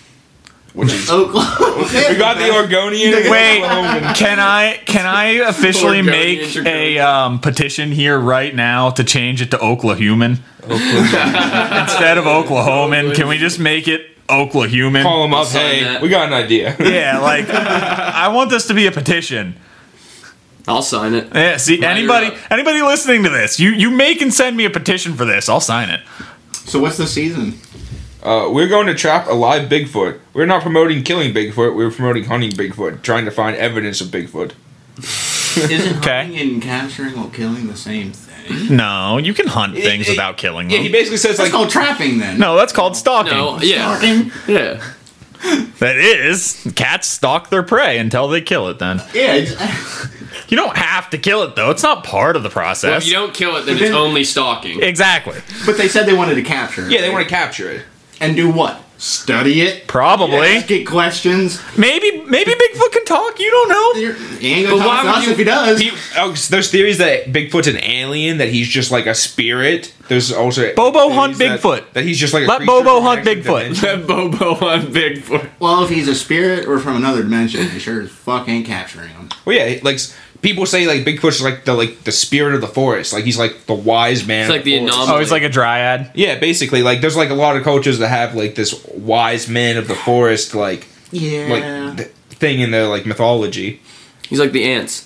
which is Oklahoma. we got the Oregonian. and Wait, Oklahoman. can I can [laughs] I officially Oregonian make intercom. a um, petition here right now to change it to Oklahuman [laughs] instead of Oklahoman? Can we just make it Oklahuman? call him up. sign Hey, that. we got an idea. [laughs] Yeah, like I want this to be a petition. I'll sign it. Yeah, see Write her anybody up. anybody listening to this, you you make and send me a petition for this. I'll sign it. So what's the season? Uh, we're going to trap a live Bigfoot. We're not promoting killing Bigfoot. We're promoting hunting Bigfoot, trying to find evidence of Bigfoot. [laughs] Isn't Okay. hunting and capturing while killing the same thing? No, you can hunt things it- without killing Yeah, he them. basically says like, That's called trapping then. No, that's called stalking. No, yeah, Stalking. yeah. That is, cats stalk their prey until they kill it. Then Yeah. it's- you don't have to kill it though; it's not part of the Well, process. if you don't kill it, then it's only stalking. exactly. But they said they wanted to capture. it, yeah, they right? want to capture it. And do what? Study it. Probably. Ask it questions. Maybe maybe Bigfoot can talk. You don't know. You're- He ain't gonna But why talk to would us you- if he does. He, oh, so there's theories that Bigfoot's an alien, that he's just like a spirit. There's also Bobo theories hunt that- Bigfoot. That he's just like a Let creature Bobo from an hunt extra Bigfoot. dimension. That Bobo on Bigfoot. well, if he's a spirit or from another dimension, they sure as fuck ain't capturing him. Well, yeah, like s- people say, like Bigfoot's like the like the spirit of the forest. Like he's like the wise man. It's like of the the forest. anomaly. Oh, he's like a dryad. Yeah, basically, like there's like a lot of cultures that have like this wise man of the forest, like Yeah. like th- thing in their like mythology. He's like the ants.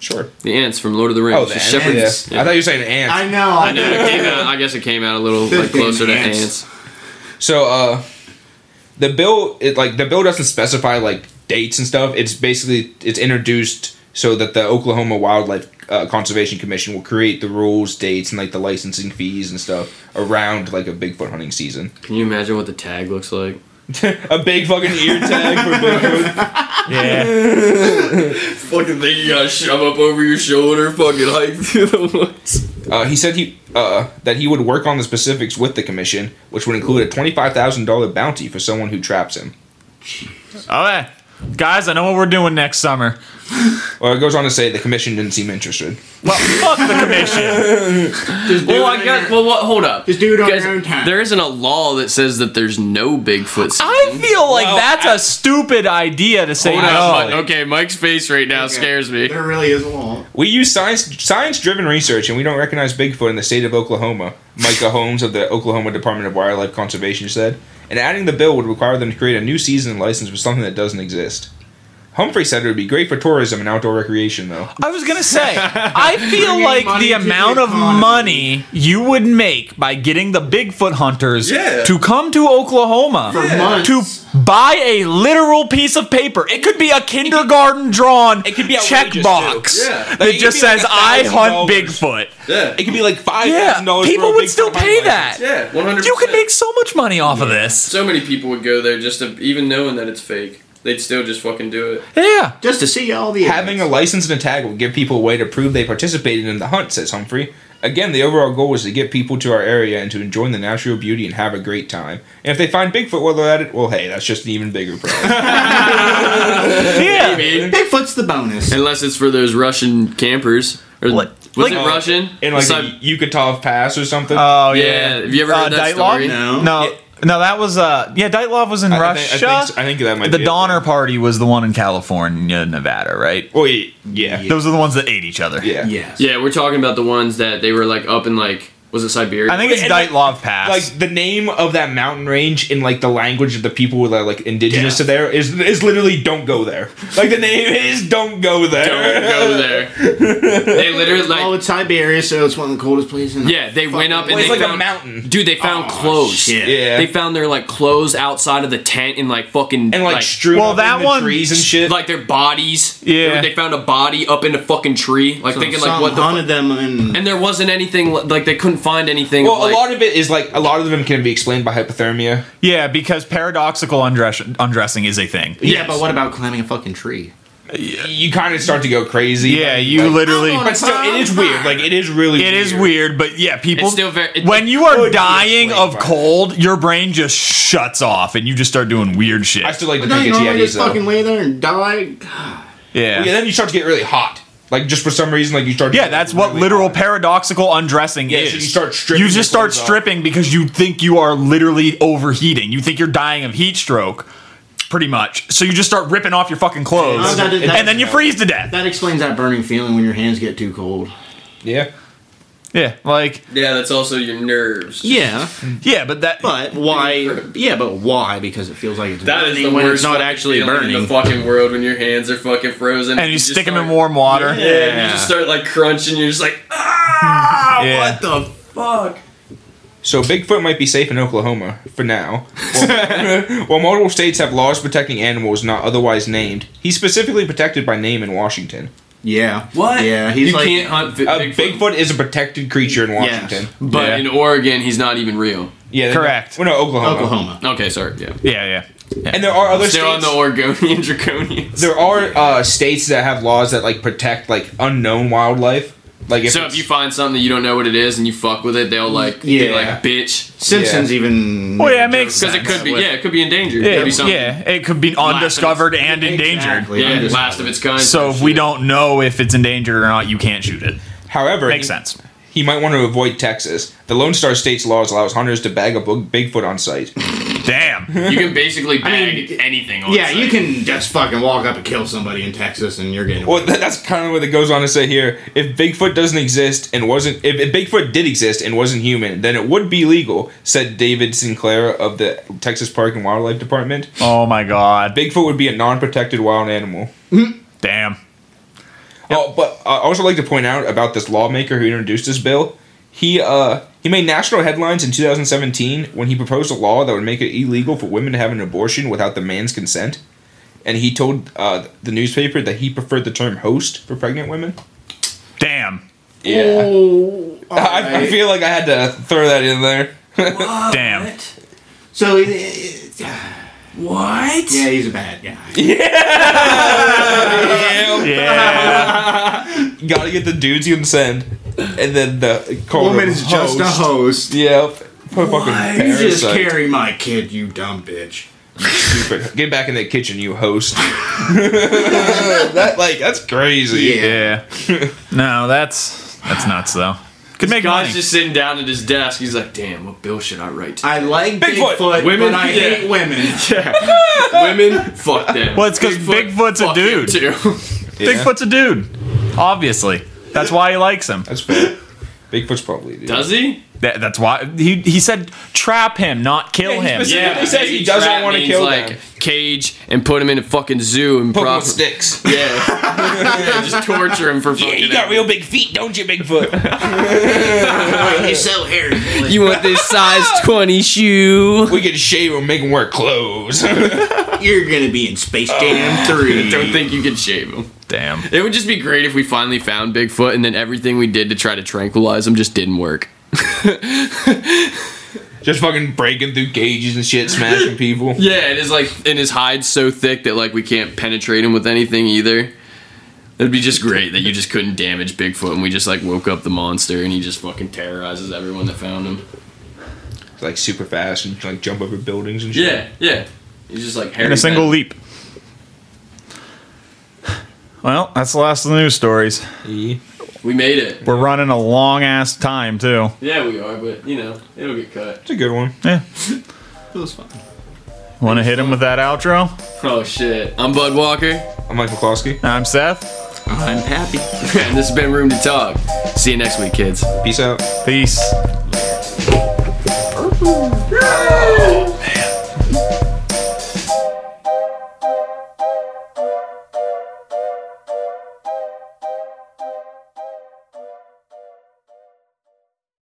Sure. The ants from Lord of the Rings. Oh, the Just ants. shepherds. Yeah. I thought you were saying ants. I know. I, I know. It came out, I guess it came out a little like Fifteen closer to ants. ants. So uh the bill it like the bill doesn't specify like dates and stuff. It's basically it's introduced so that the Oklahoma Wildlife uh, Conservation Commission will create the rules, dates, and like the licensing fees and stuff around like a Bigfoot hunting season. Can you imagine what the tag looks like? a big fucking ear tag for Bigfoot. Yeah. Fucking thing you gotta shove up over your shoulder, fucking hike through the woods. Uh, he said he uh, that he would work on the specifics with the commission, which would include a twenty five thousand dollar bounty for someone who traps him. okay, Oh, guys, I know what we're doing next summer. Well, it goes on to say the commission didn't seem interested. Well, fuck the commission. [laughs] Just do Well, it I on guess. your- Well, what? Hold up. Just do it on Guys, your own time. There isn't a law that says that there's no Bigfoot. I feel like Well, that's a stupid idea to say Hold Oh. up, Mi- no. Okay, Mike's face right now Okay. scares me. There really is a wall. We use science science driven research, and we don't recognize Bigfoot in the state of Oklahoma. Micah Holmes of the Oklahoma Department of Wildlife Conservation said, and adding the bill would require them to create a new season and license for something that doesn't exist. Humphrey said it would be great for tourism and outdoor recreation, though. I was gonna [laughs] say, I feel Bringing like money the to the amount of economy. money you would make by getting the Bigfoot hunters Yeah. to come to Oklahoma For months. to buy a literal piece of paper. It could be a kindergarten drawn it could be outrageous, checkbox too. Yeah. that Like, it just could be like says I $1,000. hunt Bigfoot. Yeah, it could be like five Yeah, thousand dollars. people would still pay that. Yeah, one hundred. You could make so much money off of this. so many people would go there just to even knowing that it's fake. They'd still just fucking do it. Yeah. Just to see all the Having a license and a tag will give people a way to prove they participated in the hunt, says Humphrey. Again, the overall goal is to get people to our area and to enjoy the natural beauty and have a great time. And if they find Bigfoot while they're at it, well, hey, that's just an even bigger problem. Yeah. Bigfoot's the bonus. Unless it's for those Russian campers. Or What? Was Like- it Russian? in like Sib- the Yucatov Pass or something. Oh yeah. yeah. Have you ever heard that Dyatlov? story? No. No, no, that was uh, yeah. Dyatlov was in I- I Russia. think- I think- I think that might the be it, Donner yeah. Party was the one in California, Nevada, right? oh, yeah. Yeah. Those are the ones that ate each other. yeah. Yes. Yeah, we're talking about the ones that they were like up in like was it Siberia? I think it's And, like- Dyatlov Pass. Like the name of that mountain range in like the language of the people that are like indigenous to there is is literally don't go there. Like the name is don't go there. Don't [laughs] go there. they literally Oh, like it's Siberia, so it's one of the coldest places. In the yeah, they went up and Well, it's they like a found mountain. Dude, they found Oh, clothes. shit. Yeah. They found their like clothes outside of the tent and like fucking and like, strewn Well, up in that the one- trees and shit. like their bodies. Yeah. They, they found a body up in a fucking tree. Like thinking like what the fu- hunted them and and there wasn't anything like they couldn't find anything. Well, of, like, a lot of it is like a lot of them can be explained by hypothermia. yeah, because paradoxical undress- undressing is a thing. yeah, Yes. but what about climbing a fucking tree? You kind of start to go crazy. Yeah, you Like, literally. but still, it is weird. Like it is really. It is weird, but yeah, people. It's still very- it- when you are dying explained of by- cold, your brain just shuts off, and you just start doing weird shit. I still like to But don't think you it's normally Yetis just though. fucking lay there and die? Yeah, then you start to get really hot. Like just for some reason, like you start. to Yeah, get that's what really literal hot. paradoxical undressing Yeah, is. so you start stripping You just your start clothes off. stripping because you think you are literally overheating. You think you're dying of heat stroke. pretty much. So you just start ripping off your fucking Oh, clothes, that- that- and then you freeze to death. That explains that burning feeling when your hands get too cold. Yeah. Yeah, like Yeah, that's also your nerves. Yeah, yeah, but that [laughs] but why? Yeah, but why? Because it feels like it's That is burning the when worst. it's not fucking actually feeling burning. in the fucking world when your hands are fucking frozen and you, just stick them in start- warm water. Yeah, and you just start like crunching. You're just like, ah, Yeah. what the fuck? So Bigfoot might be safe in Oklahoma for now. [laughs] While, while multiple states have laws protecting animals not otherwise named, he's specifically protected by name in Washington. yeah. What? Yeah, he's you like can't hunt fi- Uh, Bigfoot, Bigfoot is a protected creature in Yes. Washington. but Yeah. in Oregon, he's not even real. Yeah, they- Correct. Well, no, Oklahoma. Oklahoma. Okay, sorry. Yeah, yeah, yeah. And there are other still on states. the Oregonian [laughs] draconians. there are uh, states that have laws that like protect like unknown wildlife. Like if so if it's- you find something that you don't know what it is and you fuck with it, they'll like, yeah, Yeah. like bitch, Simpsons Yeah. even. Well, yeah, it makes because sense. it could be, yeah, it could be in danger. it yeah, could be something. yeah, it could be undiscovered and endangered. Exactly. Yeah, I'm just- last of its kind. So if we don't know if it's endangered or not, you can't shoot it. however, Makes he- sense. He might want to avoid Texas. The Lone Star State's laws allows hunters to bag a bug- Bigfoot on site. Damn. you can basically bag mean, anything. on Yeah, site. you can just fucking walk up and kill somebody in Texas, and you're getting. Well, that, that's kind of what it goes on to say here. If Bigfoot doesn't exist and wasn't, if, if Bigfoot did exist and wasn't human, then it would be legal," said David Sinclair of the Texas Park and Wildlife Department. Oh my god. Bigfoot would be a non-protected wild animal. Damn. Oh, but I also like to point out about this lawmaker who introduced this bill. He uh he made national headlines in 2017 when he proposed a law that would make it illegal for women to have an abortion without the man's consent. And he told uh, the newspaper that he preferred the term "host" for pregnant women. Damn. Yeah, Oh, [laughs] I, I alright. feel like I had to throw that in there. [laughs] Damn. What? so. it- it- What? Yeah, he's a bad guy. Yeah. Gotta get the dude's consent, and then the call her Woman's just a host. Yep, What a fucking You just parasite. carry my kid, you dumb bitch. Stupid. Get back in that kitchen, you [laughs] host. [laughs] that like that's crazy. Yeah. [laughs] yeah. No, that's that's nuts though. Could make money. Guy's just sitting down at his desk. He's like, "Damn, what bill should I write?" To? I like Bigfoot. Bigfoot, Women- women, but I yeah. hate [laughs] women. [laughs] Women, fuck them. Well, it's 'cause Bigfoot's a fuck him dude. too. [laughs] Bigfoot's a dude. Obviously. That's why he likes him. That's fair. Bigfoot's probably a dude. Does he? That, that's why he he said trap him, not kill he him. specifically- Yeah, he says he maybe doesn't trap wanna means, kill like them. cage and put him in a fucking zoo and Pokemon proper- sticks. [laughs] Yeah. Yeah, just torture him for fucking. everything. big feet, don't you, Bigfoot? [laughs] He's so hairy. You want this [laughs] size twenty shoe? we could shave him, make him wear clothes. [laughs] You're gonna be in Space Jam [laughs] 3. Don't think you could shave him. Damn. It would just be great if we finally found Bigfoot and then everything we did to try to tranquilize him just didn't work. Just fucking breaking through cages and shit, smashing people. [laughs] Yeah, it is like, and his hide's so thick that like we can't penetrate him with anything either. It'd be just great that you just couldn't damage Bigfoot and we just like woke up the monster and he just fucking terrorizes everyone that found him. Like super fast and like jump over buildings and shit. Yeah, yeah. He's just like Harry In a single Benton. leap. Well, that's the last of the news stories. Yeah. We made it. We're running a long ass time too. Yeah, we are, but you know, it'll get cut. It's a good one. Yeah. It was fun. Want to hit him with that outro? Oh shit. I'm Bud Walker, I'm Mike McCloskey. I'm Seth. I'm [laughs] happy. and this has been Room to Talk. See you next week, kids. Peace out. Peace. Oh.